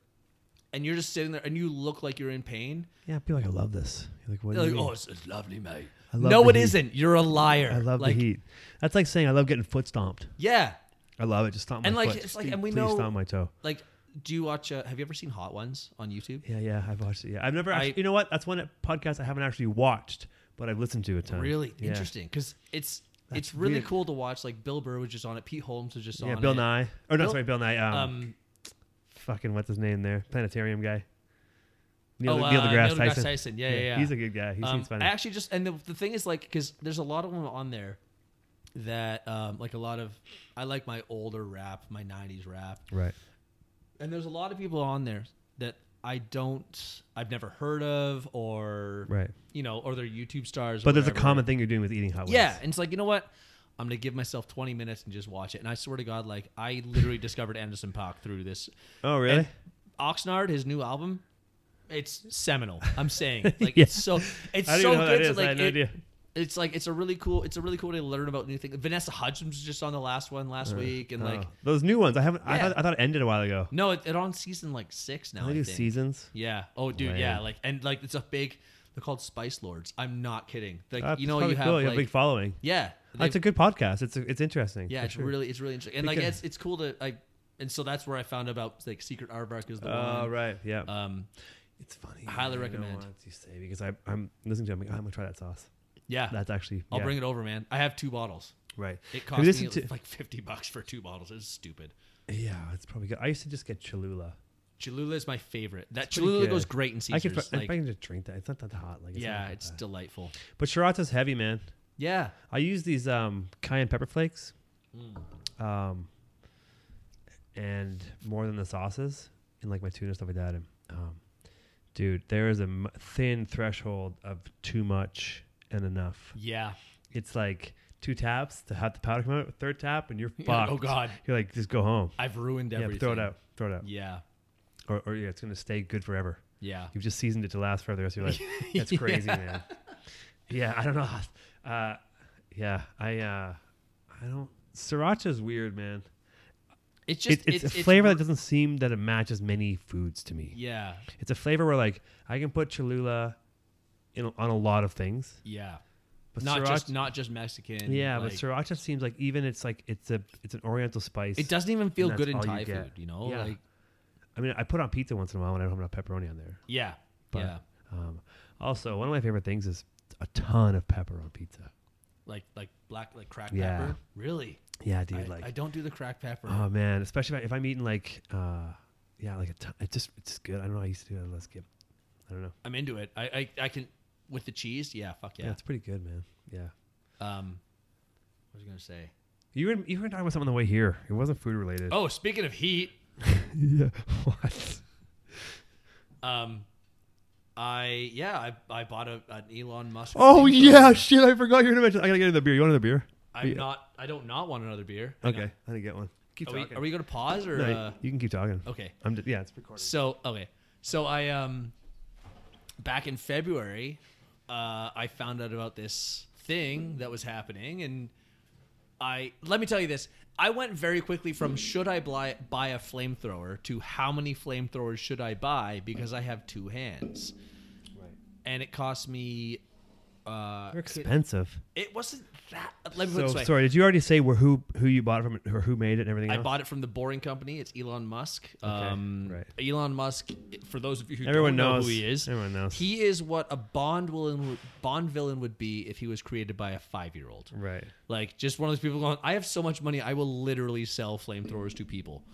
[SPEAKER 3] And you're just sitting there, and you look like you're in pain.
[SPEAKER 2] Yeah, people are like I love this. You're like, what?
[SPEAKER 3] They're
[SPEAKER 2] do you
[SPEAKER 3] like,
[SPEAKER 2] mean?
[SPEAKER 3] oh, it's, it's lovely, mate.
[SPEAKER 2] I love
[SPEAKER 3] no,
[SPEAKER 2] the
[SPEAKER 3] it
[SPEAKER 2] heat.
[SPEAKER 3] not You're a liar.
[SPEAKER 2] I love
[SPEAKER 3] like,
[SPEAKER 2] the heat. That's like saying I love getting foot stomped.
[SPEAKER 3] Yeah,
[SPEAKER 2] I love it. Just stomp my
[SPEAKER 3] And, like,
[SPEAKER 2] foot.
[SPEAKER 3] it's like-
[SPEAKER 2] Please-
[SPEAKER 3] and we
[SPEAKER 2] please
[SPEAKER 3] know-
[SPEAKER 2] stomp my toe.
[SPEAKER 3] like, do you watch? Uh, have you ever seen Hot Ones on YouTube?
[SPEAKER 2] Yeah, yeah, I've watched it. Yeah, I've never.
[SPEAKER 3] I-
[SPEAKER 2] Actually, you know what? That's one podcast I haven't actually watched, but I've listened to a ton.
[SPEAKER 3] Really
[SPEAKER 2] yeah.
[SPEAKER 3] interesting because it's
[SPEAKER 2] That's
[SPEAKER 3] it's really
[SPEAKER 2] weird.
[SPEAKER 3] cool to watch. Like Bill Burr was just on it. Pete Holmes was just
[SPEAKER 2] Yeah,
[SPEAKER 3] on
[SPEAKER 2] Bill
[SPEAKER 3] it.
[SPEAKER 2] Nye. Or no,
[SPEAKER 3] Bill-
[SPEAKER 2] sorry, Bill Nye. Um,
[SPEAKER 3] Um,
[SPEAKER 2] fucking what's his name there? Planetarium guy. Neil,
[SPEAKER 3] oh,
[SPEAKER 2] Neil
[SPEAKER 3] uh,
[SPEAKER 2] deGrasse
[SPEAKER 3] Neil
[SPEAKER 2] Tyson.
[SPEAKER 3] Tyson. Yeah, yeah, yeah.
[SPEAKER 2] He's a good guy. He
[SPEAKER 3] Um,
[SPEAKER 2] seems funny.
[SPEAKER 3] I actually just and the, the thing is like because there's a lot of them on there that um, like a lot of I like my older rap, my '90s rap.
[SPEAKER 2] right.
[SPEAKER 3] and there's a lot of people on there that I don't, I've never heard of, or
[SPEAKER 2] Right.
[SPEAKER 3] you know, or they're YouTube stars. or
[SPEAKER 2] But there's a
[SPEAKER 3] whatever.
[SPEAKER 2] common thing you're doing with eating hot wings.
[SPEAKER 3] yeah, and it's like you know what, I'm gonna give myself 20 minutes and just watch it. And I swear to God, like I literally discovered Anderson Park through this.
[SPEAKER 2] Oh, really?
[SPEAKER 3] And Oxnard, his new album, it's seminal. I'm saying, like
[SPEAKER 2] Yeah.
[SPEAKER 3] it's so, it's
[SPEAKER 2] I don't
[SPEAKER 3] so
[SPEAKER 2] even know who that
[SPEAKER 3] good. to,
[SPEAKER 2] is. I
[SPEAKER 3] like,
[SPEAKER 2] had no
[SPEAKER 3] it-
[SPEAKER 2] idea.
[SPEAKER 3] It's like it's a really cool, it's a really cool way to learn about new things. Vanessa Hudgens was just on the last one last week, and like
[SPEAKER 2] Oh. those new ones. I haven't. I,
[SPEAKER 3] Yeah.
[SPEAKER 2] thought, I thought it ended a while ago.
[SPEAKER 3] no, it, it on season like six now.
[SPEAKER 2] They
[SPEAKER 3] I
[SPEAKER 2] do
[SPEAKER 3] think.
[SPEAKER 2] seasons.
[SPEAKER 3] Yeah. Oh, dude. Yeah.
[SPEAKER 2] Lame.
[SPEAKER 3] Like, and like, it's a big. They're called Spice Lords. I'm not kidding. Like,
[SPEAKER 2] That's
[SPEAKER 3] you know,
[SPEAKER 2] probably
[SPEAKER 3] you have
[SPEAKER 2] cool.
[SPEAKER 3] like,
[SPEAKER 2] you have a big following.
[SPEAKER 3] yeah,
[SPEAKER 2] That's
[SPEAKER 3] they've-
[SPEAKER 2] a good podcast. It's it's interesting.
[SPEAKER 3] yeah.
[SPEAKER 2] for
[SPEAKER 3] It's
[SPEAKER 2] sure.
[SPEAKER 3] really, it's really interesting, and like,
[SPEAKER 2] Because-
[SPEAKER 3] it's it's cool to I, and so that's where I found about like Secret Aardvark is the
[SPEAKER 2] Oh,
[SPEAKER 3] one.
[SPEAKER 2] right. Yeah.
[SPEAKER 3] Um.
[SPEAKER 2] It's funny.
[SPEAKER 3] Highly
[SPEAKER 2] man. I
[SPEAKER 3] recommend.
[SPEAKER 2] know what you say because I, I'm listening to. it, I'm like, I'm gonna try that sauce.
[SPEAKER 3] Yeah.
[SPEAKER 2] That's actually.
[SPEAKER 3] Uh, I'll
[SPEAKER 2] yeah,
[SPEAKER 3] bring it over, man. I have two bottles.
[SPEAKER 2] Right.
[SPEAKER 3] It
[SPEAKER 2] Have
[SPEAKER 3] cost
[SPEAKER 2] you
[SPEAKER 3] me
[SPEAKER 2] listened to-
[SPEAKER 3] like fifty bucks for two bottles. It's stupid.
[SPEAKER 2] Yeah, it's probably good. I used to just get Cholula.
[SPEAKER 3] Cholula is my favorite. That
[SPEAKER 2] pretty
[SPEAKER 3] Cholula
[SPEAKER 2] good.
[SPEAKER 3] goes great in
[SPEAKER 2] I
[SPEAKER 3] Caesars.
[SPEAKER 2] could. fr- I
[SPEAKER 3] like,
[SPEAKER 2] can just drink that. It's not that hot. Like it's not
[SPEAKER 3] yeah,
[SPEAKER 2] that
[SPEAKER 3] it's
[SPEAKER 2] bad.
[SPEAKER 3] delightful.
[SPEAKER 2] But sriracha's heavy, man.
[SPEAKER 3] Yeah.
[SPEAKER 2] Mm. I use these um, cayenne pepper flakes. Um, and more than the sauces and like my tuna and stuff like that. And um, dude, there is a m- thin threshold of too much and enough.
[SPEAKER 3] Yeah.
[SPEAKER 2] It's like two taps to have the powder come out. Third tap and you're
[SPEAKER 3] Yeah,
[SPEAKER 2] fucked.
[SPEAKER 3] oh God,
[SPEAKER 2] You're like just go home.
[SPEAKER 3] I've ruined
[SPEAKER 2] Yeah,
[SPEAKER 3] everything.
[SPEAKER 2] but throw it out. Throw it out.
[SPEAKER 3] Yeah.
[SPEAKER 2] Or, or yeah, it's gonna stay good forever.
[SPEAKER 3] Yeah.
[SPEAKER 2] You've just seasoned it to last for the rest of your life. That's crazy, man. Yeah, I don't know. how- Uh, yeah, I uh, I don't. Sriracha's weird, man.
[SPEAKER 3] It's just
[SPEAKER 2] It- it's, a
[SPEAKER 3] it's
[SPEAKER 2] flavor
[SPEAKER 3] wor-
[SPEAKER 2] that doesn't seem that it matches many foods to me.
[SPEAKER 3] Yeah.
[SPEAKER 2] It's a flavor where like I can put Cholula in, on a lot of things,
[SPEAKER 3] Yeah.
[SPEAKER 2] but
[SPEAKER 3] not
[SPEAKER 2] sriracha,
[SPEAKER 3] just not just Mexican.
[SPEAKER 2] yeah,
[SPEAKER 3] like,
[SPEAKER 2] but sriracha seems like even it's like it's a it's an Oriental spice.
[SPEAKER 3] it doesn't even feel
[SPEAKER 2] that's
[SPEAKER 3] good in
[SPEAKER 2] all you
[SPEAKER 3] Thai
[SPEAKER 2] get.
[SPEAKER 3] food. You know,
[SPEAKER 2] Yeah.
[SPEAKER 3] like
[SPEAKER 2] I mean, I put on pizza once in a while when I don't have enough pepperoni on there.
[SPEAKER 3] yeah,
[SPEAKER 2] But-
[SPEAKER 3] yeah,
[SPEAKER 2] Um, also, one of my favorite things is a ton of pepper on pizza.
[SPEAKER 3] like like black like crack
[SPEAKER 2] Yeah.
[SPEAKER 3] pepper. Really,
[SPEAKER 2] Yeah, dude,
[SPEAKER 3] I,
[SPEAKER 2] like
[SPEAKER 3] I don't do the crack pepper.
[SPEAKER 2] Oh man, especially if, I, if I'm eating like, uh, yeah, like a ton, it just it's good. I don't know. I used to do that last kid. I don't know.
[SPEAKER 3] I'm into it. I, I I can with the cheese. Yeah, fuck
[SPEAKER 2] Yeah.
[SPEAKER 3] yeah.
[SPEAKER 2] it's pretty good, man. Yeah.
[SPEAKER 3] Um, what was I gonna say?
[SPEAKER 2] You were you were talking about something on the way here. It wasn't food related.
[SPEAKER 3] Oh, speaking of heat,
[SPEAKER 2] yeah. What?
[SPEAKER 3] um, I yeah I I bought a, an Elon Musk.
[SPEAKER 2] Oh
[SPEAKER 3] thing for-
[SPEAKER 2] yeah, shit! I forgot you were gonna mention. I gotta get another beer. You want another beer?
[SPEAKER 3] I'm
[SPEAKER 2] Yeah.
[SPEAKER 3] not. I don't not want another beer. Hang
[SPEAKER 2] Okay, I gotta get one. Keep
[SPEAKER 3] on. Are we,
[SPEAKER 2] talking.
[SPEAKER 3] are we gonna pause or?
[SPEAKER 2] No,
[SPEAKER 3] uh,
[SPEAKER 2] you can keep talking.
[SPEAKER 3] okay.
[SPEAKER 2] I'm just, yeah, it's recording.
[SPEAKER 3] So okay, so I um, back in February, uh, I found out about this thing that was happening, and I let me tell you this. I went very quickly from should I buy, buy a flamethrower to how many flamethrowers should I buy because I have two hands,
[SPEAKER 2] Right.
[SPEAKER 3] and it cost me. Uh,
[SPEAKER 2] They're expensive.
[SPEAKER 3] it wasn't that. Let me put it
[SPEAKER 2] So
[SPEAKER 3] this way.
[SPEAKER 2] sorry. Did you already say where, who who you bought it from or who made it and everything?
[SPEAKER 3] I
[SPEAKER 2] else?
[SPEAKER 3] bought it from the Boring Company. It's Elon Musk. Um,
[SPEAKER 2] right.
[SPEAKER 3] Elon Musk. For those of you who
[SPEAKER 2] Everyone
[SPEAKER 3] don't know
[SPEAKER 2] knows.
[SPEAKER 3] who he is,
[SPEAKER 2] Everyone knows.
[SPEAKER 3] He is what a Bond villain, Bond villain would be if he was created by a five-year-old.
[SPEAKER 2] Right.
[SPEAKER 3] Like just one of those people going, "I have so much money, I will literally sell flamethrowers to people."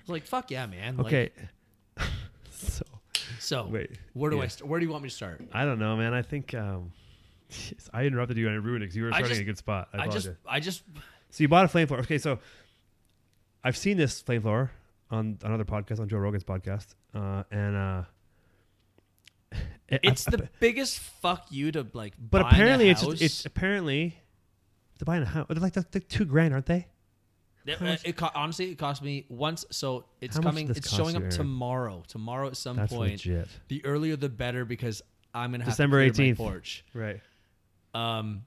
[SPEAKER 3] It's Like fuck yeah, man.
[SPEAKER 2] Okay. so.
[SPEAKER 3] Like, so
[SPEAKER 2] Wait.
[SPEAKER 3] where do I?
[SPEAKER 2] Yeah.
[SPEAKER 3] St- where do you want me to start?
[SPEAKER 2] I don't know, man. I think um, jeez, I interrupted you and I ruined it because you were
[SPEAKER 3] I
[SPEAKER 2] starting
[SPEAKER 3] just-
[SPEAKER 2] in a good spot. I,
[SPEAKER 3] I
[SPEAKER 2] apologize.
[SPEAKER 3] just, I just,
[SPEAKER 2] so you bought a flamethrower. Okay, so I've seen this flamethrower on another podcast, on Joe Rogan's podcast, uh, and uh, it-
[SPEAKER 3] it's
[SPEAKER 2] I- I-
[SPEAKER 3] the biggest fuck you to like.
[SPEAKER 2] but
[SPEAKER 3] buying a
[SPEAKER 2] apparently it's just,
[SPEAKER 3] house.
[SPEAKER 2] it's apparently to buy a house. They're like they're, they're two grand, aren't they?
[SPEAKER 3] That- uh,
[SPEAKER 2] How much-
[SPEAKER 3] it co- honestly, it cost me once. So it's
[SPEAKER 2] How much
[SPEAKER 3] coming.
[SPEAKER 2] did this
[SPEAKER 3] It's
[SPEAKER 2] cost
[SPEAKER 3] showing
[SPEAKER 2] you,
[SPEAKER 3] up
[SPEAKER 2] Aaron?
[SPEAKER 3] tomorrow. Tomorrow at some
[SPEAKER 2] That's
[SPEAKER 3] point.
[SPEAKER 2] legit.
[SPEAKER 3] The earlier the better because I'm gonna have
[SPEAKER 2] December
[SPEAKER 3] to clear
[SPEAKER 2] 18th.
[SPEAKER 3] my porch.
[SPEAKER 2] Right.
[SPEAKER 3] Um,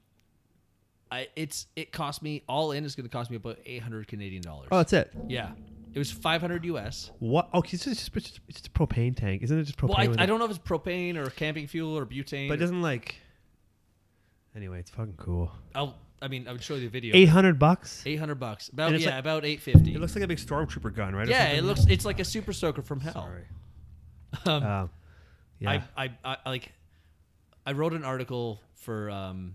[SPEAKER 3] I it's it cost me all in. It's gonna cost me about 800 Canadian dollars.
[SPEAKER 2] Oh, that's it.
[SPEAKER 3] yeah, it was 500 US.
[SPEAKER 2] What? Oh, it's just, it's just, it's just- it's just a propane tank, isn't it? Just propane.
[SPEAKER 3] Well, I,
[SPEAKER 2] with
[SPEAKER 3] I
[SPEAKER 2] a-
[SPEAKER 3] don't know if it's propane or camping fuel or butane.
[SPEAKER 2] But it
[SPEAKER 3] or-
[SPEAKER 2] doesn't like. Anyway, it's fucking cool.
[SPEAKER 3] I'll, I mean, I would show you the video.
[SPEAKER 2] Eight hundred bucks.
[SPEAKER 3] 800 bucks. About
[SPEAKER 2] And it's
[SPEAKER 3] yeah,
[SPEAKER 2] like-
[SPEAKER 3] about 850.
[SPEAKER 2] It looks like a big stormtrooper gun, right? Or
[SPEAKER 3] yeah,
[SPEAKER 2] something?
[SPEAKER 3] it looks. It's like a super soaker from hell.
[SPEAKER 2] Sorry.
[SPEAKER 3] Um,
[SPEAKER 2] Um, yeah.
[SPEAKER 3] I, I, I like I wrote an article for um,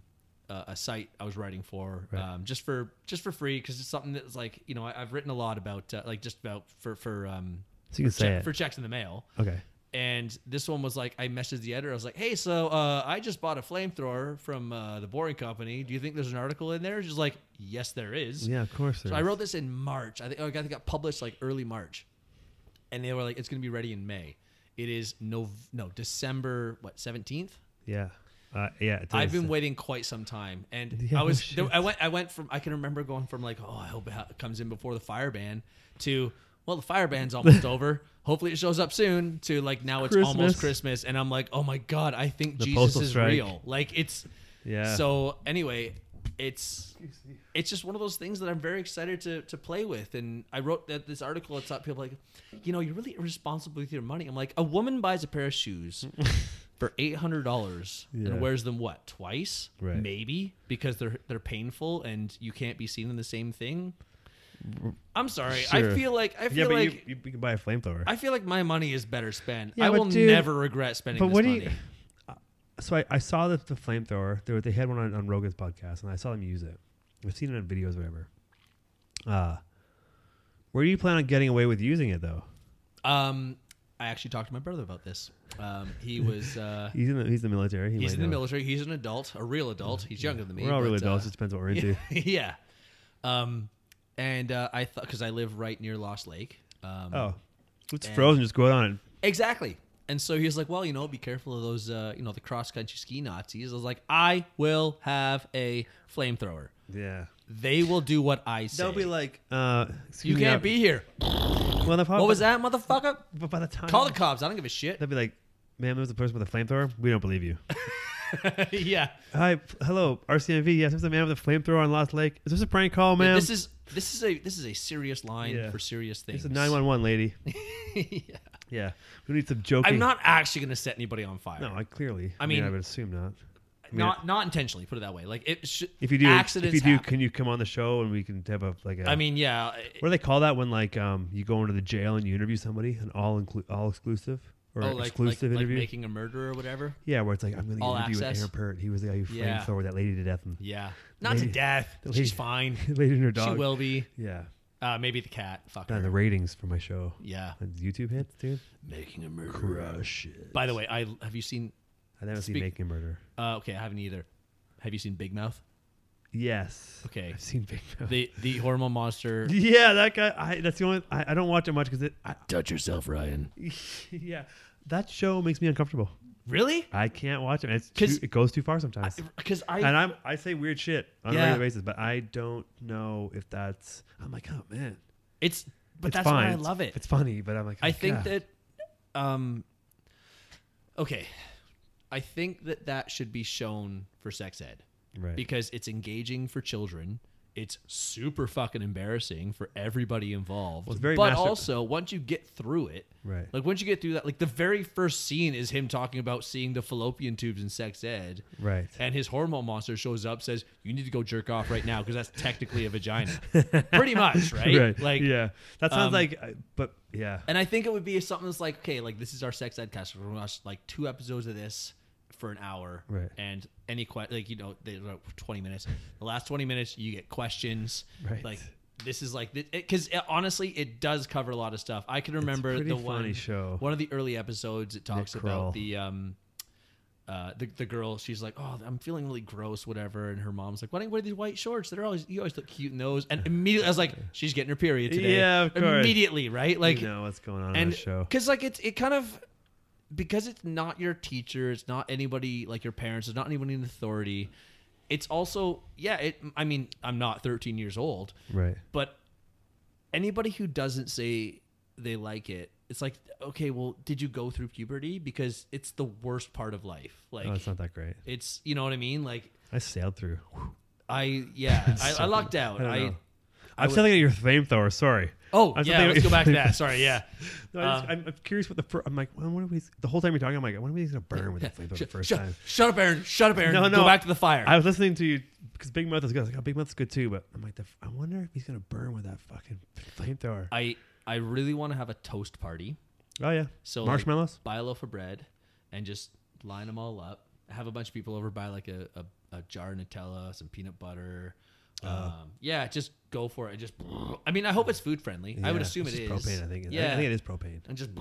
[SPEAKER 3] a, a site I was writing for
[SPEAKER 2] Right.
[SPEAKER 3] um, just for just for free because it's something that's like you know I, I've written a lot about uh, like just about for for um,
[SPEAKER 2] so you can
[SPEAKER 3] for,
[SPEAKER 2] say
[SPEAKER 3] che-
[SPEAKER 2] it.
[SPEAKER 3] for checks in the mail.
[SPEAKER 2] okay.
[SPEAKER 3] And this one was like, I messaged the editor. I was like, "Hey, so uh, I just bought a flamethrower from uh, the Boring Company. Do you think there's an article in there?" She's like, "Yes, there is."
[SPEAKER 2] Yeah, of course.
[SPEAKER 3] So I wrote this in March. I think I think it got published like early March, and they were like, "It's going to be ready in May." It is no no December what seventeenth.
[SPEAKER 2] Yeah. Uh, yeah. it
[SPEAKER 3] I've
[SPEAKER 2] is.
[SPEAKER 3] been waiting quite some time, and
[SPEAKER 2] Yeah,
[SPEAKER 3] I was
[SPEAKER 2] shit.
[SPEAKER 3] there- I went I went from I can remember going from like oh I hope it ha- comes in before the fire ban to well the fire ban's almost over. Hopefully it shows up soon. To like now it's almost
[SPEAKER 2] Christmas.
[SPEAKER 3] Christmas, and I'm like oh my god I think
[SPEAKER 2] The
[SPEAKER 3] Jesus
[SPEAKER 2] postal
[SPEAKER 3] is
[SPEAKER 2] strike.
[SPEAKER 3] real. Like it's
[SPEAKER 2] Yeah.
[SPEAKER 3] So anyway, it's it's just one of those things that I'm very excited to to play with. And I wrote that this article. It's up people like, you know, you're really irresponsible with your money. I'm like, a woman buys a pair of shoes for eight hundred dollars
[SPEAKER 2] Yeah.
[SPEAKER 3] and wears them what twice,
[SPEAKER 2] Right.
[SPEAKER 3] maybe because they're they're painful and you can't be seen in the same thing. I'm sorry. I
[SPEAKER 2] Sure.
[SPEAKER 3] feel like I
[SPEAKER 2] Yeah,
[SPEAKER 3] feel
[SPEAKER 2] but
[SPEAKER 3] like
[SPEAKER 2] you, you, you can buy a flamethrower.
[SPEAKER 3] I feel like my money is better spent.
[SPEAKER 2] Yeah,
[SPEAKER 3] I
[SPEAKER 2] but
[SPEAKER 3] will
[SPEAKER 2] dude-
[SPEAKER 3] never regret spending.
[SPEAKER 2] but
[SPEAKER 3] this
[SPEAKER 2] what do
[SPEAKER 3] money.
[SPEAKER 2] you? So I, I saw the, the flamethrower. They, were, they had one on, on Rogan's podcast, and I saw them use it. I've seen it in videos, or whatever. Uh, where do you plan on getting away with using it though?
[SPEAKER 3] Um, I actually talked to my brother about this. Um, he was uh,
[SPEAKER 2] He's in the he's in the military. He
[SPEAKER 3] he's
[SPEAKER 2] might
[SPEAKER 3] in the
[SPEAKER 2] know.
[SPEAKER 3] military. He's an adult, a real adult. He's younger than me.
[SPEAKER 2] We're all
[SPEAKER 3] but,
[SPEAKER 2] really adults.
[SPEAKER 3] uh,
[SPEAKER 2] it depends what we're into.
[SPEAKER 3] yeah. Um, and uh, I thought because I live right near Lost Lake, Um,
[SPEAKER 2] Oh, it's
[SPEAKER 3] And-
[SPEAKER 2] frozen. Just go out on it.
[SPEAKER 3] Exactly. And so he was like, well, you know, be careful of those, uh, you know, the cross country ski Nazis. I was like, I will have a flamethrower.
[SPEAKER 2] Yeah.
[SPEAKER 3] They will do what I say.
[SPEAKER 2] They'll be like, uh,
[SPEAKER 3] you
[SPEAKER 2] excuse me,
[SPEAKER 3] can't
[SPEAKER 2] uh,
[SPEAKER 3] be here.
[SPEAKER 2] Well, the
[SPEAKER 3] What was that, motherfucker?
[SPEAKER 2] But by the time
[SPEAKER 3] Call the cops. I don't give a shit.
[SPEAKER 2] they'll be like, "Man, there was a person with a flamethrower. We don't believe you."
[SPEAKER 3] yeah.
[SPEAKER 2] Hi, f- hello, RCMV. Yes, there's a man with a flamethrower on Lost Lake. Is this a prank call, man?
[SPEAKER 3] This is this is a this is a serious line
[SPEAKER 2] Yeah.
[SPEAKER 3] for serious things.
[SPEAKER 2] It's a nine one one lady.
[SPEAKER 3] Yeah.
[SPEAKER 2] yeah, we need some joking.
[SPEAKER 3] I'm not actually going to set anybody on fire.
[SPEAKER 2] No, I clearly.
[SPEAKER 3] I
[SPEAKER 2] I mean, I
[SPEAKER 3] mean-
[SPEAKER 2] would assume not. I mean,
[SPEAKER 3] not not intentionally. Put it that way. Like it. Sh-
[SPEAKER 2] if you do,
[SPEAKER 3] accidents
[SPEAKER 2] if you do, uh,
[SPEAKER 3] happen.
[SPEAKER 2] can you come on the show and we can have a like a.
[SPEAKER 3] I mean, yeah. it-
[SPEAKER 2] what do they call that when like um you go into the jail and you interview somebody an all inclu- all exclusive or
[SPEAKER 3] oh, like, like,
[SPEAKER 2] exclusive
[SPEAKER 3] like
[SPEAKER 2] interview?
[SPEAKER 3] making a murder or whatever.
[SPEAKER 2] yeah, where it's like I'm going to
[SPEAKER 3] All
[SPEAKER 2] interview
[SPEAKER 3] access?
[SPEAKER 2] Aaron Pert. He was the guy who
[SPEAKER 3] Yeah.
[SPEAKER 2] flamethrowered that lady to death and
[SPEAKER 3] Yeah. Not to
[SPEAKER 2] lady-
[SPEAKER 3] death.
[SPEAKER 2] the
[SPEAKER 3] She's
[SPEAKER 2] lady-
[SPEAKER 3] fine.
[SPEAKER 2] lady and her dog.
[SPEAKER 3] She will be.
[SPEAKER 2] Yeah.
[SPEAKER 3] Uh, maybe the cat. Fuck
[SPEAKER 2] Man,
[SPEAKER 3] her.
[SPEAKER 2] the ratings for my show.
[SPEAKER 3] Yeah.
[SPEAKER 2] And YouTube hits, dude.
[SPEAKER 3] Making a murder. By the way, I have you seen?
[SPEAKER 2] I never seen
[SPEAKER 3] Speak-
[SPEAKER 2] Making a Murder.
[SPEAKER 3] Uh, okay, I haven't either. Have you seen Big Mouth?
[SPEAKER 2] Yes.
[SPEAKER 3] Okay.
[SPEAKER 2] I've seen Big Mouth.
[SPEAKER 3] The the hormone monster.
[SPEAKER 2] yeah, that guy. I, that's the only. I, I don't watch it much because it. I,
[SPEAKER 3] Touch yourself, Ryan.
[SPEAKER 2] yeah, that show makes me uncomfortable.
[SPEAKER 3] Really?
[SPEAKER 2] I can't watch it. man. It's
[SPEAKER 3] 'Cause-
[SPEAKER 2] too, it goes too far sometimes.
[SPEAKER 3] Because I,
[SPEAKER 2] and I'm I say weird shit on
[SPEAKER 3] Yeah.
[SPEAKER 2] a regular basis, but I don't know if that's. I'm like, oh man,
[SPEAKER 3] it's but
[SPEAKER 2] it's
[SPEAKER 3] that's
[SPEAKER 2] fine.
[SPEAKER 3] why I
[SPEAKER 2] It's-
[SPEAKER 3] love it.
[SPEAKER 2] It's funny, but I'm like,
[SPEAKER 3] I
[SPEAKER 2] oh,
[SPEAKER 3] think
[SPEAKER 2] God.
[SPEAKER 3] that, um, okay, I think that that should be shown for sex ed
[SPEAKER 2] right.
[SPEAKER 3] because it's engaging for children. It's super fucking embarrassing for everybody involved.
[SPEAKER 2] Well, it's very
[SPEAKER 3] but
[SPEAKER 2] master-
[SPEAKER 3] also, once you get through it,
[SPEAKER 2] Right.
[SPEAKER 3] Like once you get through that, like the very first scene is him talking about seeing the fallopian tubes in sex ed.
[SPEAKER 2] right.
[SPEAKER 3] And his hormone monster shows up, says, "You need to go jerk off right now because that's technically a vagina, pretty much, right?
[SPEAKER 2] Right.
[SPEAKER 3] Like,
[SPEAKER 2] yeah, that sounds
[SPEAKER 3] um,
[SPEAKER 2] like. I- But yeah,
[SPEAKER 3] and I think it would be something that's like, okay, like this is our sex ed cast. We're gonna watch like two episodes of this for an hour,
[SPEAKER 2] Right.
[SPEAKER 3] And any question, like you know, they like, twenty minutes. The last twenty minutes, you get questions,
[SPEAKER 2] Right.
[SPEAKER 3] Like this is like because eh, honestly, it does cover a lot of stuff. I can remember
[SPEAKER 2] pretty
[SPEAKER 3] the
[SPEAKER 2] funny
[SPEAKER 3] one
[SPEAKER 2] show.
[SPEAKER 3] one of the early episodes. It talks
[SPEAKER 2] Kroll.
[SPEAKER 3] about the um. Uh, the, the girl, she's like, oh, I'm feeling really gross, whatever. And her mom's like, why don't you wear these white shorts? They're always you always look cute in those. And immediately, I was like, she's getting her period today.
[SPEAKER 2] Yeah, of course.
[SPEAKER 3] Immediately, right? Like,
[SPEAKER 2] you know what's going on in
[SPEAKER 3] and
[SPEAKER 2] the show.
[SPEAKER 3] because like it's it kind of because it's not your teacher it's not anybody like your parents it's not anyone in authority it's also yeah it i mean i'm not 13 years old
[SPEAKER 2] Right. Oh,
[SPEAKER 3] but anybody who doesn't say they like it it's like okay well did you go through puberty because it's the worst part of life like
[SPEAKER 2] oh, it's not that great.
[SPEAKER 3] it's you know what i mean like
[SPEAKER 2] I sailed through.
[SPEAKER 3] i yeah I, I
[SPEAKER 2] So-
[SPEAKER 3] lucked out
[SPEAKER 2] I don't
[SPEAKER 3] i,
[SPEAKER 2] know. I'm
[SPEAKER 3] would-
[SPEAKER 2] still thinking of your flamethrower. Sorry.
[SPEAKER 3] oh
[SPEAKER 2] I'm still
[SPEAKER 3] yeah
[SPEAKER 2] thinking-
[SPEAKER 3] let's go back to that sorry yeah
[SPEAKER 2] No, I just,
[SPEAKER 3] Uh,
[SPEAKER 2] I'm, I'm curious what the first. I'm like, when, when are we? The whole time you're talking, I'm like, when are we gonna burn with the flamethrower the first
[SPEAKER 3] shut,
[SPEAKER 2] time?
[SPEAKER 3] shut up aaron shut up aaron
[SPEAKER 2] No, no.
[SPEAKER 3] go back to the fire
[SPEAKER 2] I was listening to you because Big Mouth is good. I was like, oh, Big Mouth's good too, but I'm like, the, f- I wonder if he's gonna burn with that fucking flamethrower.
[SPEAKER 3] I I really want to have a toast party.
[SPEAKER 2] oh yeah.
[SPEAKER 3] So like,
[SPEAKER 2] marshmallows.
[SPEAKER 3] buy a loaf of bread, and just line them all up. Have a bunch of people over. Buy like a a, a jar of Nutella, some peanut butter.
[SPEAKER 2] Uh.
[SPEAKER 3] Um, yeah, just go for it. Just I mean, I hope it's food friendly. I would
[SPEAKER 2] Yeah,
[SPEAKER 3] assume it
[SPEAKER 2] it's
[SPEAKER 3] is.
[SPEAKER 2] just propane. I think. Yeah. I,
[SPEAKER 3] Yeah,
[SPEAKER 2] think it is propane.
[SPEAKER 3] and just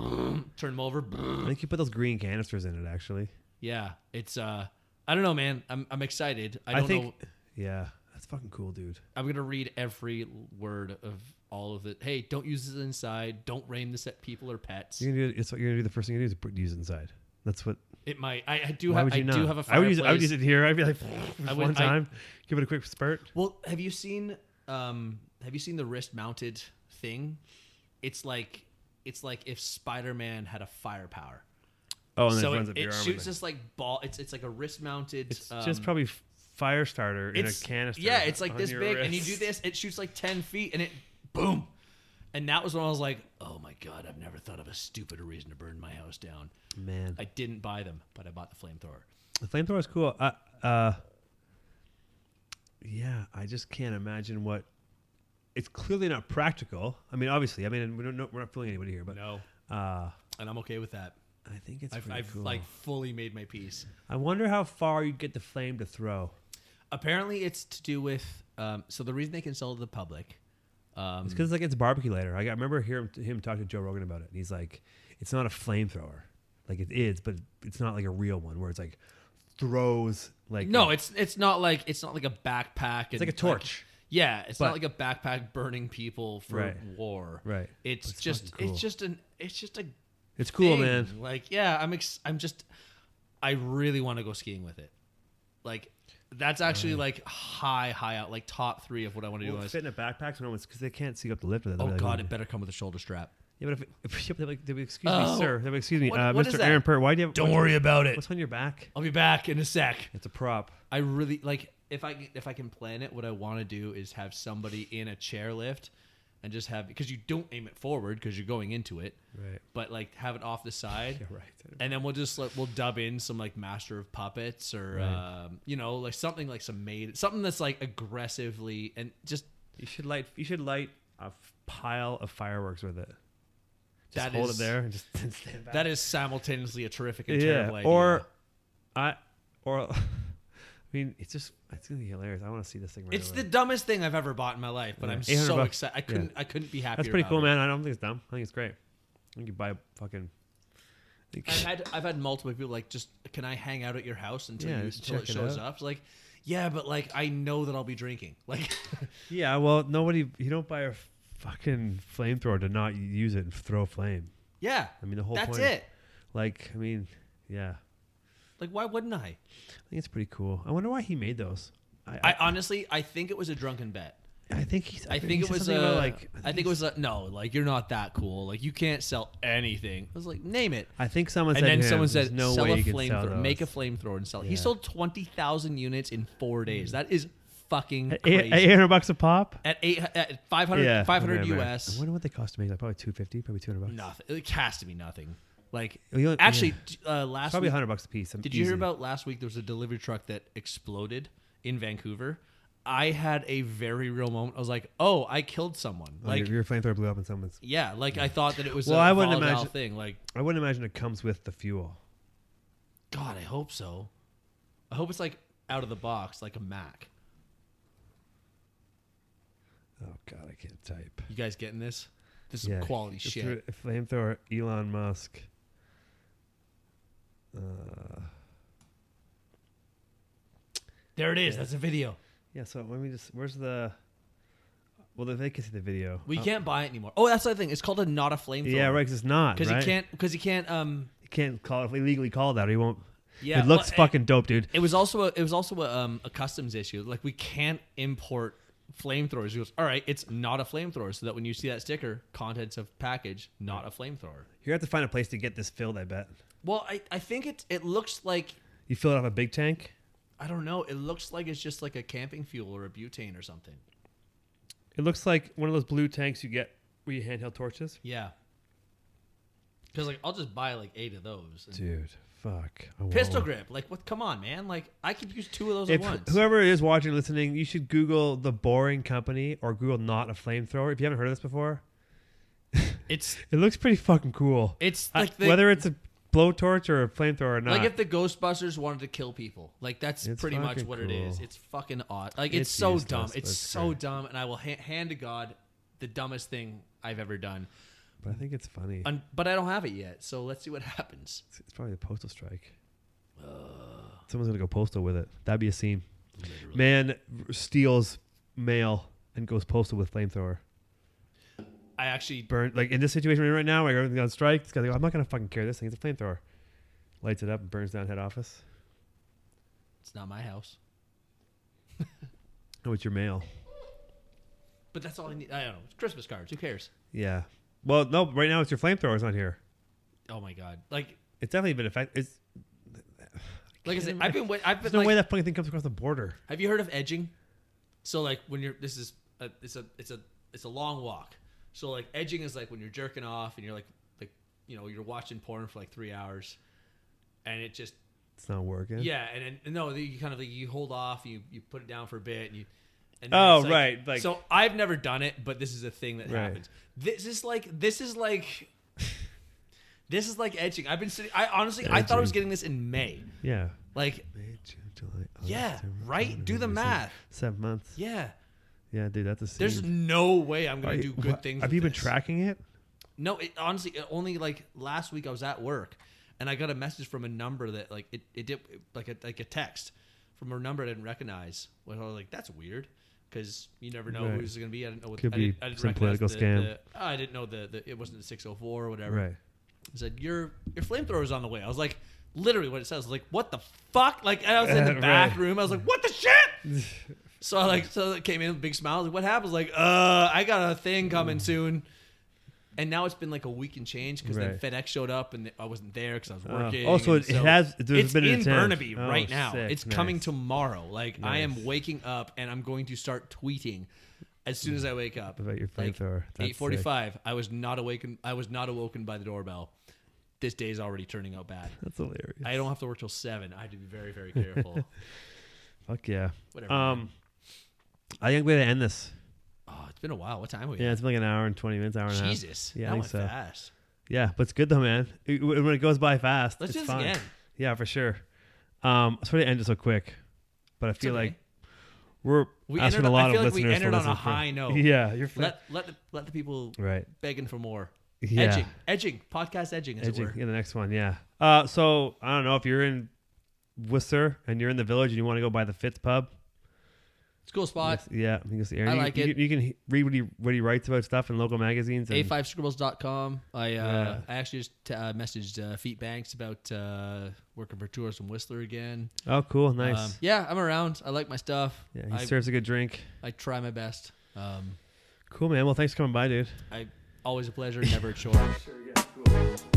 [SPEAKER 3] turn them over.
[SPEAKER 2] I think you put those green canisters in it. Actually,
[SPEAKER 3] yeah, it's uh, I don't know, man. I'm I'm excited. I don't
[SPEAKER 2] think.
[SPEAKER 3] know.
[SPEAKER 2] Yeah, that's fucking cool, dude.
[SPEAKER 3] I'm gonna read every word of all of it. Hey, don't use this inside. Don't aim this at people or pets.
[SPEAKER 2] You're gonna do. It's what you're gonna do. The first thing you do is put, use it inside. That's what.
[SPEAKER 3] It might. I, I do
[SPEAKER 2] Why
[SPEAKER 3] have.
[SPEAKER 2] would
[SPEAKER 3] I
[SPEAKER 2] you not?
[SPEAKER 3] do have a
[SPEAKER 2] I
[SPEAKER 3] fireplace.
[SPEAKER 2] would use. I would use it here. I'd be like, just
[SPEAKER 3] would-
[SPEAKER 2] one
[SPEAKER 3] I-
[SPEAKER 2] time, give it a quick spurt.
[SPEAKER 3] Well, have you seen um have you seen the wrist mounted thing? It's like it's like if Spider-Man had a firepower.
[SPEAKER 2] Oh, and
[SPEAKER 3] So
[SPEAKER 2] it runs up
[SPEAKER 3] it,
[SPEAKER 2] your
[SPEAKER 3] it
[SPEAKER 2] arm.
[SPEAKER 3] shoots this like ball. It's it's like a wrist mounted.
[SPEAKER 2] it's um, just probably f- fire starter in a canister.
[SPEAKER 3] Yeah, it's like
[SPEAKER 2] on
[SPEAKER 3] this
[SPEAKER 2] your
[SPEAKER 3] big, and you do
[SPEAKER 2] wrist.
[SPEAKER 3] this. It shoots like ten feet, and it boom. And that was when I was like, "Oh my god, I've never thought of a stupider reason to burn my house down."
[SPEAKER 2] Man,
[SPEAKER 3] I didn't buy them, but I bought the flamethrower.
[SPEAKER 2] the flamethrower is cool. Uh, uh, yeah, I just can't imagine what. It's clearly not practical. I mean, obviously, I mean, we don't know, we're not fooling anybody here, but
[SPEAKER 3] No,
[SPEAKER 2] uh,
[SPEAKER 3] and I'm okay with that.
[SPEAKER 2] I think it's
[SPEAKER 3] I've,
[SPEAKER 2] pretty
[SPEAKER 3] I've
[SPEAKER 2] cool.
[SPEAKER 3] like fully made my peace.
[SPEAKER 2] I wonder how far you get the flame to throw.
[SPEAKER 3] Apparently, it's to do with. Um, so the reason they can sell to the public, um,
[SPEAKER 2] It's because like it's barbecue lighter. Like, I remember hearing him talk to Joe Rogan about it, and he's like, "It's not a flamethrower. Like it is, but it's not like a real one where it's like throws like
[SPEAKER 3] no,
[SPEAKER 2] a-
[SPEAKER 3] it's it's not like it's not like a backpack.
[SPEAKER 2] it's like a torch.
[SPEAKER 3] Yeah, it's not
[SPEAKER 2] But-
[SPEAKER 3] like a backpack burning people for
[SPEAKER 2] Right.
[SPEAKER 3] war.
[SPEAKER 2] Right.
[SPEAKER 3] It's,
[SPEAKER 2] It's
[SPEAKER 3] just
[SPEAKER 2] fucking cool.
[SPEAKER 3] it's just an it's just a
[SPEAKER 2] It's cool,
[SPEAKER 3] thing.
[SPEAKER 2] man.
[SPEAKER 3] Like yeah, I'm ex- I'm just I really want to go skiing with it. Like that's actually like high high out like top 3 of what I want to do.
[SPEAKER 2] Well,
[SPEAKER 3] on
[SPEAKER 2] it's
[SPEAKER 3] this-
[SPEAKER 2] fit in a backpack, so no one's because they can't see up the lift. With it. They'll
[SPEAKER 3] oh
[SPEAKER 2] be like,
[SPEAKER 3] god, it better come with a shoulder strap.
[SPEAKER 2] Yeah, but if, if yeah, but they'll be like, they'll be, excuse
[SPEAKER 3] Oh.
[SPEAKER 2] me, sir. They'll be, excuse me,
[SPEAKER 3] What-
[SPEAKER 2] uh,
[SPEAKER 3] what is
[SPEAKER 2] Mr.
[SPEAKER 3] that?
[SPEAKER 2] Aaron Pert. Why do you have?
[SPEAKER 3] Don't worry about it.
[SPEAKER 2] What's on your back?
[SPEAKER 3] I'll be back in a sec.
[SPEAKER 2] It's a prop.
[SPEAKER 3] I really like if I if I can plan it. What I want to do is have somebody in a chair lift, and just have because you don't aim it forward because you're going into it,
[SPEAKER 2] Right.
[SPEAKER 3] but like have it off the side.
[SPEAKER 2] Yeah. Right.
[SPEAKER 3] And then we'll just like we'll dub in some like master of puppets or
[SPEAKER 2] Right.
[SPEAKER 3] um, you know like something like some maid something that's like aggressively and just
[SPEAKER 2] You should light. You should light a f- pile of fireworks with it. Just
[SPEAKER 3] That
[SPEAKER 2] hold
[SPEAKER 3] is-
[SPEAKER 2] it there and just stand back.
[SPEAKER 3] that is simultaneously a terrific and
[SPEAKER 2] yeah.
[SPEAKER 3] terrible idea.
[SPEAKER 2] Or, I, or, I mean, it's just it's gonna be hilarious. I want to see this thing. Right
[SPEAKER 3] it's
[SPEAKER 2] away.
[SPEAKER 3] the dumbest thing I've ever bought in my life, but
[SPEAKER 2] Yeah,
[SPEAKER 3] I'm
[SPEAKER 2] 800
[SPEAKER 3] so
[SPEAKER 2] bucks.
[SPEAKER 3] excited. I couldn't I couldn't be happier.
[SPEAKER 2] That's pretty
[SPEAKER 3] about
[SPEAKER 2] cool,
[SPEAKER 3] it.
[SPEAKER 2] man. I don't think it's dumb. I think it's great. I think you buy a fucking.
[SPEAKER 3] I've had I've had multiple people like just can I hang out at your house until
[SPEAKER 2] Yeah,
[SPEAKER 3] you,
[SPEAKER 2] just
[SPEAKER 3] until it
[SPEAKER 2] check it
[SPEAKER 3] shows
[SPEAKER 2] out.
[SPEAKER 3] up? It's Like, yeah, but like I know that I'll be drinking. Like,
[SPEAKER 2] Yeah, well, nobody. You don't buy a fucking flamethrower to not use it and throw flame.
[SPEAKER 3] yeah,
[SPEAKER 2] I mean, the whole
[SPEAKER 3] that's
[SPEAKER 2] point.
[SPEAKER 3] it.
[SPEAKER 2] Like, I mean, yeah,
[SPEAKER 3] Like, why wouldn't I?
[SPEAKER 2] I think it's pretty cool. I wonder why he made those. I
[SPEAKER 3] I
[SPEAKER 2] I,
[SPEAKER 3] honestly I think it was a drunken bet.
[SPEAKER 2] I think he's.
[SPEAKER 3] I think
[SPEAKER 2] he
[SPEAKER 3] it
[SPEAKER 2] said
[SPEAKER 3] was
[SPEAKER 2] something
[SPEAKER 3] a,
[SPEAKER 2] about,
[SPEAKER 3] like I think
[SPEAKER 2] he
[SPEAKER 3] it
[SPEAKER 2] s-
[SPEAKER 3] was a, no. Like you're not that cool. Like you can't sell anything. I was like, name it.
[SPEAKER 2] I think someone
[SPEAKER 3] And
[SPEAKER 2] said.
[SPEAKER 3] then
[SPEAKER 2] to him,
[SPEAKER 3] someone
[SPEAKER 2] "There's
[SPEAKER 3] said,
[SPEAKER 2] "No
[SPEAKER 3] sell
[SPEAKER 2] way
[SPEAKER 3] a
[SPEAKER 2] you can sell
[SPEAKER 3] flamethrower.
[SPEAKER 2] those.
[SPEAKER 3] Make a flamethrower and sell it. He
[SPEAKER 2] Yeah.
[SPEAKER 3] sold twenty thousand units in four days. That is fucking
[SPEAKER 2] At
[SPEAKER 3] crazy.
[SPEAKER 2] eight, eight hundred bucks a pop.
[SPEAKER 3] at eight, at 500,
[SPEAKER 2] yeah,
[SPEAKER 3] 500
[SPEAKER 2] okay, man.
[SPEAKER 3] US.
[SPEAKER 2] I wonder what they cost to make that. Probably two fifty, probably two hundred bucks.
[SPEAKER 3] Nothing. It has to be nothing. Like
[SPEAKER 2] Well, you only-
[SPEAKER 3] actually,
[SPEAKER 2] yeah.
[SPEAKER 3] d- uh, last
[SPEAKER 2] probably
[SPEAKER 3] week,
[SPEAKER 2] hundred bucks a piece.
[SPEAKER 3] did you hear about last week? There was a delivery truck that exploded in Vancouver. I had a very real moment. I was like, "Oh, I killed someone!"
[SPEAKER 2] like
[SPEAKER 3] Like,
[SPEAKER 2] your, your flamethrower blew up in someone's?
[SPEAKER 3] yeah, like I thought that it was
[SPEAKER 2] Oh, Well,
[SPEAKER 3] a
[SPEAKER 2] I wouldn't
[SPEAKER 3] volatile
[SPEAKER 2] imagine-
[SPEAKER 3] thing. Like,
[SPEAKER 2] I wouldn't imagine it comes with the fuel.
[SPEAKER 3] God, I hope so. I hope it's like out of the box, like a Mac.
[SPEAKER 2] Oh God, I can't type.
[SPEAKER 3] You guys getting this? This is some quality
[SPEAKER 2] Just
[SPEAKER 3] shit.
[SPEAKER 2] threw a Flamethrower Elon Musk. Uh,
[SPEAKER 3] There it is. That's a video.
[SPEAKER 2] yeah, so let me just. Where's the. Well, they can see the video.
[SPEAKER 3] We
[SPEAKER 2] Uh,
[SPEAKER 3] can't buy it anymore. Oh, that's the other thing. It's called a not a flamethrower.
[SPEAKER 2] Yeah, right, because it's not.
[SPEAKER 3] Because
[SPEAKER 2] right?
[SPEAKER 3] you can't. Because you can't. Um.
[SPEAKER 2] You can't call it, legally call it that, or you won't.
[SPEAKER 3] Yeah.
[SPEAKER 2] it looks
[SPEAKER 3] well, eh
[SPEAKER 2] fucking dope, dude.
[SPEAKER 3] It was also a, it was also a, um, a customs issue. Like we can't import flamethrowers. He goes, all right, it's not a flamethrower, so that when you see that sticker, contents of package, not a flamethrower.
[SPEAKER 2] You're going to have to find a place to get this filled, I bet.
[SPEAKER 3] Well, I, I think it it looks like
[SPEAKER 2] You fill it off a big tank?
[SPEAKER 3] I don't know. It looks like it's just like a camping fuel or a butane or something.
[SPEAKER 2] It looks like one of those blue tanks you get where you handheld torches.
[SPEAKER 3] Yeah. Because like I'll just buy like eight of those. And-
[SPEAKER 2] Dude, fuck. I want
[SPEAKER 3] Pistol
[SPEAKER 2] one.
[SPEAKER 3] grip, like what? Come on, man! Like I could use two of those
[SPEAKER 2] If
[SPEAKER 3] at once.
[SPEAKER 2] whoever is watching, listening, you should Google the Boring Company or Google not a flamethrower. If you haven't heard of this before,
[SPEAKER 3] it's
[SPEAKER 2] It looks pretty fucking cool.
[SPEAKER 3] it's
[SPEAKER 2] I-
[SPEAKER 3] like the,
[SPEAKER 2] whether it's a blowtorch or a flamethrower or not.
[SPEAKER 3] Like if the Ghostbusters wanted to kill people, like that's
[SPEAKER 2] It's
[SPEAKER 3] pretty much
[SPEAKER 2] fucking
[SPEAKER 3] what it is.
[SPEAKER 2] cool.
[SPEAKER 3] It's fucking odd. Like it's,
[SPEAKER 2] It's
[SPEAKER 3] so
[SPEAKER 2] useless,
[SPEAKER 3] dumb.
[SPEAKER 2] but
[SPEAKER 3] It's
[SPEAKER 2] it's
[SPEAKER 3] so
[SPEAKER 2] great.
[SPEAKER 3] dumb, and I will ha- hand to God the dumbest thing I've ever done.
[SPEAKER 2] but I think it's funny.
[SPEAKER 3] Un- but I don't have it yet, so let's see what happens.
[SPEAKER 2] It's, it's probably a postal strike. Someone's gonna go postal with it. That'd be a scene. Man r- steals mail and goes postal with flamethrower.
[SPEAKER 3] I actually,
[SPEAKER 2] Burn like in this situation we're in right now, like everything's on strike. This guy's like, I'm not gonna fucking carry this thing. It's a flamethrower. Lights it up and burns down head office.
[SPEAKER 3] it's not my house,
[SPEAKER 2] Oh, it's your mail.
[SPEAKER 3] but that's all I need. I don't know. It's Christmas cards. Who cares?
[SPEAKER 2] Yeah. Well, no. Right now, it's your flamethrower. It's not here.
[SPEAKER 3] Oh my God! Like,
[SPEAKER 2] It's definitely been affected. It's
[SPEAKER 3] like I said,
[SPEAKER 2] Can't
[SPEAKER 3] I've been, wait- I've been
[SPEAKER 2] there's no
[SPEAKER 3] like,
[SPEAKER 2] way that fucking thing comes across the border.
[SPEAKER 3] Have you heard of edging? So like when you're this is a, it's a it's a it's a long walk. So like edging is like when you're jerking off and you're like like you know you're watching porn for like three hours, and it just
[SPEAKER 2] It's not working.
[SPEAKER 3] yeah and then and no you kind of like you hold off you you put it down for a bit and you. And then
[SPEAKER 2] Oh,
[SPEAKER 3] it's,
[SPEAKER 2] right, like-
[SPEAKER 3] so I've never done it, but this is a thing that
[SPEAKER 2] Right.
[SPEAKER 3] happens. This is like this is like. This is like edging. I've been sitting. I honestly, I thought I was
[SPEAKER 2] Edging.
[SPEAKER 3] getting this in May.
[SPEAKER 2] Yeah.
[SPEAKER 3] Like,
[SPEAKER 2] May, June, July, August,
[SPEAKER 3] Yeah,
[SPEAKER 2] September,
[SPEAKER 3] right?
[SPEAKER 2] October,
[SPEAKER 3] Do the
[SPEAKER 2] November,
[SPEAKER 3] math.
[SPEAKER 2] Seven months. Yeah,
[SPEAKER 3] yeah,
[SPEAKER 2] dude, that's a scene.
[SPEAKER 3] there's no way I'm
[SPEAKER 2] Are
[SPEAKER 3] gonna
[SPEAKER 2] you-
[SPEAKER 3] do good
[SPEAKER 2] wha-
[SPEAKER 3] things.
[SPEAKER 2] Have
[SPEAKER 3] with
[SPEAKER 2] you been
[SPEAKER 3] this.
[SPEAKER 2] tracking it?
[SPEAKER 3] No, it honestly it only like last week I was at work and I got a message from a number that like it, it did like a like a text from a number I didn't recognize. Well, I was like, that's weird. 'Cause because you never know
[SPEAKER 2] Right.
[SPEAKER 3] who's going to be. I didn't know what
[SPEAKER 2] Could
[SPEAKER 3] I
[SPEAKER 2] be
[SPEAKER 3] didn't, I didn't
[SPEAKER 2] some
[SPEAKER 3] recognize
[SPEAKER 2] political
[SPEAKER 3] the,
[SPEAKER 2] scam.
[SPEAKER 3] the- oh, I didn't know the, the it wasn't the 604 or whatever.
[SPEAKER 2] Right.
[SPEAKER 3] He said, "Your your flamethrower's on the way." I was like, literally what it says. I was like, what the fuck? Like and I was in the
[SPEAKER 2] Right.
[SPEAKER 3] bathroom. I was like, what the shit? so I like so it came in with a big smile. I was like, what happens? Like, uh, I got a thing
[SPEAKER 2] Mm.
[SPEAKER 3] coming soon. And now it's been like a week and change because
[SPEAKER 2] Right.
[SPEAKER 3] then FedEx showed up and I wasn't there because I was
[SPEAKER 2] Oh.
[SPEAKER 3] working.
[SPEAKER 2] Oh, so
[SPEAKER 3] and
[SPEAKER 2] it- it has- there's
[SPEAKER 3] it's
[SPEAKER 2] been an
[SPEAKER 3] in
[SPEAKER 2] attempt.
[SPEAKER 3] Burnaby
[SPEAKER 2] Oh,
[SPEAKER 3] right now.
[SPEAKER 2] sick.
[SPEAKER 3] It's coming
[SPEAKER 2] Nice.
[SPEAKER 3] tomorrow. Like I
[SPEAKER 2] Nice.
[SPEAKER 3] am waking up and I'm going to start tweeting as soon as I wake up
[SPEAKER 2] About your
[SPEAKER 3] like
[SPEAKER 2] flamethrower. That's
[SPEAKER 3] eight forty five. I was not awakened. I was not awoken by the doorbell. This day is already turning out bad.
[SPEAKER 2] That's hilarious.
[SPEAKER 3] I don't have to work till seven. I have to be very, very careful.
[SPEAKER 2] Fuck yeah.
[SPEAKER 3] Whatever.
[SPEAKER 2] Um, I think we gotta end this.
[SPEAKER 3] oh, it's been a while. What time are we?
[SPEAKER 2] Yeah, it's been like an hour and twenty minutes, hour
[SPEAKER 3] at?
[SPEAKER 2] and a half.
[SPEAKER 3] Jesus.
[SPEAKER 2] Yeah, I think
[SPEAKER 3] that went
[SPEAKER 2] so.
[SPEAKER 3] fast.
[SPEAKER 2] Yeah, but it's good though, man. It- when when it goes by fast,
[SPEAKER 3] Let's
[SPEAKER 2] it's
[SPEAKER 3] do this
[SPEAKER 2] fine.
[SPEAKER 3] again.
[SPEAKER 2] Yeah, for sure. Um, sorry to end it so quick, but I feel
[SPEAKER 3] okay.
[SPEAKER 2] like we're
[SPEAKER 3] We
[SPEAKER 2] asking
[SPEAKER 3] entered-
[SPEAKER 2] a lot
[SPEAKER 3] I feel
[SPEAKER 2] of
[SPEAKER 3] like we
[SPEAKER 2] listeners
[SPEAKER 3] entered
[SPEAKER 2] to
[SPEAKER 3] on a
[SPEAKER 2] listen for-
[SPEAKER 3] high note.
[SPEAKER 2] Yeah, you're fine.
[SPEAKER 3] Let let the, let the people
[SPEAKER 2] right.
[SPEAKER 3] begging for more.
[SPEAKER 2] Yeah.
[SPEAKER 3] Edging, edging, podcast edging, as
[SPEAKER 2] Edging.
[SPEAKER 3] it were.
[SPEAKER 2] Yeah, the next one. Yeah. Uh, so I don't know if you're in Worcester and you're in the village and you want to go by the Fitz Pub.
[SPEAKER 3] It's a cool spot.
[SPEAKER 2] Yes, yeah, you can see Aaron.
[SPEAKER 3] I
[SPEAKER 2] you,
[SPEAKER 3] like
[SPEAKER 2] you,
[SPEAKER 3] it.
[SPEAKER 2] You can he- read what he what he writes about stuff in local magazines. And,
[SPEAKER 3] A5scribbles.com. I uh,
[SPEAKER 2] Yeah.
[SPEAKER 3] I actually just t- uh, messaged uh, Feet Banks about uh, working for Tours and Whistler again.
[SPEAKER 2] oh, cool, nice.
[SPEAKER 3] Um, yeah, I'm around. I like my stuff.
[SPEAKER 2] yeah, he
[SPEAKER 3] I,
[SPEAKER 2] serves a good drink.
[SPEAKER 3] I try my best. Um,
[SPEAKER 2] Cool, man. Well, thanks for coming by, dude.
[SPEAKER 3] I always a pleasure, never a chore.
[SPEAKER 1] Sure, yeah, cool.
[SPEAKER 2] um,